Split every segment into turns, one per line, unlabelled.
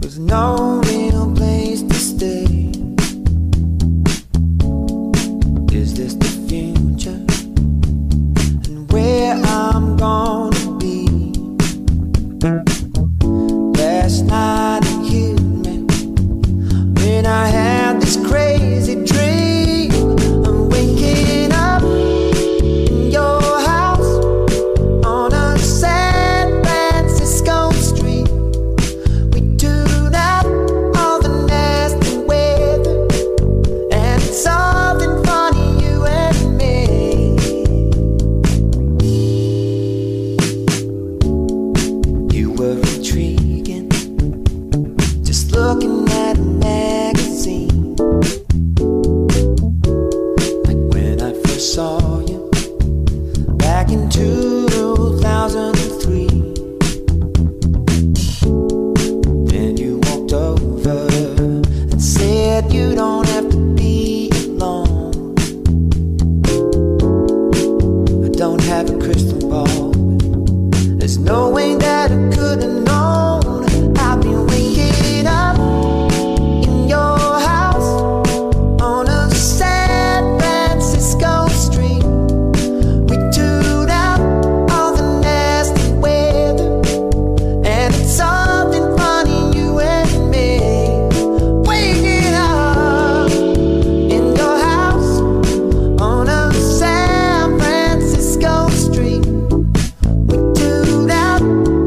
with no real place to stay. Is this the future? And where I'm gonna be? Last night it hit me when I had this crazy dream. I'm waking up in your house on a San Francisco street. We do that all the nasty weather, and it's something funny you and me. You were intriguing, just looking at a magazine. Like when I first saw you back in 2003. Then you walked over and said you don't have to be alone. I don't have a crystal ball. There's no way that I could have known. I've been waking up in your house on a San Francisco street. We tuned out all the nasty weather. And it's something funny you and me waking up in your house on a San Francisco street. We do that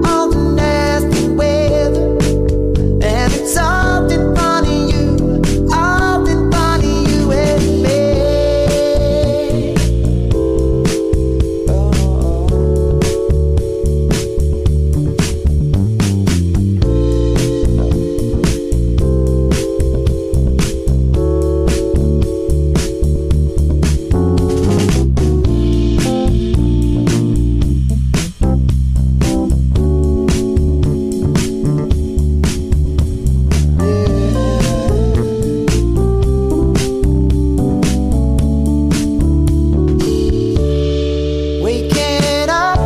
all the nasty weather, and it's something funny you, something funny you and me. Oh. Waking up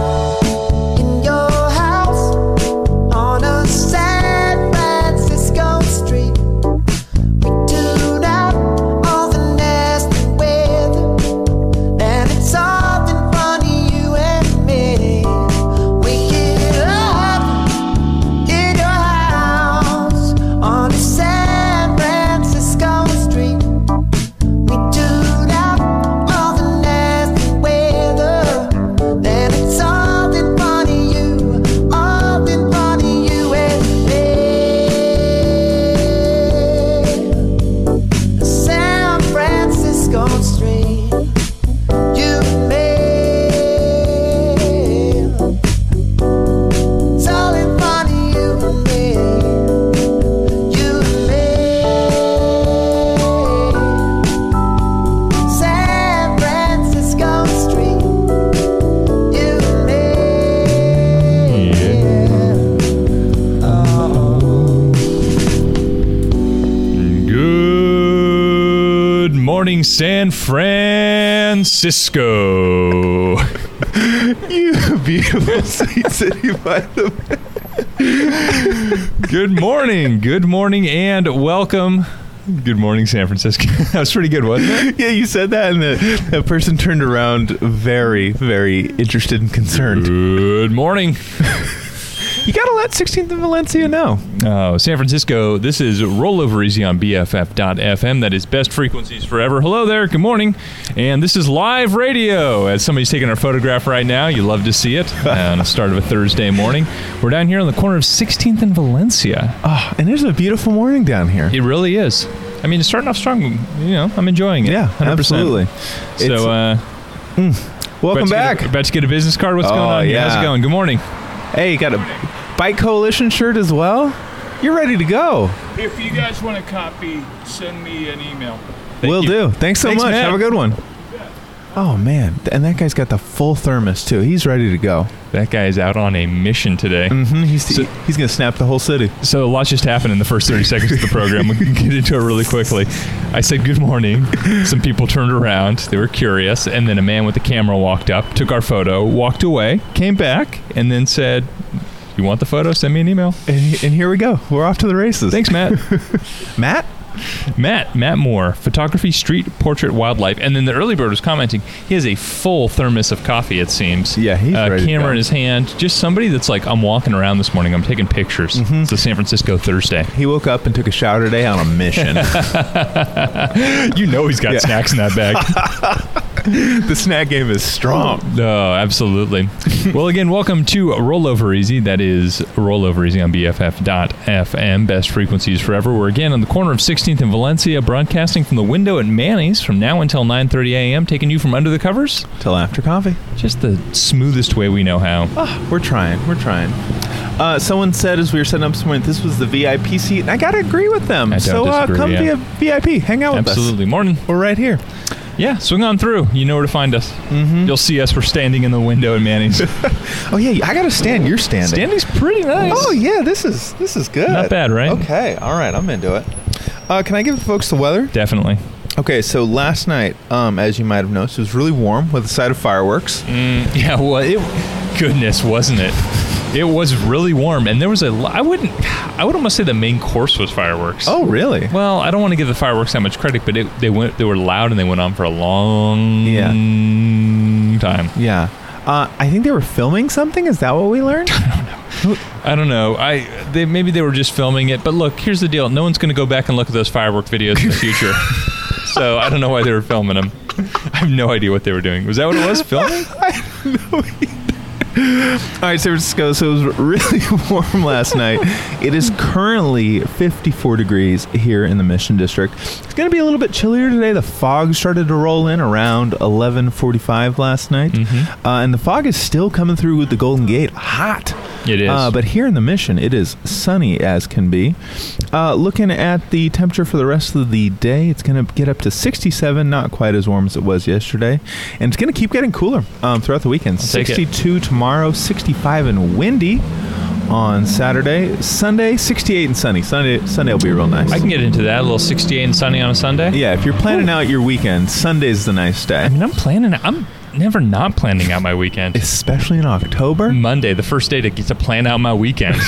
in your house on a San Francisco street. We tune out all the nasty weather, and it's something funny you and me. Waking up in your house on a San Francisco street. We tune out all the nasty weather, and it's something funny you, something funny you and me. San Francisco street, you made something funny you and me, you and me. San Francisco Street. You made Oh.
Good morning, San Francisco.
You beautiful sweet city by the way.
good morning, good morning, and welcome. Good morning, San Francisco. that was pretty good, wasn't it?
Yeah, you said that, and the, the person turned around very, very interested and
Mm-hmm.
concerned.
Good morning.
You gotta let 16th and Valencia know.
Oh, San Francisco, this is Rollover Easy on BFF.FM. That is best frequencies forever. Hello there, good morning. And this is live radio. As somebody's taking our photograph right now, you love to see it on the start of a Thursday morning. We're down here on the corner of 16th and Valencia.
Oh, and there's a beautiful morning down here.
It really is. I mean, it's starting off strong. You know, I'm enjoying it.
Yeah,
100%.
absolutely. It's-
So, uh,
Welcome
about to get
back.
A, about to get a business card. What's going
Oh,
on? here? How's
yeah.
it going? Good morning. uh,
Hey, you got a Bike Coalition shirt as well? You're ready to go.
If you guys want a copy, send me an email.
Will
you.
do. Thanks so
Thanks,
much.
Matt.
Have a good one. Oh, man. Th- And that guy's got the full thermos, too. He's ready to go.
That guy is out on a mission today.
hmm He's,
Mm-hmm. So-
he's going to snap the whole city.
So a lot's just happened in the first 30 seconds of the program. We can get into it really quickly. I said good morning. Some people turned around. They were curious. And then a man with a camera walked up, took our photo, walked away, came back, and then said, you want the photo, send me an email.
And, he- and here we go. We're off to the races.
Thanks, Matt.
Matt.
Matt, Matt Moore, photography, street, portrait, wildlife, and then the early bird was commenting. He has a full thermos of coffee. It seems.
Yeah, he's
uh,
ready to
camera
go.
in his hand. Just somebody that's like, I'm walking around this morning. I'm taking pictures. It's a San Francisco Thursday.
He woke up and took a shower today on a mission.
you know he's got
Yeah.
snacks in that bag.
the snack game is strong.
No, absolutely. well, again, welcome to Rollover Easy. That is Rollover Easy on BFF.FM, best frequencies forever. We're again on the corner of 16th and Valencia, broadcasting from the window at Manny's from now until 9.30 a.m., taking you from under the covers.
Till after coffee.
Just the smoothest way we know how.
Ah, we're trying. We're trying. Uh, someone said as we were setting up this morning, this was the VIP seat, and I gotta agree with them.
I don't
so uh,
disagree,
come
yeah.
be a VIP. Hang out with
Absolutely. Morning.
us. We're right here.
Yeah, swing on through. You know where to find us. Mm-hmm. You'll see us. We're standing in the window at Manny's.
Oh yeah, I gotta stand. You're standing.
Standing's pretty nice.
Oh yeah, this is this is good.
Not bad, right?
Okay, all right, I'm into it. Uh, can I give the folks the weather?
Definitely.
Okay, so last night, um, as you might have noticed, it was really warm with a sight of fireworks.
Mm. Yeah, well, it goodness, wasn't it? It was really warm, and there was a. lo- I wouldn't. I would almost say the main course was fireworks.
Oh really?
Well, I don't want to give the fireworks that much credit, but it, they went. They were loud and they went on for a long
Yeah.
time.
Yeah. Uh, I think they were filming something. Is that what we learned?
I don't know. I they maybe they were just filming it, but look, here's the deal. No one's going to go back and look at those firework videos in the future. so I don't know why they were filming them. I have no idea what they were doing. Was that what it was? Filming?
Uh, All right, San Francisco. So it was really warm last night. It is currently 54 degrees here in the Mission District. It's going to be a little bit chillier today. The fog started to roll in around 11:45 last night, uh, and the fog is still coming through with the Golden Gate. Hot.
It is.
Uh, but here in the Mission, it is sunny as can be. Uh, looking at the temperature for the rest of the day, it's going to get up to 67. Not quite as warm as it was yesterday, and it's going to keep getting cooler um, throughout the weekend.
take it.
60 62 tomorrow, 65 and windy on Saturday. Sunday, 68 and sunny. Sunday Sunday will be real nice.
I can get into that. A little 68 and sunny on a Sunday.
yeah, if you're planning out your weekend, Sunday's the nice
I
day.
mean, I'm planning. I'm never not planning out my weekend.
Especially in October.
Monday, the first day to get to plan out my weekend.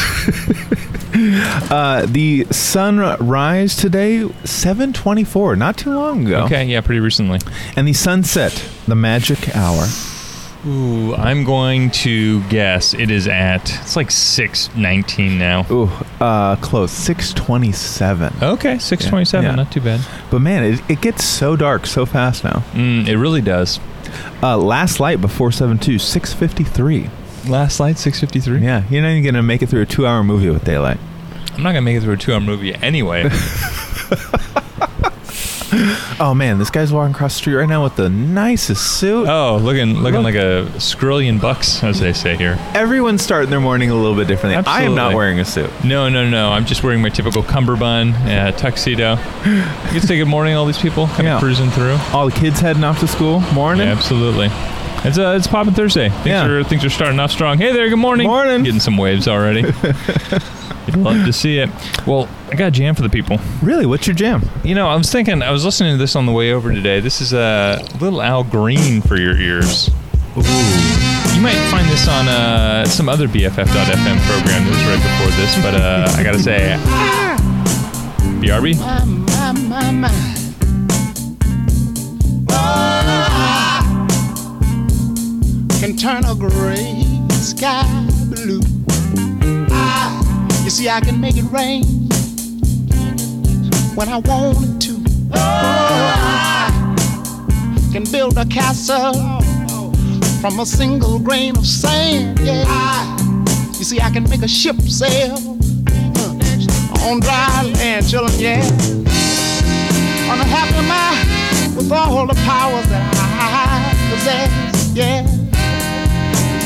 Uh, the sunrise today, 724, not too long ago.
Okay, yeah, pretty recently.
And the sunset, the magic hour.
Ooh, I'm going to guess it is at it's like six nineteen now.
Ooh, uh, close, 627.
Okay, six twenty-seven.
Yeah.
Not too bad.
But man, it, it gets so dark so fast now.
Mm, it really does.
Uh, last light before 72, 653.
Last light, six fifty-three.
Yeah, you're not even gonna make it through a two-hour movie with daylight.
I'm not gonna make it through a two-hour movie anyway.
Oh man, this guy's walking across the street right now with the nicest suit.
oh, looking looking
Look.
like a scrillion bucks, as they say here.
Everyone's starting their morning a little bit differently. I am
Absolutely.
not wearing a suit.
No, no, no. I'm just wearing my typical cummerbund, uh, tuxedo. You can say good morning, to all these people kind
Yeah.
of cruising through.
All the kids heading off to school. Morning.
Yeah, absolutely. It's uh, it's popping Thursday. Things
Yeah.
are things are starting off strong. Hey there, good morning.
Morning.
Getting some waves already. You'd love to see it. Well, I got a jam for the people.
Really? What's your jam?
You know, I was thinking, I was listening to this on the way over today. This is a uh, little Al Green for your ears. You might find this on uh, some other BFF.FM program that was right before this, but uh, I gotta say, BRB.
My, my, my, my. Can turn a gray sky blue. Ah, you see, I can make it rain when I want it to. I can build a castle from a single grain of sand. Yeah, Ah, you see, I can make a ship sail uh, on dry land, children. Yeah on a happy mind with all the powers that I possess. Yeah.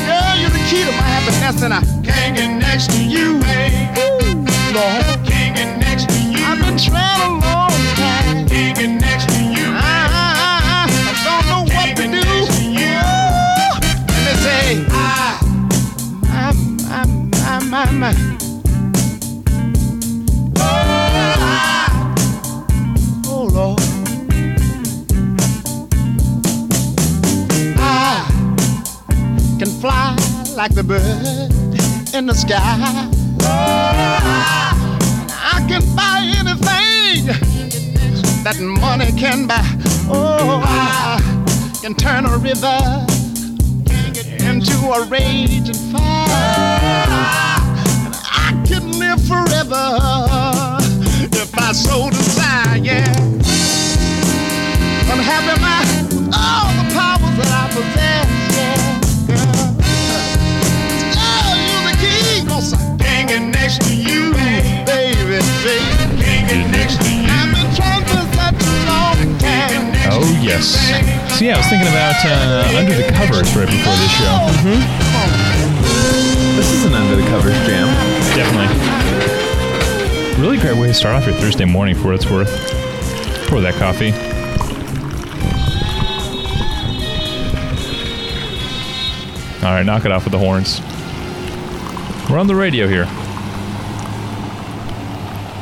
Girl, you're the key to my happiness, and I can't get next to you. Ooh, Lord. Can't get next to you. I've been trying a long time. Can't get next to you. I, I, I, I don't know what to do. Ooh, Let me say, I, my, my, my, my, my. Oh, I, Oh Lord. Ah, I can fly like the bird. in the sky. Ah, I can buy anything that money can buy. Oh, I can turn a river into a raging fire. And I can live forever if I so desire, yeah. I'm happy my with all the powers that I possess. Yeah, girl. Girl, you the king, 'cause I'm hanging next to you, baby, baby. Hanging next to you. I've been trying for such a long time.
Oh, yes. So, yeah, I was thinking about uh, Under the Covers right before this show. Mm-hmm.
This is an under the covers jam.
Definitely. Really great way to start off your Thursday morning for what it's worth. Pour that coffee. All right, knock it off with the horns. We're on the radio here.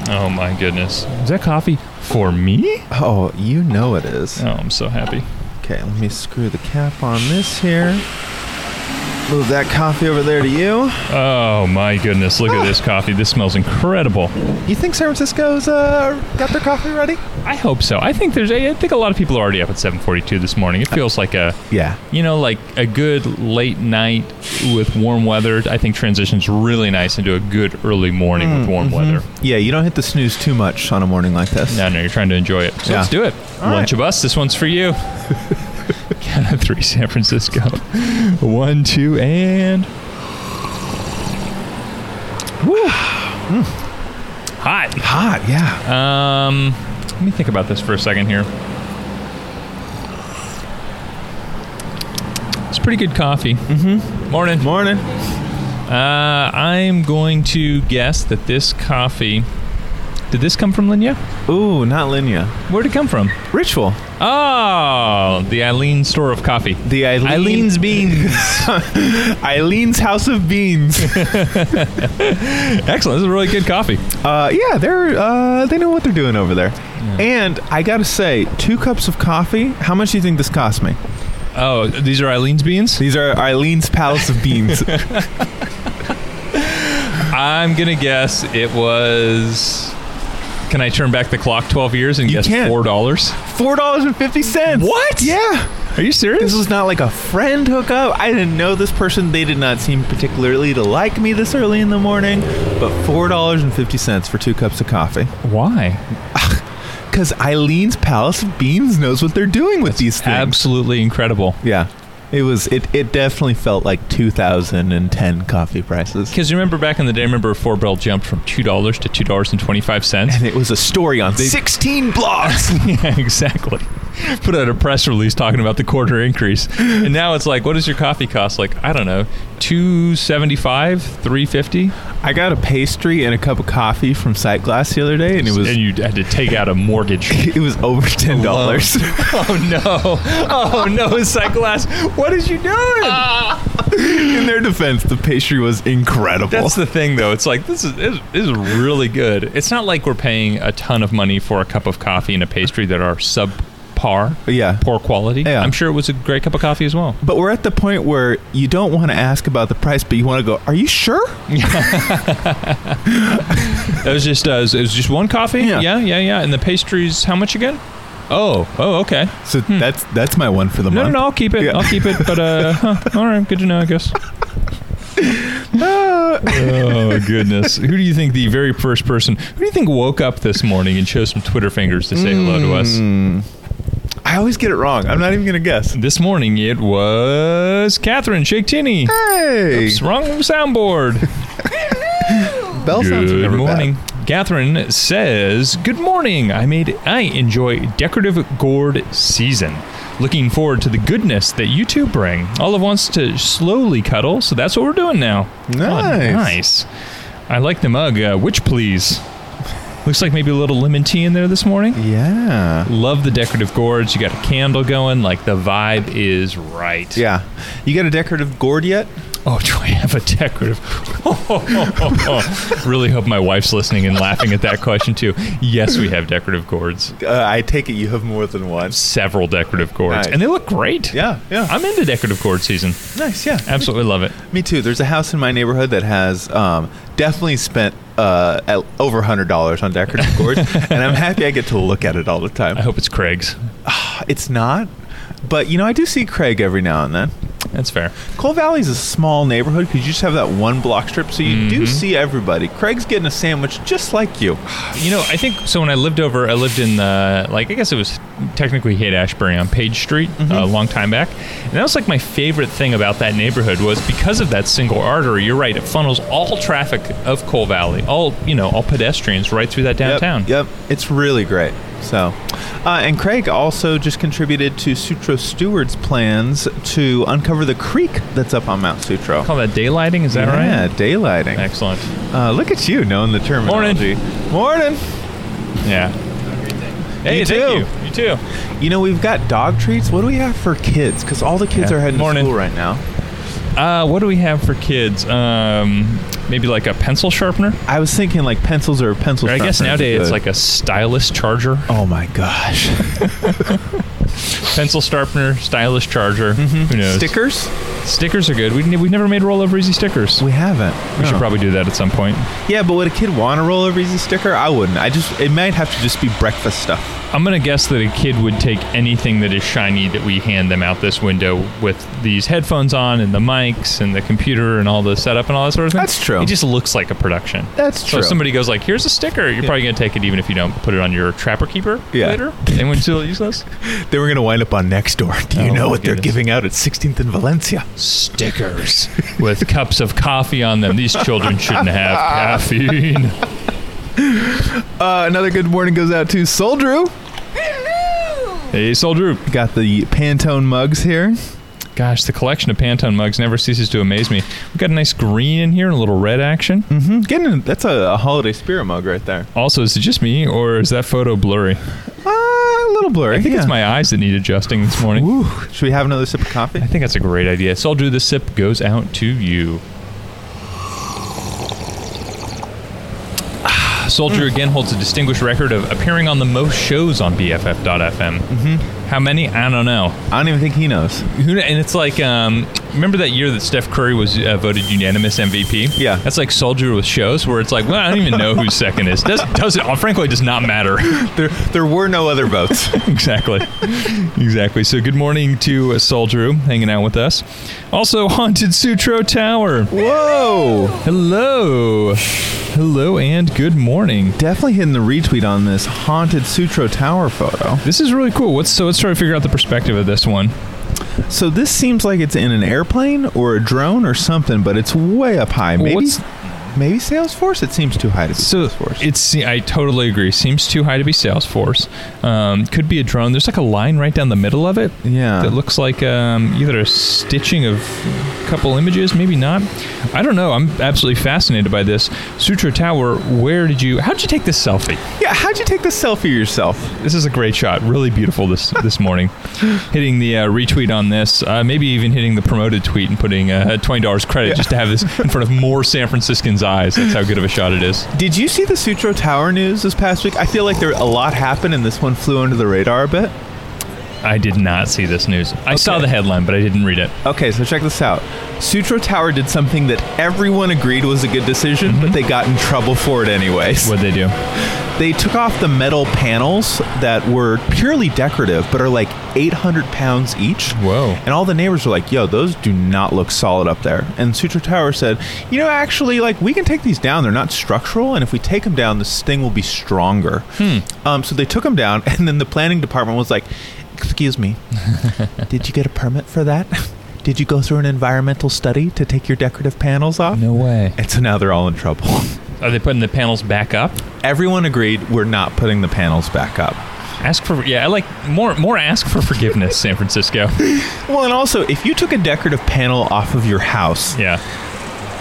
Oh my goodness. Is that coffee for me?
Oh, you know it is.
Oh, I'm so happy.
Okay, let me screw the cap on this here. Move that coffee over there to you.
Oh my goodness, look at this coffee. This smells incredible.
You think San Francisco's uh, got their coffee ready?
I hope so. I think there's a I think a lot of people are already up at 7:42 this morning. It feels like a
Yeah.
You know, like a good late night with warm weather, I think transitions really nice into a good early morning
Mm,
with warm weather.
Yeah, you don't hit the snooze too much on a morning like this.
No, no, you're trying to enjoy it. So
Yeah.
let's do it.
All
Lunch
right.
of us. This one's for you. Count of three, San Francisco. One, two, and. Woo. Hot.
Hot, yeah.
Um, let me think about this for a second here. It's pretty good coffee. Mm-hmm. Morning.
Morning.
Uh, I'm going to guess that this coffee. Did this come from Linya?
Ooh, not Linya.
Where'd it come from?
Ritual.
Oh, the Eileen store of coffee.
The Eileen-
Eileen's beans.
Eileen's House of Beans.
Excellent. This is really good coffee.
uh, yeah, they're uh, they know what they're doing over there. And I gotta say, two cups of coffee. How much do you think this cost me?
Oh, these are Eileen's beans.
These are Eileen's Palace of Beans.
I'm gonna guess it was. Can I turn back the clock 12 years and
You
guess
can.
four dollars?
Four dollars and fifty cents.
What?
Yeah.
Are you serious?
This was not like a friend hookup. I didn't know this person. They did not seem particularly to like me this early in the morning. But four dollars and fifty cents for two cups of coffee.
Why?
Because Eileen's Palace of Beans knows what they're doing with these things.
Absolutely incredible.
Yeah. It was it, it definitely felt like 2010 coffee prices.
Because remember back in the day, remember Four Bell jumped from two dollars to two dollars and twenty-five cents.
And it was a story on 16 blogs.
yeah, exactly. Put out a press release talking about the quarter increase, and now it's like, what does your coffee cost? Like, I don't know, two seventy-five, three fifty.
I got a pastry and a cup of coffee from Sightglass the other day and it was
and you had to take out a mortgage.
it was over $10.
oh no! Oh no! It's like glass. What is you doing?
In their defense, the pastry was incredible.
That's the thing, though. It's like this is this is really good. It's not like we're paying a ton of money for a cup of coffee and a pastry that are subpar,
Yeah.
poor quality.
Yeah.
I'm sure it was a great cup of coffee as well.
but we're at the point where you don't want to ask about the price, but you want to go, "Are you sure?"
It was just uh, it was- it was just one coffee.
Yeah.
yeah, yeah, yeah. And the pastries, how much again? Oh, oh, okay.
So that's that's my one for the
No, no,
month.
no. I'll keep it.
Yeah.
I'll keep it. But uh, huh, all right, good to know, I guess. oh goodness! Who do you think the very first person? Who do you think woke up this morning and chose some Twitter fingers to say hello to us?
I always get it wrong. I'm not even going to guess.
This morning it was Catherine Shaktini.
Hey.
It's wrong soundboard.
Bell sounds
Good
never bad.
morning. Catherine says, Good morning. I made I enjoy decorative gourd season. Looking forward to the goodness that you two bring. Olive wants to slowly cuddle, so that's what we're doing now.
Nice.
nice. I like the mug. Uh, which please? Looks like maybe a little lemon tea in there this morning.
Yeah.
Love the decorative gourds. You got a candle going. Like the vibe is right.
Yeah. You got a decorative gourd yet?
Oh, do I have a decorative? Really hope my wife's listening and laughing at that question too. Yes, we have decorative gourds.
Uh, I take it you have more than one.
Several decorative gourds,
Nice.
and they look great.
Yeah, yeah.
I'm into decorative gourd season.
nice, yeah.
Absolutely love it.
Me too. There's a house in my neighborhood that has um, definitely spent uh, at over hundred dollars on decorative gourds, and I'm happy I get to look at it all the
I
time.
hope it's Craig's.
It's not, but you know I do see Craig every now and then.
That's fair.
Coal Valley's a small neighborhood because you just have that one block strip, so you
Mm-hmm.
do see everybody. Craig's getting a sandwich just like you.
You know, I think so. When I lived over, I lived in uh, like I guess it was technically Haight Ashbury on Page Street
Mm-hmm.
uh, a long time back, and that was like my favorite thing about that neighborhood was because of that single artery. You're right; it funnels all traffic of Coal Valley, all you know, all pedestrians right through that
Yep,
downtown.
Yep, it's really great. So, uh, and Craig also just contributed to Sutro Steward's plans to uncover the creek that's up on Mount Sutro.
Call that daylighting? Is that
Yeah,
right?
daylighting.
Excellent.
Uh, look at you knowing the terminology. Morning.
Yeah. Hey,
You too.
thank you. You too.
You know we've got dog treats. What do we have for kids? Because all the kids
Yeah.
are heading
Morning.
to school right now.
Uh, what do we have for kids? Um, maybe like a pencil sharpener.
I was thinking like pencils or pencil.
I guess
sharpeners are
nowadays it's
good.
like a stylus charger.
Oh my gosh!
pencil sharpener, stylus charger.
Mm-hmm.
Who knows?
Stickers?
Stickers are good. We we've never made rollover easy stickers. We
We Oh. haven't. We
should probably do that at some point.
Yeah, but would a kid want a roll over easy sticker? I wouldn't. I just it might have to just be breakfast stuff.
I'm gonna guess that a kid would take anything that is shiny that we hand them out this window with these headphones on and the mics and the computer and all the setup and all that sort of thing.
That's true.
It just looks like a production.
That's
So
true.
if somebody goes like, "Here's a sticker," you're probably gonna take it even if you don't put it on your Trapper Keeper
Yeah.
later. And when still use those
Then we're gonna wind up on next door. Do you
Oh, my
know what they're
goodness.
giving out at 16th and Valencia?
stickers with cups of coffee on them, these children shouldn't have caffeine.
Uh, another good morning goes out to Soul Drew.
Hey, Soldier.
Got the Pantone mugs here.
Gosh, the collection of Pantone mugs never ceases to amaze me. We've got a nice green in here and a little red action.
Hmm, Getting that's a, a holiday spirit mug right there.
Also, is it just me or is that photo blurry?
Uh, a little blurry.
I think it's my eyes that need adjusting this morning.
Ooh, should we have another sip of coffee?
I think that's a great idea. So I'll do the sip goes out to you. Ah, Soldier again holds a distinguished record of appearing on the most shows on BFF.FM. Mm-hmm. How many? I don't know.
I don't even think he knows.
Who kn- And it's like, um, remember that year that Steph Curry was uh, voted unanimous MVP?
Yeah.
That's like Soldier with shows where it's like, well, I don't even know who's second is. Does, does it, uh, frankly, it does not matter.
There, there were no other votes.
exactly. Exactly. So good morning to uh, Soldier hanging out with us. Also, Haunted Sutro Tower.
Whoa!
Hello. Hello and good morning.
Definitely hitting the retweet on this haunted Sutro Tower photo.
This is really cool. What's, so let's try to figure out the perspective of this one.
So this seems like it's in an airplane or a drone or something, but it's way up high. Maybe,
what's-
maybe Salesforce. It seems too high to be
So
Salesforce.
it's I totally agree. Seems too high to be Salesforce. Um, could be a drone. There's like a line right down the middle of it.
Yeah.
That looks like um, either a stitching of a couple images, maybe not. I don't know. I'm absolutely fascinated by this Sutra Tower. Where did you? How did you take this selfie?
yeah, how'd you take the selfie yourself?
This is a great shot. Really beautiful this this morning. hitting the uh, retweet on this, uh, maybe even hitting the promoted tweet and putting uh, twenty dollars credit just to have this in front of more San Franciscans' eyes. That's how good of a shot it is.
Did you see the Sutro Tower news this past week? I feel like there a lot happened, and this one flew under the radar a bit.
I did not see this news. I saw
Okay.
the headline, but I didn't read it.
Okay, so check this out. Sutro Tower did something that everyone agreed was a good decision,
Mm-hmm.
but they got in trouble for it anyways.
What'd they do?
They took off the metal panels that were purely decorative, but are like 800 pounds each.
Whoa.
And all the neighbors were like, yo, those do not look solid up there. And Sutro Tower said, you know, actually, like, we can take these down. They're not structural. And if we take them down, this thing will be stronger. Um, so they took them down. And then the planning department was like, excuse me, did you get a permit for that? Did you go through an environmental study to take your decorative panels off?
way.
And so now they're all in trouble.
Are they putting the panels back up?
Everyone agreed we're not putting the panels back up.
Ask for yeah. I like more more. Ask for forgiveness, San Francisco.
Well, and also, if you took a decorative panel off of your house,
Yeah.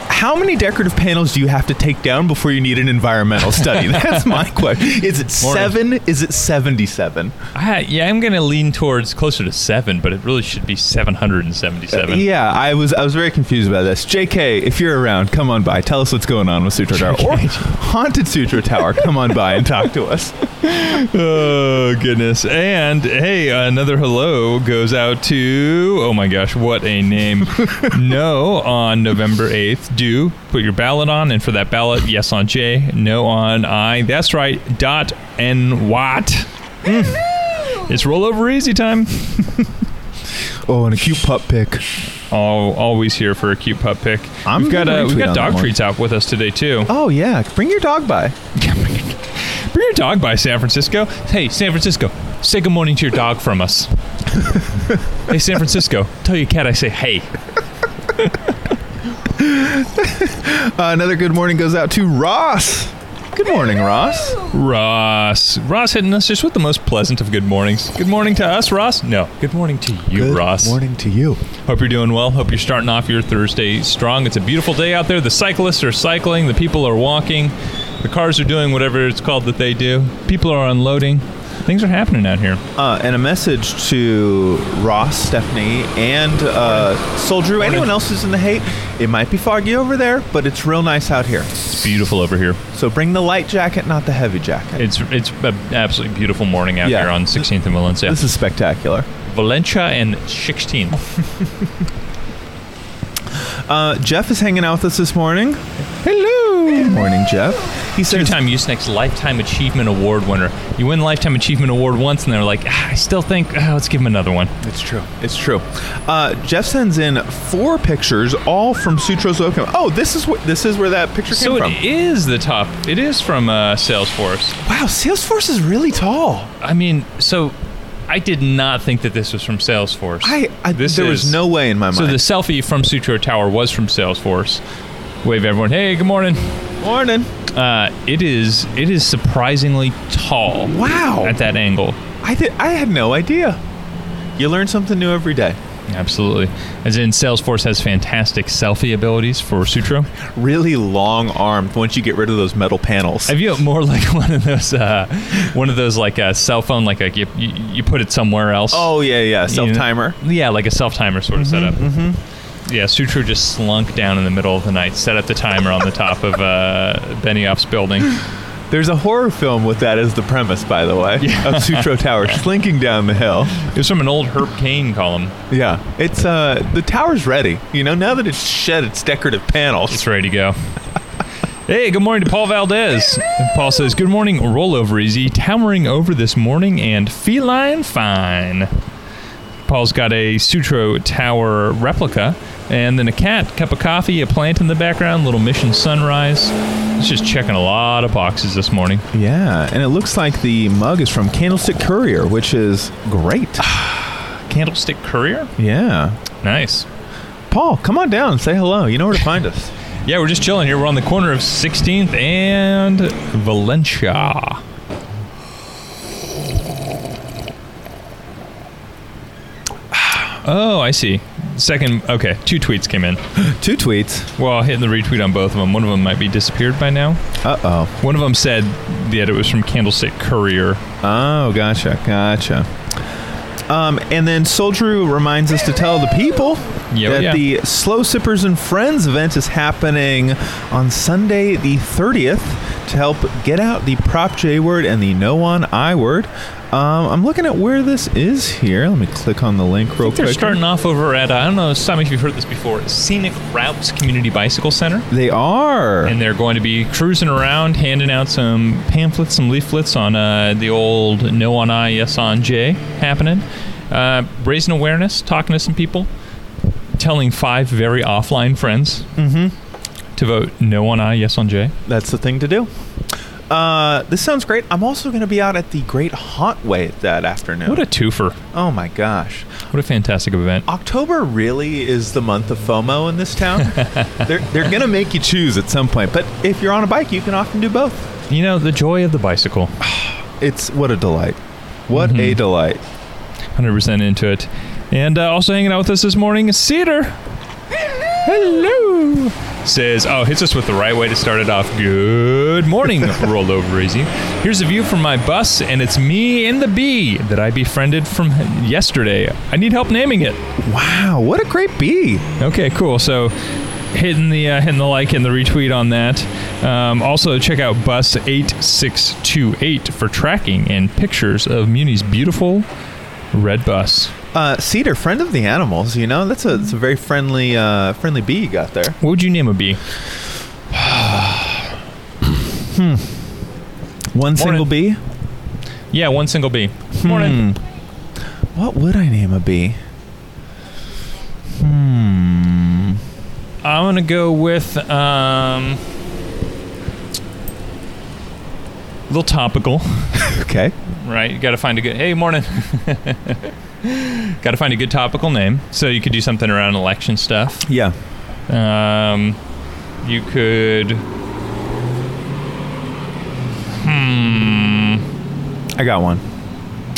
how many decorative panels do you have to take down before you need an environmental study? That's my question. Is it
Morning.
seven? Is it seventy-seven?
I, yeah, I'm going to lean towards closer to seven, but it really should be 777.
Yeah, I was I was very confused about this. JK, if you're around, come on by. Tell us what's going on with Sutro Tower or haunted Sutro Tower. Come on by and talk to us.
Oh goodness! And hey, another hello goes out to oh my gosh, what a name! no on November eighth. Do put your ballot on, and for that ballot, yes on J, no on I. That's right. Dot and what? Mm. It's rollover easy time.
Oh, and a cute pup pick.
All, always here for a cute pup pick.
I'm
we've got
gonna
uh, we've
retweet
got
on that
dog
one.
treats out with us today too.
Oh yeah, bring your dog by.
Bring your dog by San Francisco. Hey, San Francisco, say good morning to your dog from us. hey, San Francisco, tell your cat I say hey.
Uh, another good morning goes out to Ross. Good morning, Ross.
Ross. Ross hitting us just with the most pleasant of good mornings. Good morning to us, Ross. No, good morning to you, Ross.
morning to you.
Hope you're doing well. Hope you're starting off your Thursday strong. It's a beautiful day out there. The cyclists are cycling, the people are walking, the cars are doing whatever it's called that they do, people are unloading. Things are happening out here.
Uh, and a message to Ross, Stephanie, and uh, Soul Drew. Anyone else who's in the hate? It might be foggy over there, but it's real nice out here.
It's beautiful over here.
So bring the light jacket, not the heavy jacket.
It's it's an absolutely beautiful morning out
Yeah.
here on 16th and Valencia.
This is spectacular.
Valencia and 16.
Uh, Jeff is hanging out with us this morning. Hello. Good morning, Jeff. He
Two
says,
time Usenex Lifetime Achievement Award winner. You win Lifetime Achievement Award once, and they're like, "Ah, I still think, ah, let's give him another one.
It's true. It's true. Uh, Jeff sends in four pictures, all from Sutro's Locum. Oh, this is wh- this is where that picture
So
came
it
from.
is the top. It is from uh, Salesforce.
wow, Salesforce is really tall.
I mean, so I did not think that this was from Salesforce.
I, I
This
there
is-
was no way in my mind.
so the selfie from Sutro Tower was from Salesforce. Wave everyone. Hey, good morning.
morning.
Uh, it is it is surprisingly tall.
Wow.
At that angle.
I did. I had no idea. You learn something new every day.
Absolutely. As in, Salesforce has fantastic selfie abilities for Sutro.
Really long armed. Once you get rid of those metal panels.
I view it more like one of those, uh, one of those like a cell phone, like a, you, you you put it somewhere else.
oh yeah, yeah.
You know?
Self timer.
Yeah, like a self timer sort of setup. Mm-hmm. Yeah, Sutro just slunk down in the middle of the night, set up the timer on the top of uh, Benioff's building.
There's a horror film with that as the premise, by the way, of Sutro Tower slinking down the hill.
It was from an old Herb Kane column.
Yeah, it's uh the tower's ready. You know, now that it's shed its decorative panels.
It's ready to go. Hey, good morning to Paul Valdez. And Paul says, Good morning, rollover easy, towering over this morning and feline fine. Paul's got a Sutro Tower replica, and then a cat, cup of coffee, a plant in the background, little mission sunrise. It's just checking a lot of boxes this morning.
Yeah, and it looks like the mug is from Candlestick Courier, which is great.
Candlestick Courier?
yeah.
Nice.
Paul, come on down, say hello. You know where to find us.
Yeah, we're just chilling here. We're on the corner of 16th and Valencia. Oh, I see. Second, okay, two tweets came in.
Two tweets.
Well, I'll hit the retweet on both of them. One of them might be disappeared by now.
Uh oh.
One of them said that it was from Candlestick Courier.
Oh, gotcha, gotcha. Um, and then Soldrew reminds us to tell the people
Yeah,
that
yeah.
the Slow Sippers and Friends event is happening on Sunday the 30th to help get out the Prop J word and the No on I word. Um, I'm looking at where this is here. Let me click on the link real
They're
quick.
starting off over at, uh, I don't know, Sam, if you've heard this before, Scenic Routes Community Bicycle Center.
They are.
and they're going to be cruising around, handing out some pamphlets, some leaflets on uh, the old No on I, Yes on J happening, uh, raising awareness, talking to some people, telling five very offline friends to vote No on I, Yes on J.
That's the thing to do. Uh, this sounds great. I'm also going to be out at the Great Haunt Way that afternoon.
What a twofer!
oh my gosh.
What a fantastic event!
October really is the month of FOMO in this town. they're they're gonna make you choose at some point, but if you're on a bike, you can often do both.
You know the joy of the bicycle.
It's what a delight. What a delight.
Hundred percent into it, and uh, also hanging out with us this morning is Cedar. Hello. says, "Oh, hits us with the right way to start it off." Good morning, rollover easy. Here's a view from my bus, and it's me and the bee that I befriended from yesterday. I need help naming it.
Wow, what a great bee.
Okay, cool. So hitting the uh, hitting the like and the retweet on that. Um, also check out bus eight six two eight for tracking and pictures of Muni's beautiful red bus.
Uh, Cedar, friend of the animals, you know, that's a, that's a very friendly uh, friendly bee you got there.
What would you name a bee?
One single bee?
Yeah, one single Hmm. bee. Morning.
What would I name a bee?
I'm gonna go with um, a little topical.
Okay.
Right, you got to find a good. Hey, morning. got to find a good topical name. So you could do something around election stuff.
Yeah.
Um, you could. Hmm.
I got one.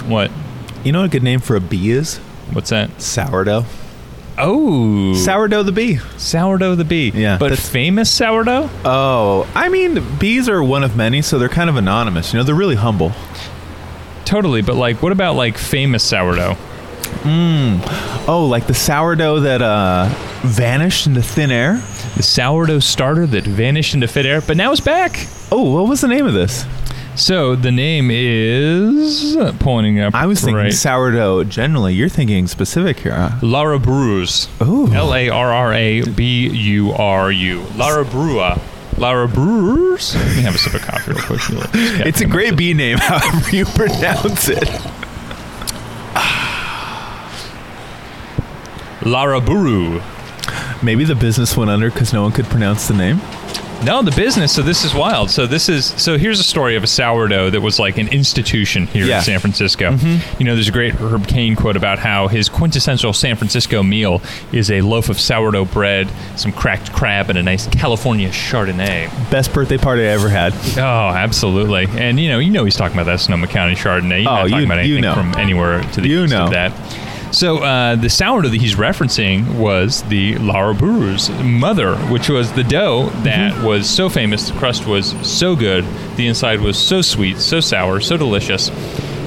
What?
You know what a good name for a bee is?
What's that?
Sourdough.
Oh,
Sourdough the bee.
sourdough the bee.
Yeah,
but
that's-
famous sourdough.
Oh, I mean, bees are one of many, so they're kind of anonymous. You know, they're really humble.
Totally, but like, what about like famous sourdough?
Oh, like the sourdough that uh, vanished into thin air?
The sourdough starter that vanished into thin air, but now is back.
Oh, what was the name of this?
So the name is uh, pointing up.
I was thinking
right.
sourdough generally. You're thinking specific here. Huh?
Lara Brewers.
Ooh.
L A R R A B U R U. Lara Brewer. Lara Brewers. Let me have a sip of coffee real quick. You little scat.
It's a great bee name, however you pronounce it.
Lara Buru.
Maybe the business went under because no one could pronounce the name.
No, the business. So this is wild. So this is so here's a story of a sourdough that was like an institution here
Yeah. Mm-hmm.
in San Francisco. You know, there's a great Herb Cain quote about how his quintessential San Francisco meal is a loaf of sourdough bread, some cracked crab, and a nice California Chardonnay.
Best birthday party I ever had.
Oh, absolutely. And you know, you know he's talking about that Sonoma County Chardonnay. He's
Oh,
not talking
you-
about
you
anything
know.
from anywhere to the
You
east
know.
of that. So uh, the sourdough that he's referencing was the Laura Brewer's mother, which was the dough that
Mm-hmm.
was so famous. The crust was so good, the inside was so sweet, so sour, so delicious.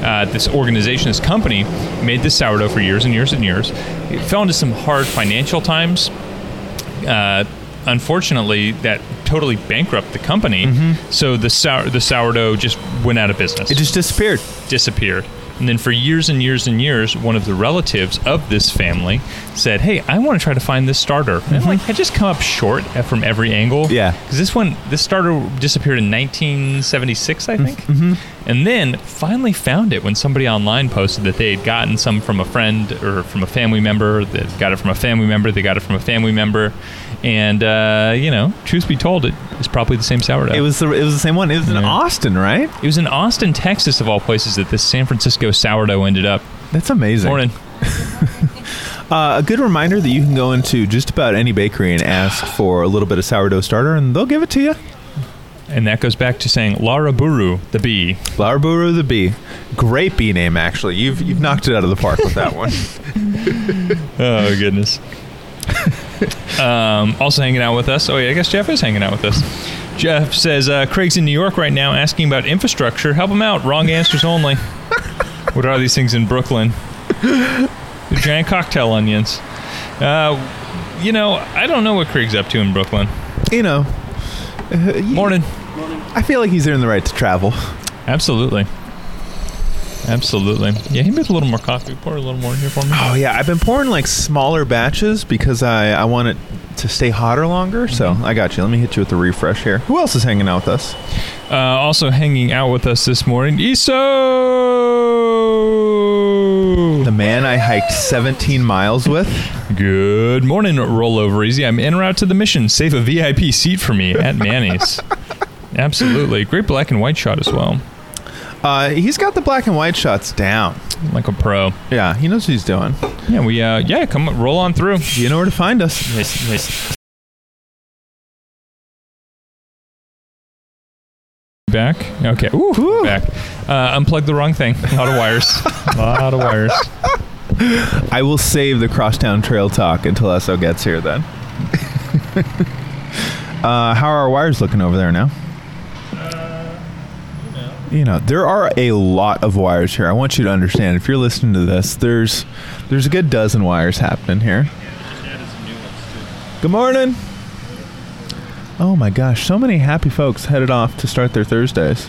Uh, this organization, this company, made this sourdough for years and years and years. It fell into some hard financial times uh, unfortunately, that totally bankrupt the company. So the sour, the sourdough just went out of business.
Mm-hmm. It just disappeared.
disappeared. And then for years and years and years, one of the relatives of this family said, "Hey, I want to try to find this starter." And I'm like, I just come up short at- from every angle.
Mm-hmm. Yeah.
because this one, this starter disappeared in 1976, I
Mm-hmm.
think. And then finally found it when somebody online posted that they had gotten some from a friend or from a family member. That got it from a family member. They got it from a family member. And uh, you know, truth be told, it is probably the same sourdough.
It was the it was the same one. It was in
Yeah.
Austin, right?
It was in Austin, Texas, of all places, that this San Francisco sourdough ended up.
That's amazing.
Morning.
Uh, a good reminder that you can go into just about any bakery and ask for a little bit of sourdough starter, and they'll give it to you.
And that goes back to saying Lara Buru, the bee.
Larburu the bee, great bee name actually. You've you've knocked it out of the park with that one.
Oh, goodness. um, also hanging out with us. Oh, yeah, I guess Jeff is hanging out with us. Jeff says, uh, Craig's in New York right now asking about infrastructure. Help him out. Wrong answers only. what are these things in Brooklyn? They're giant cocktail onions. Uh, you know, I don't know what Craig's up to in Brooklyn.
You know, uh, you-
Morning.
I feel like he's earned the right to travel.
Absolutely. Absolutely. Yeah, he made a little more coffee. Pour a little more in here for me.
Oh yeah, I've been pouring like smaller batches because I I want it to stay hotter longer. So I got you. Let me hit you with the refresh here. Who else is hanging out with us?
Uh, also hanging out with us this morning, Iso.
The man I hiked 17 miles with.
Good morning, Rollover Easy. I'm en route to the mission. Save a VIP seat for me at Manny's. Absolutely. Great black and white shot as well.
Uh, he's got the black and white shots down.
Like a pro.
Yeah, he knows what he's doing.
Yeah, we, uh, yeah, come on, roll on through.
You know where to find us.
Yes, yes. Back. Okay. Ooh,
Woo.
back. Uh, unplug the wrong thing. A lot of wires. a lot of wires.
I will save the Crosstown Trail talk until Esso gets here then. Uh, how are our wires looking over there now? You know, there are a lot of wires here. I want you to understand. If you're listening to this, there's there's a good dozen wires happening here. Good morning. Oh my gosh, so many happy folks headed off to start their Thursdays.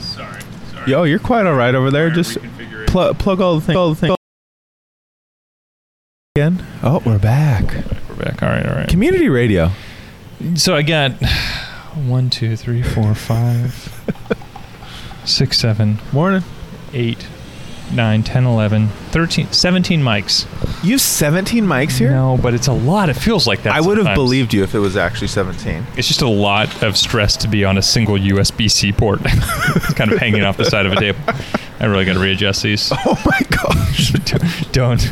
Sorry. Sorry.
Yo, you're quite all right over there.
Alright,
Just
reconfigure it.
pl- plug all the things. All the things. Again. Oh, we're back.
We're back. All right, all right.
Community radio.
So I got one, two, three, four, five, six, seven,
Morning.
eight, nine, 10, 11, 13, 17 mics.
You have 17 mics here.
No, but it's a lot. It feels like that.
I would have
sometimes.
believed you if it was actually 17.
It's just a lot of stress to be on a single USB C port. it's kind of hanging off the side of a table. I really got to readjust these.
Oh my gosh.
Don't.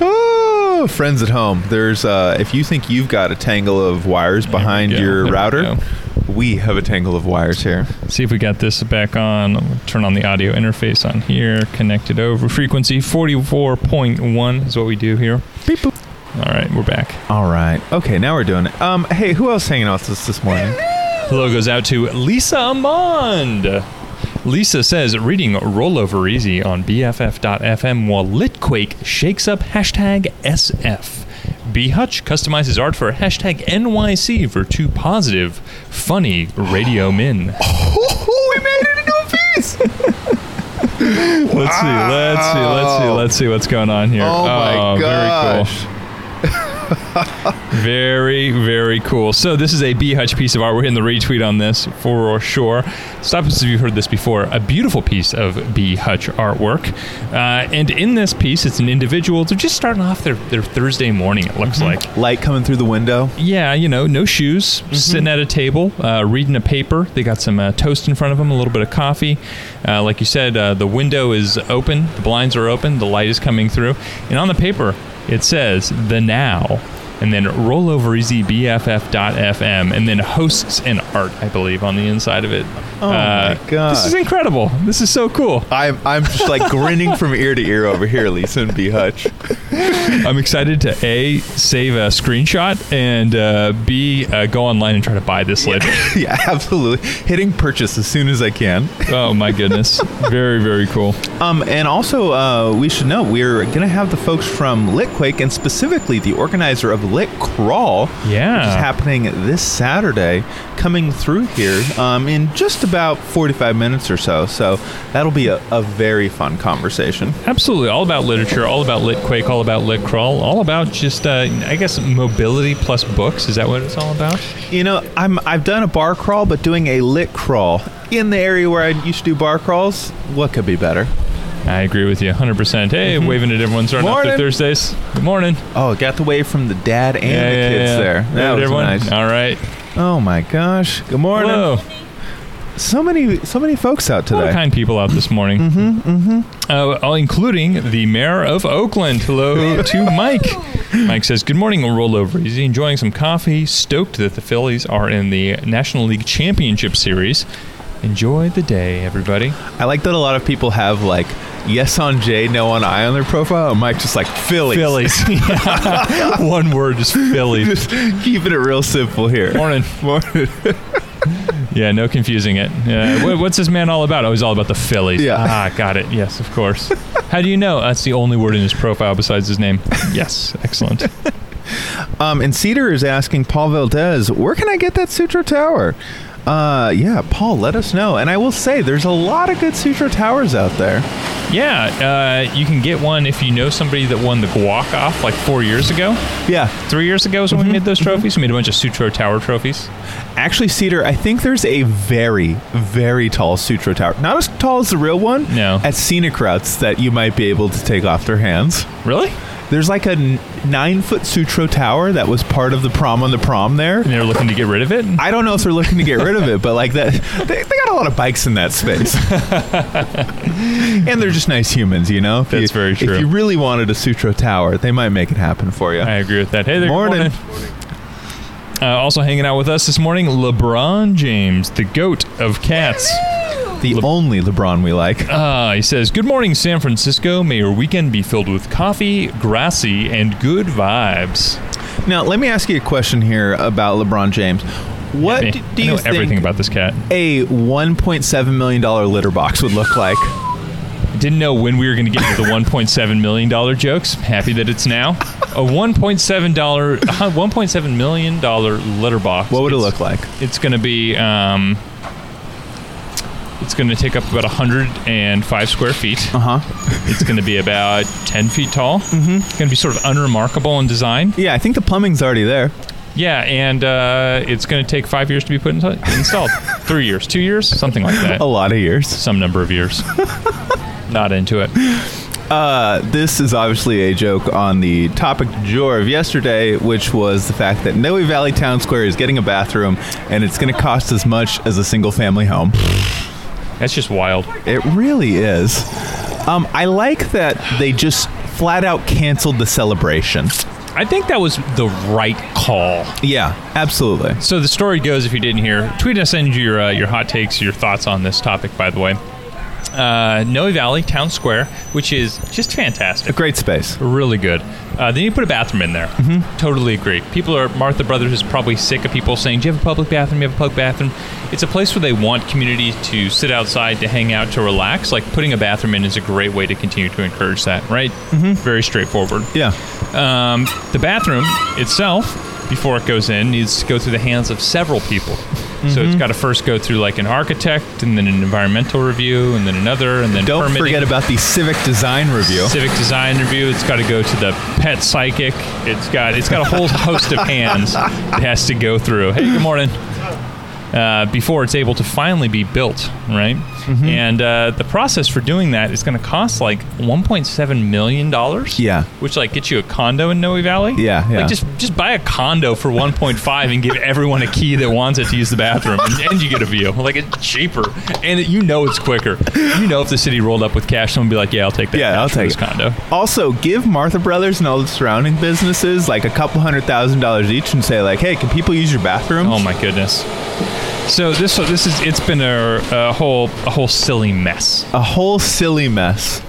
Oh, friends at home, there's uh, if you think you've got a tangle of wires behind
go,
your
there we
router,
go.
we, have a tangle of wires here.
See if we got this back on. We'll turn on the audio interface on here. Connect it over. Frequency 44.1 is what we do here.
Beep boop.
All right, we're back.
All right. Okay, now we're doing it. Um, hey, who else hanging out with us this morning?
Hello goes out to Lisa Amond. Lisa says, reading Rollover Easy on BFF.FM while Litquake shakes up hashtag SF. B Hutch customizes art for hashtag NYC for two positive, funny radio men.
Oh, we made it into a piece.
Let's see, let's see, let's see, let's see what's going on here.
Oh my gosh.
Very, cool. very, very cool. So this is a B Hutch piece of art. We're hitting the retweet on this for sure. Stop us if you've heard this before. A beautiful piece of B Hutch artwork. Uh, and in this piece, it's an individual. They're just starting off their, their Thursday morning, it looks like.
Light coming through the window.
Yeah, you know, no shoes, sitting at a table, uh, reading a paper. They got some uh, toast in front of them, a little bit of coffee. Uh, like you said, uh, the window is open, the blinds are open, the light is coming through. And on the paper, it says the now, and then rollovereasybff.fm, and then hosts and art, I believe, on the inside of it.
Oh my gosh.
Uh, This is incredible. This is so cool.
I'm I'm just like grinning from ear to ear over here, Lisa and B Hutch.
I'm excited to A, save a screenshot, and uh, B, uh, go online and try to buy this later.
yeah, absolutely. Hitting purchase as soon as I can.
Oh my goodness! very very cool.
Um, and also, uh, we should know we're going to have the folks from Litquake and specifically the organizer of Lit Crawl, which is
Yeah.
happening this Saturday, coming through here um, in just about 45 minutes or so. So that'll be a, a very fun conversation.
Absolutely, all about literature, all about lit quake, all about lit crawl, all about just uh, I guess mobility plus books. Is that what it's all about?
You know, I'm I've done a bar crawl, but doing a Lit Crawl in the area where I used to do bar crawls, what could be better?
I agree with you 100. percent Hey, waving at everyone starting off
Mm-hmm.
their
Morning.
Thursdays. Good morning.
Oh, it got the wave from the dad and the kids there.
Waving
That
at
was
everyone.
nice.
All right.
Oh my gosh! Good morning.
Hello.
So many, so many folks out
A lot
today.
of kind people out this morning. Mm-hmm. Mm-hmm. Uh, all- including the mayor of Oakland. Hello to Mike. Mike says, "Good morning, rollover. He's enjoying some coffee. Stoked that the Phillies are in the National League Championship Series. Enjoy the day, everybody.
I like that a lot of people have like yes on J, no on I on their profile. And Mike just like Philly.
Yeah. One word, just Phillies.
Just keeping it real simple here.
Morning.
Morning.
Yeah, no confusing it. Yeah. What, what's this man all about? Oh, he's all about the Phillies.
Yeah.
Ah, got it. Yes, of course. How do you know? That's the only word in his profile besides his name. Yes, excellent.
Um, and Cedar is asking Paul Valdez, where can I get that Sutro Tower? Uh, yeah, Paul, let us know. And I will say, there's a lot of good Sutro Towers out there.
Yeah, uh, you can get one if you know somebody that won the guac off like four years ago.
Yeah,
Three years ago is when
Mm-hmm.
we made those trophies. We made a bunch of Sutro Tower trophies.
actually, Cedar, I think there's a very, very tall Sutro Tower. Not as tall as the real one.
No.
At Scenic Routes that you might be able to take off their hands.
Really?
There's like a n- nine foot Sutro tower that was part of the prom on the prom there.
And they're looking to get rid of it?
I don't know if they're looking to get rid of it, but like that, they, they got a lot of bikes in that space. and they're just nice humans, you know? If
That's
you-
very true.
If you really wanted a Sutro tower, they might make it happen for you.
I agree with that. Hey there.
Morning.
Good morning. Uh, also hanging out with us this morning, LeBron James, the goat of cats.
The only LeBron we like.
Uh, he says, Good morning, San Francisco. May your weekend be filled with coffee, grassy, and good vibes.
Now, let me ask you a question here about LeBron James. What
Hey,
do
Eh, I
you
know
think
everything about this cat.
a 1.7 million dollar litter box would look like?
Didn't know when we were going to get to the 1.7 million dollar jokes. Happy that it's now. A 1.7 dollar, uh, 1.7 million dollar letterbox.
What would it
It's-
look like?
It's going to be. Um, it's going to take up about 105 square feet.
Uh huh.
It's going to be about 10 feet tall. Mm-hmm. It's going to be sort of unremarkable in design.
Yeah, I think the plumbing's already there.
Yeah, and uh, it's going to take five years to be put in installed. Three years, two years, something like that.
A lot of years.
Some number of years. Not into it.
Uh, this is obviously a joke on the topic du jour of yesterday, which was the fact that Noe Valley Town Square is getting a bathroom, and it's going to cost as much as a single-family home.
That's just wild.
It really is. Um, I like that they just flat out canceled the celebration.
I think that was the right call.
Yeah, absolutely.
So the story goes, if you didn't hear, tweet us in your uh, your hot takes, your thoughts on this topic. By the way, uh, Noe Valley Town Square, which is just fantastic.
A great space.
Really good. Uh, they need to put a bathroom in there. Totally agree. People are Martha Brothers is probably sick of people saying, "Do you have a public bathroom? Do you have a public bathroom?" It's a place where they want community to sit outside, to hang out, to relax. Like putting a bathroom in is a great way to continue to encourage that. Right? Mm-hmm. Very straightforward.
Yeah.
Um, the bathroom itself, before it goes in, needs to go through the hands of several people. So
Mm-hmm.
it's got to first go through like an architect, and then an environmental review, and then another, and then
Don't
permitting.
forget about the civic design review.
Civic design review. It's got to go to the pet psychic. It's got it's got a whole host of hands it has to go through. Hey, good morning. Uh, before it's able to finally be built, right?
Mm-hmm.
And uh, the process for doing that is going to cost like 1.7 million dollars.
Yeah.
which like gets you a condo in Noe Valley.
Yeah, yeah.
Like just just buy a condo for 1.5 and give everyone a key that wants it to use the bathroom, and, and you get a view. Like it's cheaper, and it, you know it's quicker. You know if the city rolled up with cash, someone would be like, "Yeah, I'll take that."
Yeah,
cash
I'll
for
take
this
it.
condo.
Also, give Martha Brothers and all the surrounding businesses like a couple hundred thousand dollars each and say like, "Hey, can people use your bathroom?"
Oh my goodness. So this so this is it's been a, a whole a whole silly mess.
A whole silly mess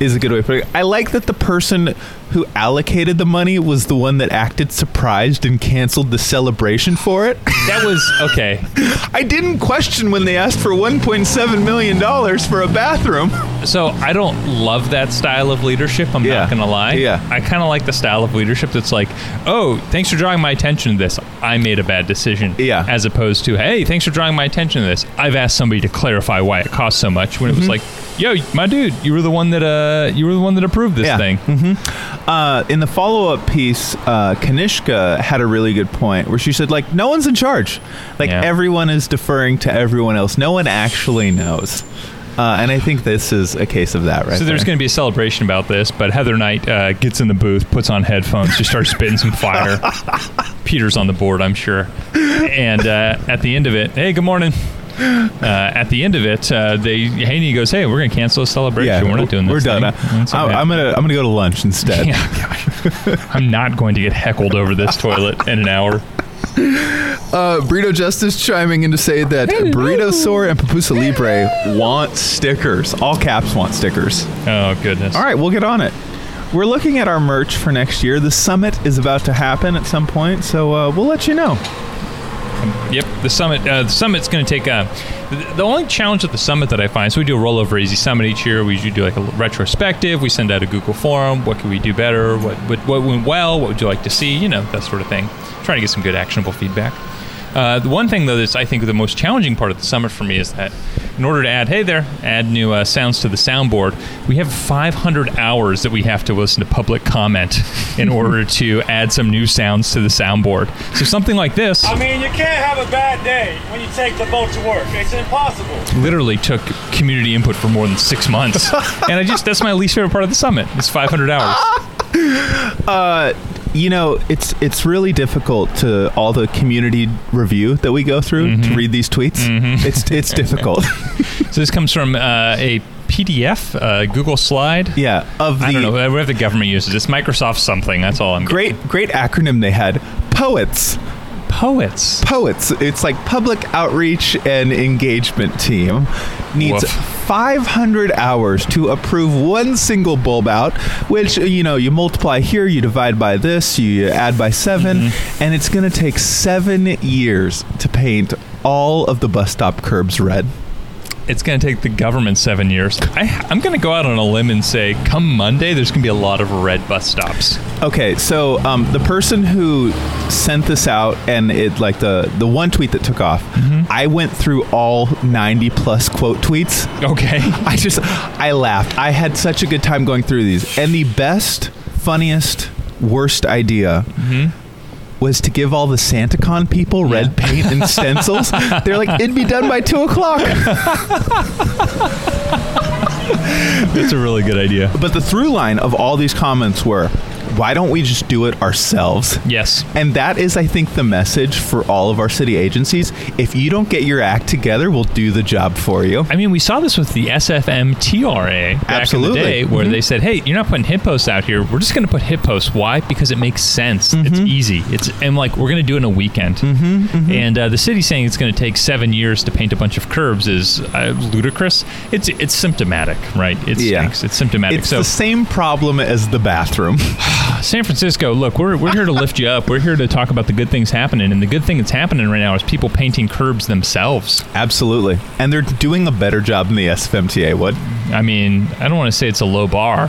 is a good way to put it. I like that the person who allocated the money was the one that acted surprised and canceled the celebration for it.
That was okay.
I didn't question when they asked for 1.7 million dollars for a bathroom.
So I don't love that style of leadership. I'm
Yeah.
not gonna lie.
Yeah.
I kind of like the style of leadership that's like, oh, thanks for drawing my attention to this. I made a bad decision.
Yeah.
As opposed to, hey, thanks for drawing my attention to this. I've asked somebody to clarify why it costs so much. When it was like, yo, my dude, you were the one that uh, you were the one that approved this
Mm-hmm. Yeah.
thing.
Uh, in the follow-up piece, uh, Kanishka had a really good point where she said, like, no one's in charge. Like,
Yeah.
everyone is deferring to everyone else. No one actually knows. Uh, and I think this is a case of that, right?
So there's
there.
going to be a celebration about this, but Heather Knight uh, gets in the booth, puts on headphones, just starts spitting some fire. Peter's on the board, I'm sure. And uh, at the end of it, hey, good morning. Uh, at the end of it, uh, they Haney goes, "Hey, we're going to cancel the celebration. we're not doing this.
We're done.
thing." That's
I,
okay.
I'm gonna I'm gonna go to lunch instead.
Yeah, gosh. I'm not going to get heckled over this toilet in an hour.
Uh, Burrito Justice chiming in to say that Burrito Sore and Papusa Libre want stickers. All caps want stickers.
Oh goodness.
All right, we'll get on it. We're looking at our merch for next year. The summit is about to happen at some point, so uh, we'll let you know.
Yep, the summit. Uh, the summit's going to take. Uh, th- the only challenge at the summit that I find, so we do a rollover easy summit each year. We usually do like a l- retrospective. We send out a Google form. What could we do better? What what, what went well? What would you like to see? You know that sort of thing. Trying to get some good actionable feedback. Uh, the one thing though that's I think the most challenging part of the summit for me is that in order to add hey there add new uh, sounds to the soundboard we have 500 hours that we have to listen to public comment in order to add some new sounds to the soundboard so something like this
I mean, you can't have a bad day when you take the boat to work. It's impossible.
literally took community input for more than six months. and I just, that's my least favorite part of the summit. It's 500 hours.
you know it's it's really difficult to all the community review that we go through
Mm-hmm.
to read these tweets it's it's difficult
So this comes from uh, a PDF, uh, Google Slide.
yeah of the
I don't know, whatever the government uses. It's Microsoft something. That's all I'm
great great acronym they had poets
Poets.
Poets. It's like public outreach and engagement team needs
Woof.
500 hours to approve one single bulb out, which you know you multiply here, you divide by this, you add by 7 and it's going to take seven years to paint all of the bus stop curbs red.
It's going to take the government seven years. I, I'm going to go out on a limb and say, come Monday, there's going to be a lot of red bus stops.
Okay, so um, the person who sent this out and it like the the one tweet that took off, I went through all 90 plus quote tweets.
Okay.
I just I laughed. I had such a good time going through these. And the best, funniest, worst idea was to give all the SantaCon people red paint and stencils. They're like, it'd be done by two o'clock.
That's a really good idea.
But the through line of all these comments were, why don't we just do it ourselves?
Yes.
And that is, I think, the message for all of our city agencies. If you don't get your act together, we'll do the job for you.
I mean, we saw this with the SFM TRA back
Absolutely. Mm-hmm.
in the day, where they said, "Hey, you're not putting hit posts out here. We're just going to put hit posts. Why? Because it makes sense. It's
Mm-hmm.
easy. It's and like we're going to do it in a weekend. And uh, the city saying it's going to take seven years to paint a bunch of curbs is uh, ludicrous. It's it's symptomatic, right? It's
Yeah.
it's, it's symptomatic.
It's
so
the same problem as the bathroom.
San Francisco, look, we're, we're here to lift you up. We're here to talk about the good things happening, and the good thing that's happening right now is people painting curbs themselves.
Absolutely. And they're doing a better job than the SFMTA would.
I mean, I don't want to say it's a low bar,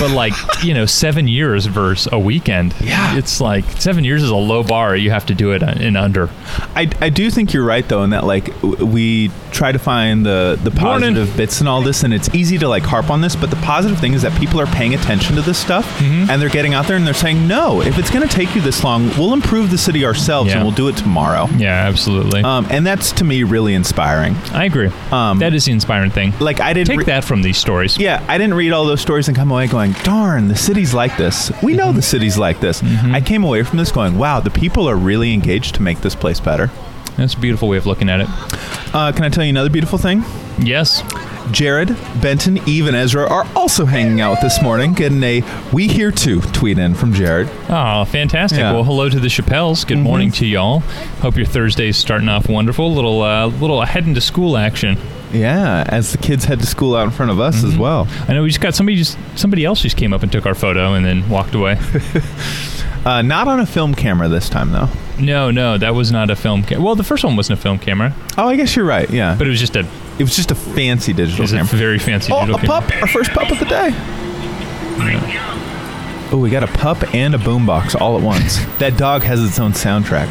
but like, you know, seven years versus a weekend.
Yeah.
It's like seven years is a low bar. You have to do it in under.
I, I do think you're right though in that like w- we try to find the the
Morning.
positive bits and all this and it's easy to like harp on this but the positive thing is that people are paying attention to this stuff
Mm-hmm.
and they're getting out there and they're saying no if it's going to take you this long we'll improve the city ourselves
Yeah.
and we'll do it tomorrow
Yeah, absolutely.
um, and that's to me really inspiring
Uh, I agree.
um,
that is the inspiring thing.
like I didn't
Take
re-
that from these stories.
yeah I didn't read all those stories and come away going darn the city's like this we know the city's like this I came away from this going wow the people are really engaged to make this place better
That's a beautiful way of looking at it.
uh, can I tell you another beautiful thing
Yes.
Jared, Benton, Eve, and Ezra are also hanging out this morning, getting a "We Here Too" tweet in from Jared.
Oh, fantastic.
Yeah. Mm-hmm.
Well, hello to the Chappelles. Good morning to y'all. Hope your Thursday's starting off wonderful. Little, uh, little heading to school action.
Yeah, as the kids head to school out in front of us as well.
I know we just got somebody just somebody else just came up and took our photo and then walked away.
Uh, not on a film camera this time, though.
No, no, that was not a film camera. Well, the first one wasn't a film camera,
Oh, I guess you're right. Yeah,
but it was just a, it
it was just a fancy digital
was a
camera.
very fancy
Oh,
digital
a pup! Our first pup of the day. Oh, we got a pup and a boombox all at once. that dog has its own soundtrack.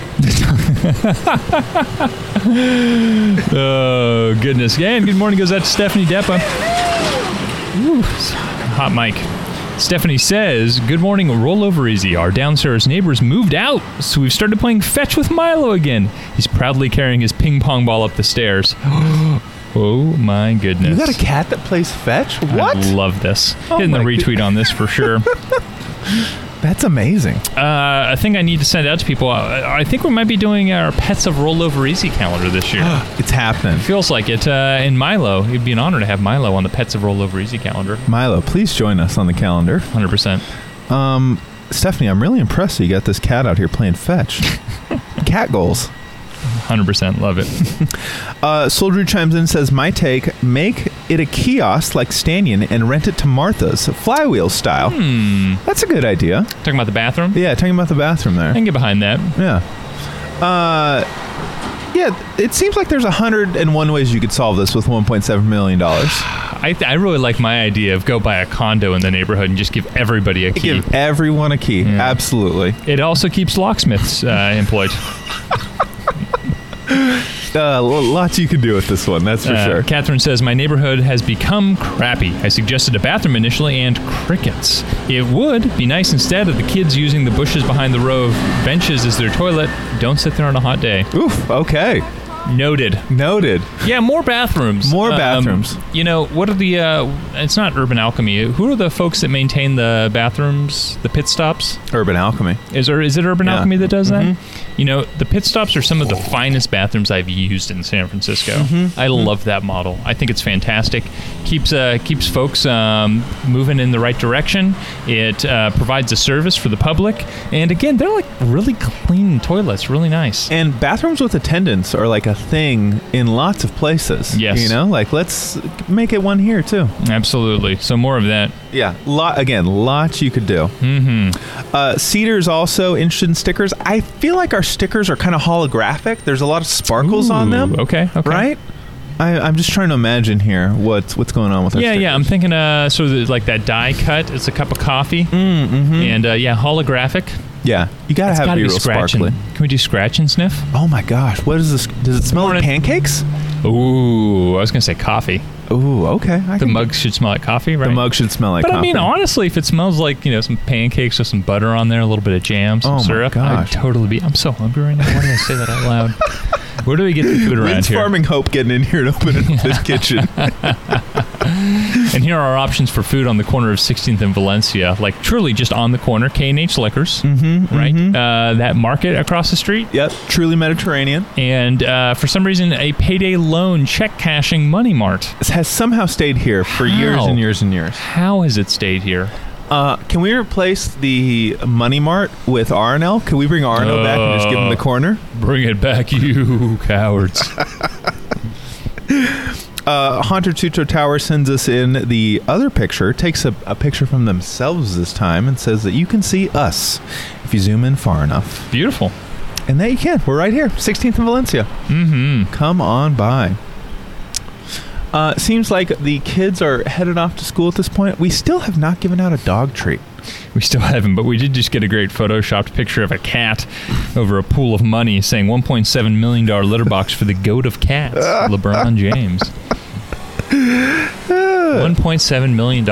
camera. Oh, goodness. Yeah, and good morning goes out to Stephanie Deppa. Ooh, hot mic. Stephanie says, Good morning, rollover easy. Our downstairs neighbors moved out, so we've started playing fetch with Milo again. He's proudly carrying his ping pong ball up the stairs. oh my goodness.
You got a cat that plays fetch? What?
I love this.
Oh
Hitting the
my
retweet on this for sure.
That's amazing.
Uh, I think I need to send it out to people. uh, I, I think we might be doing our Pets of Rollover Easy calendar this year.
It's happening.
Feels like it. Uh, and Milo, it'd be an honor to have Milo on the Pets of Rollover Easy calendar.
Milo, please join us on the calendar.
100%.
Stephanie, I'm really impressed that you got this cat out here playing fetch. cat goals.
100% love it.
Uh, Soldier chimes in and says, My take, make it a kiosk like Stanion and rent it to Martha's, flywheel style. Hmm. That's a good idea.
Talking about the bathroom?
Yeah, talking about the bathroom
I
there.
can get behind that.
Yeah. Uh, yeah, it seems like there's 101 ways you could solve this with $1.7 million.
I, th- I really like my idea of go buy a condo in the neighborhood and just give everybody a key.
Give everyone a key. Absolutely.
It also keeps locksmiths uh, employed.
Uh, lo- lots you can do with this one, that's for
Uh,
sure.
Catherine says, My neighborhood has become crappy. I suggested a bathroom initially and crickets. It would be nice instead of the kids using the bushes behind the row of benches as their toilet. Don't sit there on a hot day.
Oof, okay.
Noted.
Noted.
Yeah, more bathrooms. Um,
More bathrooms.
You know what are the? Uh, it's not Urban Alchemy. Who are the folks that maintain the bathrooms, the pit stops?
Urban alchemy.
Is there is it Urban
Yeah. Mm-hmm.
Alchemy that does that? You know, the pit stops are some of the finest bathrooms I've used in San Francisco.
Mm-hmm.
I love that model. I think it's fantastic. keeps uh, keeps folks um, moving in the right direction. It uh, provides a service for the public, and again, they're like really clean toilets, really nice.
And bathrooms with attendants are like a thing in lots of places.
Yes.
You know, like let's make it one here too.
Absolutely. So more of that.
Yeah. Lot again, lots you could do. Mm-hmm. Uh, Cedar's also interested in stickers. I feel like our stickers are kind of holographic. There's a lot of sparkles on
Ooh,
them.
Okay. Okay.
Right. I, I'm just trying to imagine here what's what's going on with our
Yeah,
stickers.
yeah. I'm thinking uh, so that, like that die cut. It's a cup of coffee, mm, and uh, yeah, holographic.
Yeah, you gotta
It's
have
got
it
to
mm-hmm. be
be
real
scratching.
sparkly.
Can we do scratch and sniff?
Oh my gosh, what is this? Does it smell like
Morning.
pancakes?
Ooh, I was gonna say coffee.
Ooh, okay.
The
I can-
mug should smell like coffee, right?
the mug should smell like.
But I mean,
coffee.
honestly, if it smells like you know some pancakes with some butter on there, a little bit of jam, some
Oh my
syrup,
gosh.
I'd totally be. I'm so hungry right now. Why did I say that out loud? Where do we get the food around
When's
here?
Farming Hope getting in here and opening up this kitchen?
And here are our options for food on the corner of 16th and Valencia, like truly just on the corner, K&H Liquors, mm-hmm, right? Uh, that market across the street.
Yep, truly Mediterranean.
And uh, for some reason, a payday loan check cashing money mart.
This has somehow stayed here for years
How?
and years and years.
How has it stayed here?
Uh, can we replace the Money Mart with RNL? Can we bring RNL back and just give him the
Oh.
corner?
Bring it back, you cowards.
Uh, Haunter Tutor Tower sends us in the other picture, takes a, a picture from themselves this time, and says that you can see us if you zoom in far enough.
Beautiful.
And there you can. We're right here, 16th and Valencia. Mm-hmm. Come on by. Uh, seems like the kids are headed off to school at this point. We still have not given out a dog treat.
We still haven't, but we did just get a great photoshopped picture of a cat over a pool of money saying $1.7 million litter box for the goat of cats, LeBron James. $1.7 million.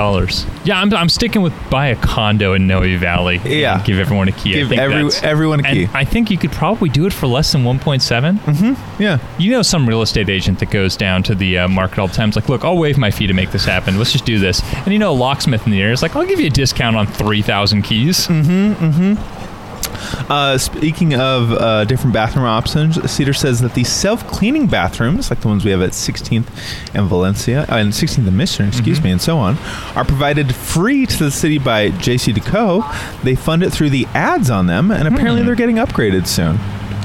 Yeah, I'm, I'm sticking with buy a condo in Noe Valley. and
Yeah.
Give everyone a key. I
Give
think
every,
that's-
everyone a key.
and I think you could probably do it for less than 1.7.
yeah.
You know, some real estate agent that goes down to the uh, market all the time is like, look, I'll waive my fee to make this happen. Let's just do this. And you know, a locksmith in the area is like, I'll give you a discount on 3,000 keys.
Uh, speaking of uh, different bathroom options, Cedar says that the self-cleaning bathrooms, like the ones we have at 16th and Valencia, uh, and 16th and Mission, excuse me, and so on, are provided free to the city by JC Deco. They fund it through the ads on them, and apparently they're getting upgraded soon.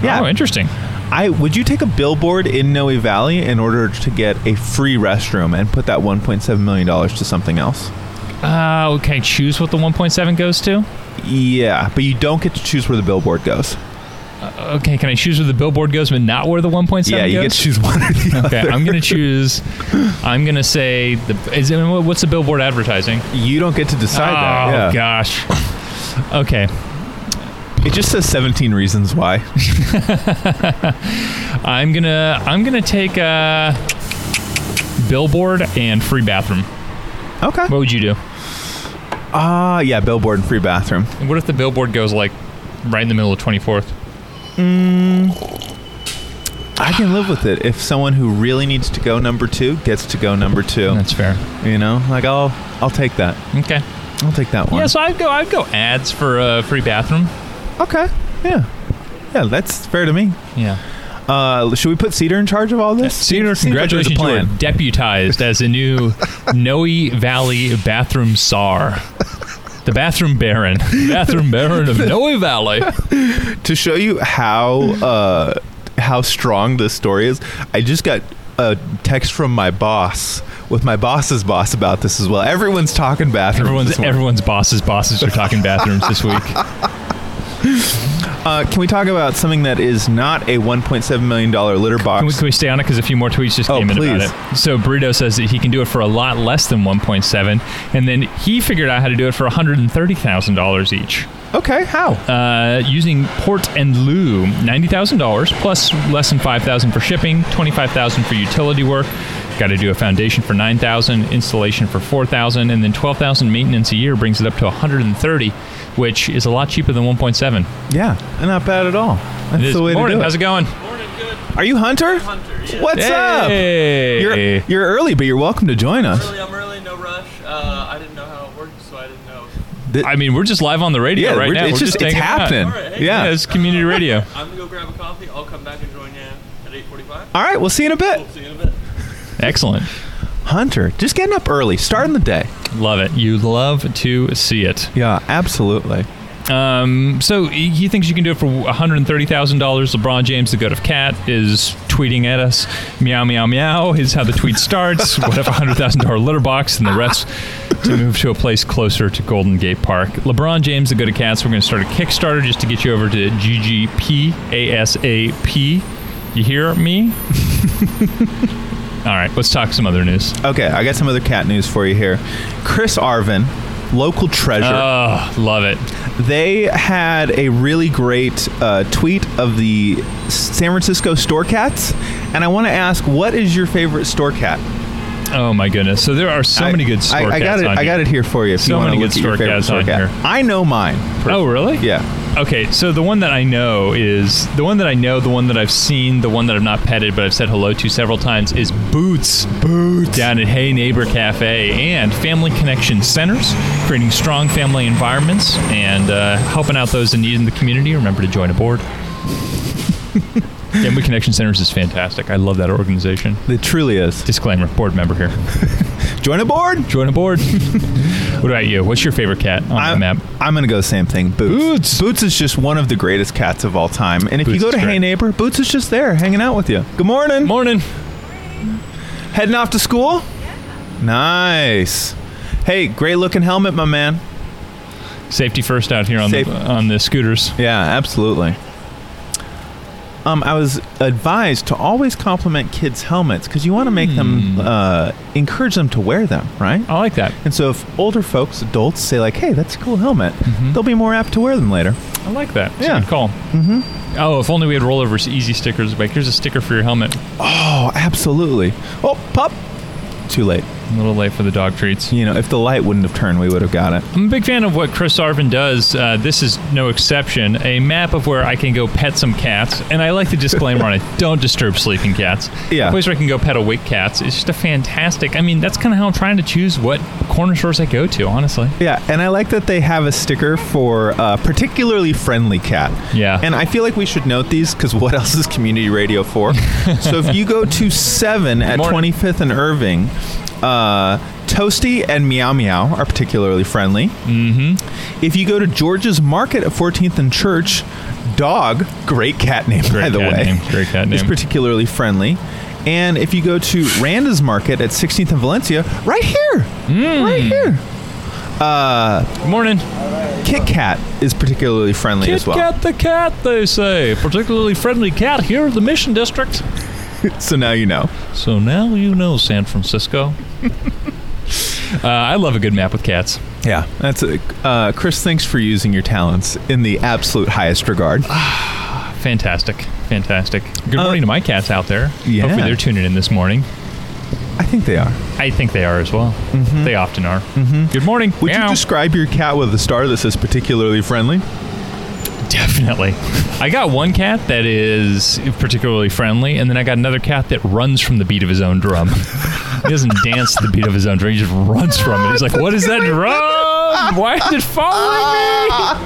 Yeah,
Oh, interesting.
I would you take a billboard in Noe Valley in order to get a free restroom and put that 1.7 million dollars to something else?
Uh, can I choose what the 1.7 goes to?
Yeah, but you don't get to choose where the billboard goes.
Okay, can I choose where the billboard goes, but not where the 1.7
yeah,
goes?
you get to choose one or the
Okay,
other.
I'm gonna choose. I'm gonna say the. Is it, what's the billboard advertising?
You don't get to decide
oh
that. Yeah.
gosh. Okay,
It just says 17 reasons why.
I'm gonna I'm gonna take uh, billboard and free bathroom.
Okay.
What would you do?
Ah, yeah, billboard and free bathroom.
And what if the billboard goes like right in the middle of 24th?
I can live with it if someone who really needs to go number 2 gets to go number 2.
That's fair.
You know, like I'll I'll take that.
Okay.
I'll take that one.
Yeah, so I'd go I'd go ads for uh, free bathroom.
Okay. Yeah. Yeah, that's fair to me.
Yeah.
Uh, should we put Cedar in charge of all this?
Cedar,
Seems like there's
congratulations!
a
you are
plan.
deputized as a new Noe Valley bathroom czar, the bathroom baron, bathroom baron of Noe Valley.
To show you how uh, how strong this story is, I just got a text from my boss with my boss's boss about this as well. Everyone's talking bathrooms.
Everyone's
this morning.
everyone's bosses bosses are talking bathrooms this week.
Uh, can we talk about something that is not a 1.7 million dollar litter box?
Can we, can we stay on it? Because a few more tweets just
Oh,
came in
please.
about it. So Burrito says that he can do it for a lot less than 1.7, and then he figured out how to do it for 130 thousand dollars each.
okay, how?
uh, using port and loo, ninety thousand dollars plus less than five thousand for shipping, twenty five thousand for utility work. Got to do a foundation for nine thousand, installation for four thousand, and then twelve thousand maintenance a year brings it up to one hundred and thirty, which is a lot cheaper than one point seven.
yeah, not bad at all. That's the way to
Morning,
do it.
how's it going?
Morning, good.
Are you Hunter?
Hunter, yeah.
What's up?
Hey.
You're, you're early, but you're welcome to join us.
Really, I'm really in no rush. Uh, I didn't know how it worked, so I didn't know.
I mean, we're just live on the radio
Yeah,
right
we're-
now.
it's
We're
just- it's
hanging out.
happening.
All right, hey,
Yeah.
Yeah, it's community radio.
I'm gonna go grab a coffee. I'll come back and join you at 8:45.
All right, we'll see you in a bit.
We'll see you in a bit.
Excellent.
Hunter, just getting up early, starting the day.
Love it. You love to see it.
Yeah, absolutely.
Um, so he thinks you can do it for $130,000. LeBron James, the goat of cat, is tweeting at us. Meow, meow, meow is how the tweet starts. what if a $100,000 litter box and the rest to move to a place closer to Golden Gate Park? LeBron James, the goat of cats, we're going to start a Kickstarter just to get you over to GGPASAP. You hear me? All right, let's talk some other news.
Okay, I got some other cat news for you here. Chris Arvin, local treasure.
Oh, love it.
they had a really great uh, tweet of the San Francisco store cats, and I want to ask, what is your favorite store cat?
Oh my goodness! So there are so many good store
I, I got
cats
it.
on
I got
here.
it here for you. If
So
you want
many
to
good
look
store
at your favorite
cats
store
on
cat.
here.
I know mine.
Oh really?
Yeah.
Okay, so the one that I know is the one that I know, the one that I've seen, the one that I've not petted but I've said hello to several times is Boots. Boots down at Hey Neighbor Cafe and Family Connection Centers, creating strong family environments and uh, helping out those in need in the community. Remember to join a board. Family Connection Centers is fantastic. I love that organization.
It truly is.
Disclaimer: board member here.
Join a board.
Join a board. what about you? What's your favorite cat on the
I'm,
map?
I'm gonna go same thing. Boots.
Boots.
is just one of the greatest cats of all time. And if you
Boots
go to
is
Hey
great.
Neighbor, Boots is just there hanging out with you. Good morning.
Morning.
Heading off to school? Nice. Hey, great looking helmet, my man.
Safety first out here on
Safe-
the on the scooters.
Yeah, absolutely. Um, I was advised to always compliment kids' helmets because you want to make them uh, encourage them to wear them, right?
I like that.
And so if older folks, adults, say like, "Hey, that's a cool helmet," they'll be more apt to wear them later.
I like that. It's a
Yeah.
good call. Mm-hmm. Oh, if only we had rollovers, easy stickers. Like here's a sticker for your helmet.
Oh, absolutely. Oh, pup. Too late.
A little late for the dog treats.
You know, if the light wouldn't have turned, we would have got it.
I'm a big fan of what Chris Arvin does. Uh, this is no exception. A map of where I can go pet some cats, and I like the disclaimer on it: don't disturb sleeping cats.
Yeah.
A place where I can go pet awake cats. It's just a fantastic. I mean, that's kind of how I'm trying to choose what corner stores I go to. Honestly.
Yeah, and I like that they have a sticker for uh, particularly friendly cat.
Yeah.
And I feel like we should note these because what else is community radio for? so if you go to 7 at
morning.
25th and Irving, uh, Toasty and Meow Meow are particularly friendly. Mm-hmm. If you go to George's Market at 14th and Church, Dog, great cat name, by
Great
the
cat
way,
name, great cat
is
name.
particularly friendly. And if you go to Randa's Market at 16th and Valencia, right here,
Mm.
right here.
Good morning.
Kit Kat is particularly friendly
Kit
as well.
Kat the cat, they say. Particularly friendly cat here in the Mission District.
So now you know.
So now you know San Francisco. uh, I love a good map with cats.
Yeah, that's a, uh, Chris. Thanks for using your talents in the absolute highest regard.
Fantastic. Fantastic. Good morning to my cats out there.
Uh, yeah.
Hopefully they're tuning in this morning.
I think they are.
I think they are as well. They often are. Good morning.
Mm-hmm. Would
Meow.
you describe your cat with a star that says particularly friendly?
Definitely. I got one cat that is particularly friendly, and then I got another cat that runs from the beat of his own drum. he doesn't dance to the beat of his own drum, he just runs from it. He's like, What is that drum? Why is it following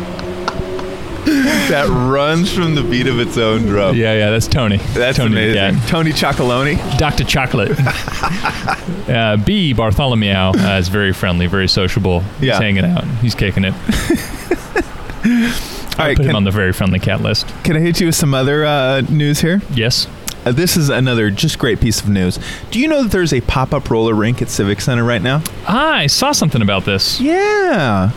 That runs from the beat of its own drum.
me? Yeah, yeah, that's Tony.
That's
Tony the
amazing.
cat.
Tony Chocolonely.
Dr. Chocolate. uh, B. Bartholomew uh, is very friendly, very sociable. He's
Yeah.
hanging out, he's kicking it.
All right,
Put him on
can,
the very friendly cat list.
can I hit you with some other uh, news here?
Yes.
Uh, this is another just great piece of news. Do you know that there's a pop-up roller rink at Civic Center right now?
Ah, I saw something about this.
Yeah.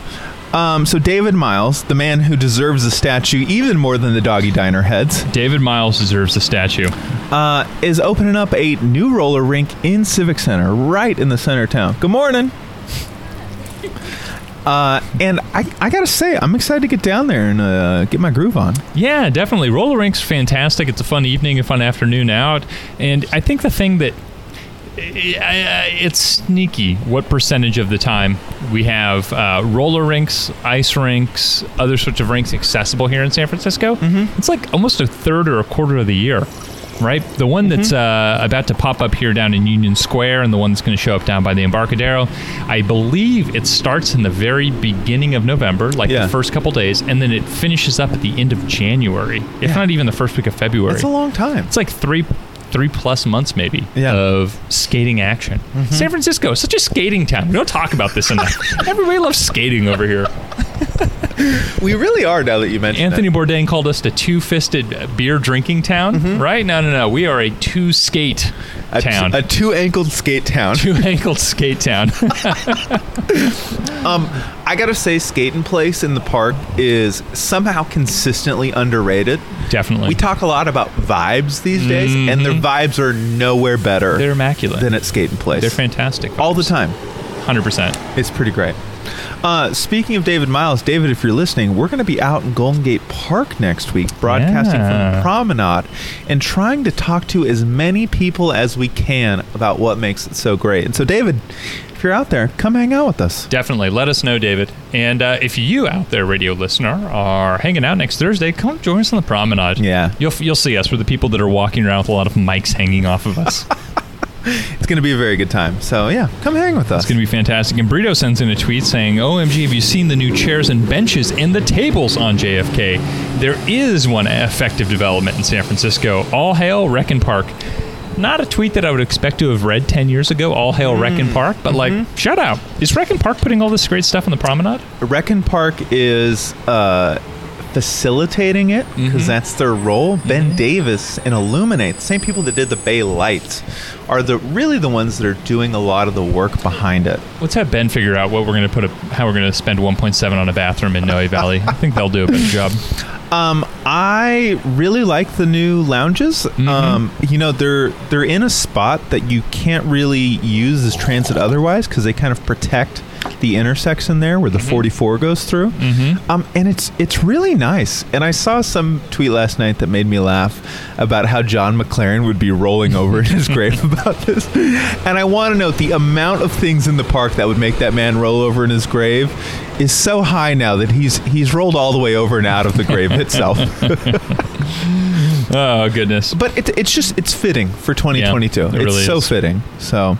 Um, so David Miles, the man who deserves a statue even more than the doggy diner heads,
David Miles deserves a statue.
uh, is opening up a new roller rink in Civic Center, right in the center of town. Good morning. Uh, and I, I gotta say, I'm excited to get down there and uh, get my groove on.
Yeah, definitely. Roller rink's fantastic. It's a fun evening, a fun afternoon out, and I think the thing that I- I- it's sneaky what percentage of the time we have uh, roller rinks, ice rinks, other sorts of rinks accessible here in San Francisco. Mm-hmm. It's like almost a third or a quarter of the year. right? The one that's uh, about to pop up here down in Union Square and the one that's going to show up down by the Embarcadero. I believe it starts in the very beginning of November, like
Yeah.
the first couple days, and then it finishes up at the end of January, if not even the first week of February.
It's a long time.
It's like three three plus months maybe
Yeah. Mm-hmm.
of skating action. San Francisco, such a skating town. We don't talk about this enough. Everybody loves skating over here.
we really are now that you mentioned
Anthony Bourdain called us the two-fisted beer drinking town, right? No, no, no. We are a two-skate
Mm-hmm. A t-
town.
a two-ankled skate town.
two-ankled skate town.
Um, I gotta say, Skate in Place in the park is somehow consistently underrated.
Definitely.
We talk a lot about vibes these days, and their vibes are nowhere better
Mm-hmm. They're immaculate.
than Oh. at Skate in Place.
They're fantastic.
All the time.
100%.
It's pretty great. Uh, speaking of David Miles, David, if you're listening, we're going to be out in Golden Gate Park next week, broadcasting from
Yeah.
the Promenade, and trying to talk to as many people as we can about what makes it so great. And so, David, if you're out there, come hang out with us.
Definitely. Let us know, David. And uh, if you out there, radio listener, are hanging out next Thursday, come join us on the promenade.
Yeah.
You'll, you'll see us. We're the people that are walking around with a lot of mics hanging off of us.
It's going to be a very good time. So, yeah, come hang with us.
It's going to be fantastic. And Brito sends in a tweet saying, OMG, have you seen the new chairs and benches and the tables on JFK? There is one effective development in San Francisco. All hail Reckon Park. Not a tweet that I would expect to have read 10 years ago, all hail Reckon Park, but like, shout out. Is Reckon Park putting all this great stuff on the promenade?
Reckon Park is uh, facilitating it because that's their role. Ben Davis and Illuminate, the same people that did the Bay Lights, are the really the ones that are doing a lot of the work behind it.
Let's have Ben figure out what we're going to put, a, how we're going to spend 1.7 on a bathroom in Noe Valley. I think they'll do a better job.
Um, I really like the new lounges. Um, you know, they're they're in a spot that you can't really use as transit otherwise because they kind of protect the intersection there where the 44 goes through. Mm-hmm. Um, and it's it's really nice. And I saw some tweet last night that made me laugh about how John McLaren would be rolling over in his grave about this. And I want to note the amount of things in the park that would make that man roll over in his grave is so high now that he's he's rolled all the way over and out of the grave itself.
Oh, goodness.
But it, it's just it's fitting for 2022.
Yeah, it
it's
really
so
is.
fitting. So